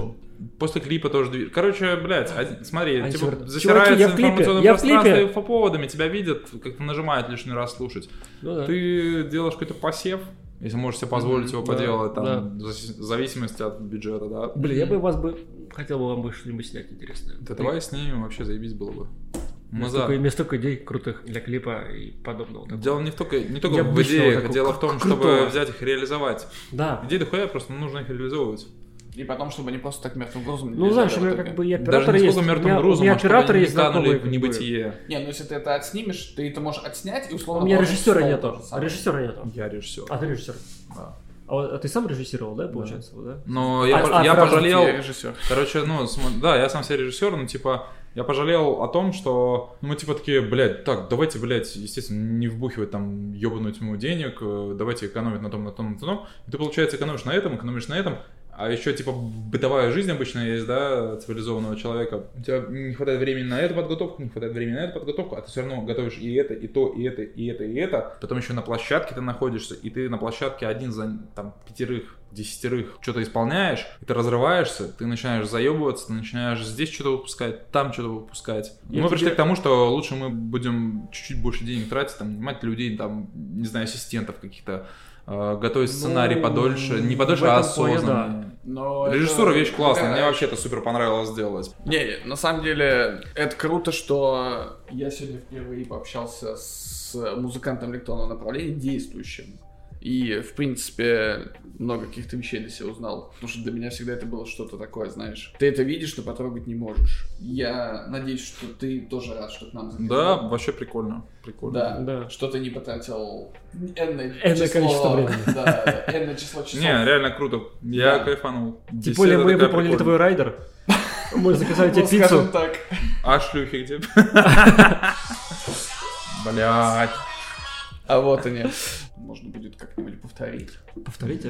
Speaker 1: После клипа тоже движ- Короче, блядь, один- смотри,
Speaker 2: Они
Speaker 1: типа,
Speaker 2: говорят,
Speaker 1: засирается
Speaker 2: а «Чуваки, я в клипе,
Speaker 1: информационное
Speaker 2: я в
Speaker 1: пространство
Speaker 2: клипе».
Speaker 1: и по поводами, тебя видят, как-то нажимают лишний раз слушать.
Speaker 2: Ну да.
Speaker 1: Ты делаешь какой-то посев, если можешь себе позволить
Speaker 2: Мгм,
Speaker 1: его
Speaker 2: да,
Speaker 1: поделать,
Speaker 2: да.
Speaker 1: там, в завис- в зависимости от бюджета, да.
Speaker 2: Блин, я бы вас бы... Хотел бы вам бы что-нибудь снять интересное.
Speaker 1: Да давай снимем, вообще заебись было бы.
Speaker 2: У меня
Speaker 1: Мы
Speaker 2: столько- у
Speaker 1: за.
Speaker 2: меня столько идей крутых для клипа и подобного. такого.
Speaker 1: Дело не только, не только
Speaker 2: Я
Speaker 1: в
Speaker 2: обычного
Speaker 1: идеях,
Speaker 2: такого
Speaker 1: дело в том,
Speaker 2: кру-
Speaker 1: чтобы
Speaker 2: крутого.
Speaker 1: взять их и реализовать.
Speaker 2: Да.
Speaker 1: Идеи дохуя, просто нужно их реализовать.
Speaker 3: И потом, чтобы они просто так мертвым грузом не
Speaker 2: Ну,
Speaker 3: лежали
Speaker 2: знаешь,
Speaker 3: в
Speaker 2: у меня
Speaker 3: итоге.
Speaker 2: как бы и
Speaker 1: Даже
Speaker 2: оператор
Speaker 1: не
Speaker 2: есть.
Speaker 1: сколько
Speaker 2: у
Speaker 1: мертвым
Speaker 2: меня-
Speaker 1: грузом,
Speaker 2: у меня
Speaker 1: а чтобы
Speaker 2: оператор
Speaker 1: они не
Speaker 2: есть
Speaker 1: канули
Speaker 2: знакомые.
Speaker 1: в
Speaker 2: как бы.
Speaker 1: небытие.
Speaker 3: Не, ну если ты это отснимешь, ты это можешь отснять и условно...
Speaker 2: У меня
Speaker 3: положить
Speaker 2: режиссера
Speaker 3: в стол
Speaker 2: нету.
Speaker 3: то же
Speaker 2: А
Speaker 3: самое.
Speaker 2: режиссера нету.
Speaker 1: Я режиссер.
Speaker 2: А ты режиссер.
Speaker 1: Да.
Speaker 2: А, вот- а ты сам режиссировал, да, получается? вот, Да.
Speaker 1: Но я,
Speaker 2: А-
Speaker 1: по-
Speaker 2: а
Speaker 1: я
Speaker 2: сразу
Speaker 1: пожалел.
Speaker 3: Я режиссер.
Speaker 1: Короче, ну, см- да, я сам себе режиссер, ну, типа, я пожалел о том, что ну, мы, типа, такие, блядь, так, давайте, блядь, естественно, не вбухивать там ебаную тьму денег, э, давайте экономить на том, на том, на том. И ты, получается, экономишь на этом, экономишь на этом, а еще, типа, бытовая жизнь обычная есть, да, цивилизованного человека. У тебя не хватает времени на эту подготовку, не хватает времени на эту подготовку, а ты все равно готовишь и это, и то, и это, и это, и это. Потом еще на площадке ты находишься, и ты на площадке один за там пятерых, десятерых что-то исполняешь, и ты разрываешься, ты начинаешь заебываться, ты начинаешь здесь что-то выпускать, там что-то выпускать. И
Speaker 2: Я
Speaker 1: мы пришли
Speaker 2: тебе-
Speaker 1: к тому, что лучше мы будем чуть-чуть больше денег тратить, там, нанимать людей, там, не знаю, ассистентов каких-то, э, готовить сценарий
Speaker 3: Ну,
Speaker 1: подольше, не
Speaker 3: в
Speaker 1: подольше,
Speaker 3: этом
Speaker 1: а
Speaker 3: плане,
Speaker 1: осознанно.
Speaker 3: Но
Speaker 1: Режиссура
Speaker 3: это-
Speaker 1: вещь классная,
Speaker 3: да.
Speaker 1: мне вообще это супер понравилось делать.
Speaker 3: Не, на самом деле, это круто, что я сегодня впервые пообщался с музыкантом электронного направления, действующим. И, в принципе, много каких-то вещей для себя узнал. Потому что для меня всегда это было что-то такое, знаешь. Ты это видишь, но потрогать не можешь. Я надеюсь, что ты тоже рад, что к нам заходил.
Speaker 1: Да, вообще прикольно. Прикольно.
Speaker 3: Да.
Speaker 2: Да.
Speaker 3: Что ты не потратил энное,
Speaker 2: Энное
Speaker 3: число-
Speaker 2: количество времени.
Speaker 3: Да, энное число часов.
Speaker 1: Не, реально круто. Я
Speaker 3: Да.
Speaker 1: кайфанул.
Speaker 2: Тем
Speaker 1: Беседа
Speaker 2: более мы
Speaker 1: такая
Speaker 2: выполнили твой
Speaker 1: прикольная.
Speaker 2: райдер. Мы заказали тебе
Speaker 3: Вот Ну, скажем
Speaker 2: пиццу.
Speaker 3: так.
Speaker 1: А шлюхи где? Блять.
Speaker 3: А вот они. Можно будет как-нибудь повторить.
Speaker 2: Повторите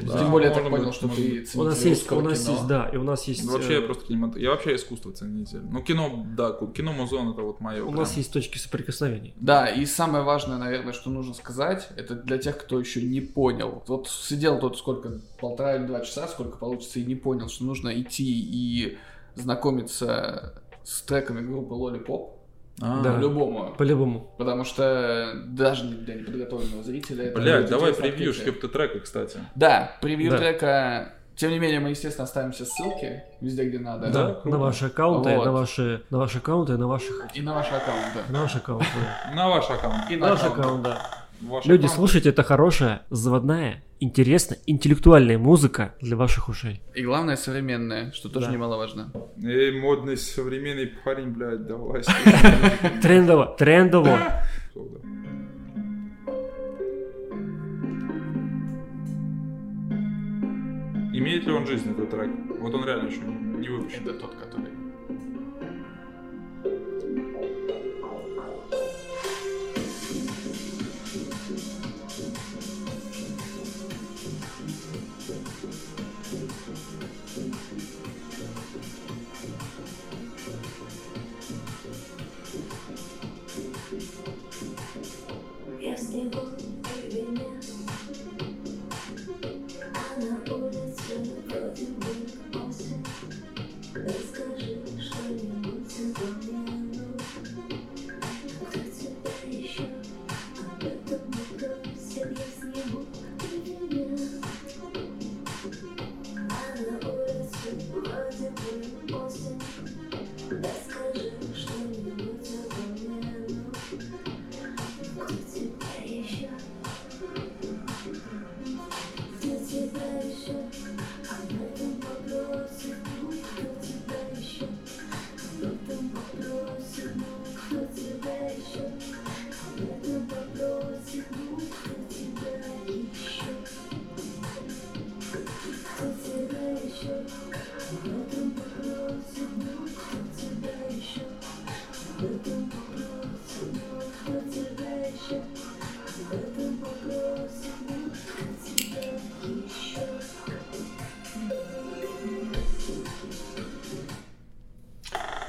Speaker 1: Да.
Speaker 3: Тем
Speaker 2: обязательно.
Speaker 3: более я так
Speaker 1: можно
Speaker 3: понял,
Speaker 1: будет,
Speaker 3: что
Speaker 1: можно
Speaker 3: ты
Speaker 1: будет.
Speaker 3: ценитель
Speaker 2: У нас есть,
Speaker 3: русского
Speaker 2: у нас
Speaker 3: кино.
Speaker 2: есть, да, и у нас есть.
Speaker 1: Ну, Вообще
Speaker 2: э,
Speaker 1: я просто кинемат... Я вообще искусство ценитель. Ну, кино, да, ку- кино музон это вот мое.
Speaker 2: У нас есть точки соприкосновения.
Speaker 3: Да, и самое важное, наверное, что нужно сказать, это для тех, кто еще не понял. Вот сидел тут сколько, полтора или два часа, сколько получится, и не понял, что нужно идти и знакомиться с треками группы Lollipop,
Speaker 1: А,
Speaker 2: Да.
Speaker 3: По-любому.
Speaker 2: По-любому.
Speaker 3: Потому что даже для неподготовленного зрителя... это
Speaker 1: Блядь,
Speaker 3: будет
Speaker 1: давай
Speaker 3: интересно
Speaker 1: превью
Speaker 3: открытие.
Speaker 1: шкипты трека, кстати.
Speaker 3: Да, превью
Speaker 2: Да.
Speaker 3: трека. Тем не менее, мы, естественно, оставим все ссылки везде, где надо.
Speaker 1: Да, круто.
Speaker 2: на ваши аккаунты,
Speaker 3: Вот.
Speaker 2: на ваши, на ваши аккаунты, на ваших,
Speaker 3: И на ваши аккаунты.
Speaker 2: на ваши аккаунты. да.
Speaker 1: На ваш аккаунт.
Speaker 3: И
Speaker 2: На ваш
Speaker 3: аккаунты.
Speaker 2: аккаунт, да.
Speaker 1: Ваш
Speaker 2: Люди,
Speaker 1: аккаунт.
Speaker 2: слушайте, это хорошая, заводная, интересная, интеллектуальная музыка для ваших ушей.
Speaker 3: И главное, современное, что тоже
Speaker 2: Да.
Speaker 3: немаловажно.
Speaker 1: Эй, модный современный парень, блядь, давай.
Speaker 2: Трендово, трендово.
Speaker 1: Имеет ли он жизнь, этот трек? Вот он реально еще не выпущен.
Speaker 3: Это тот, который...
Speaker 8: Если вы меня, а на улице вроде бы осень, расскажи что-нибудь забавное. Кто тебя еще об этом попросил, я сниму тебя. А на улице вроде бы осень, расскажи что-нибудь забавное. Кто тебя еще? Кто тебя еще? Об этом вопросе. Кто тебя еще? Об этом вопросе. Кто тебя еще? Об этом вопросе. Кто тебя еще? Кто тебя еще? Об этом вопросе. Кто тебя еще? Об этом вопросе. Кто тебя еще? Об этом вопросе. Кто тебя еще?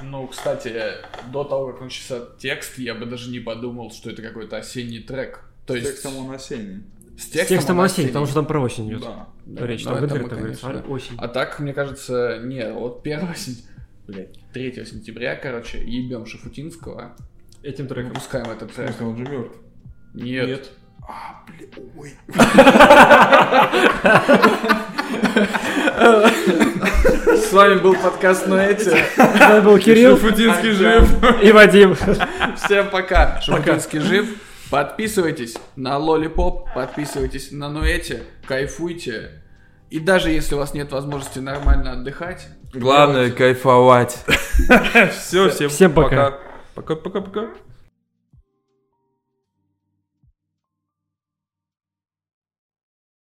Speaker 3: Ну, кстати, до того, как начался текст, я бы даже не подумал, что это какой-то осенний трек. То
Speaker 1: С
Speaker 3: есть...
Speaker 1: текстом он осенний.
Speaker 3: С
Speaker 2: С текстом
Speaker 3: он
Speaker 2: осень,
Speaker 3: осенний.
Speaker 2: потому что там про осень идет.
Speaker 1: Да.
Speaker 3: Да,
Speaker 2: Речь
Speaker 3: да,
Speaker 2: там
Speaker 3: это мы,
Speaker 2: конкретно говорится.
Speaker 3: конечно, да.
Speaker 2: а, Осень.
Speaker 3: А так, мне кажется, не, вот 1 сентября, 3 сентября, короче, ебем Шафутинского,
Speaker 2: Этим треком.
Speaker 3: выпускаем этот трек.
Speaker 1: Просто он же мертв.
Speaker 3: Нет.
Speaker 1: А, блядь, ой.
Speaker 3: С вами был подкаст «Ну, Ноэти.
Speaker 2: Это был Кирилл
Speaker 1: Шуфутинский
Speaker 3: а,
Speaker 1: жив.
Speaker 2: и Вадим.
Speaker 3: Всем пока. Шафутинский жив. Подписывайтесь на Лолипоп, подписывайтесь на Нуэти, кайфуйте. И даже если у вас нет возможности нормально отдыхать,
Speaker 1: Главное кайфовать. Все, всем
Speaker 2: Всем пока.
Speaker 1: Пока-пока-пока.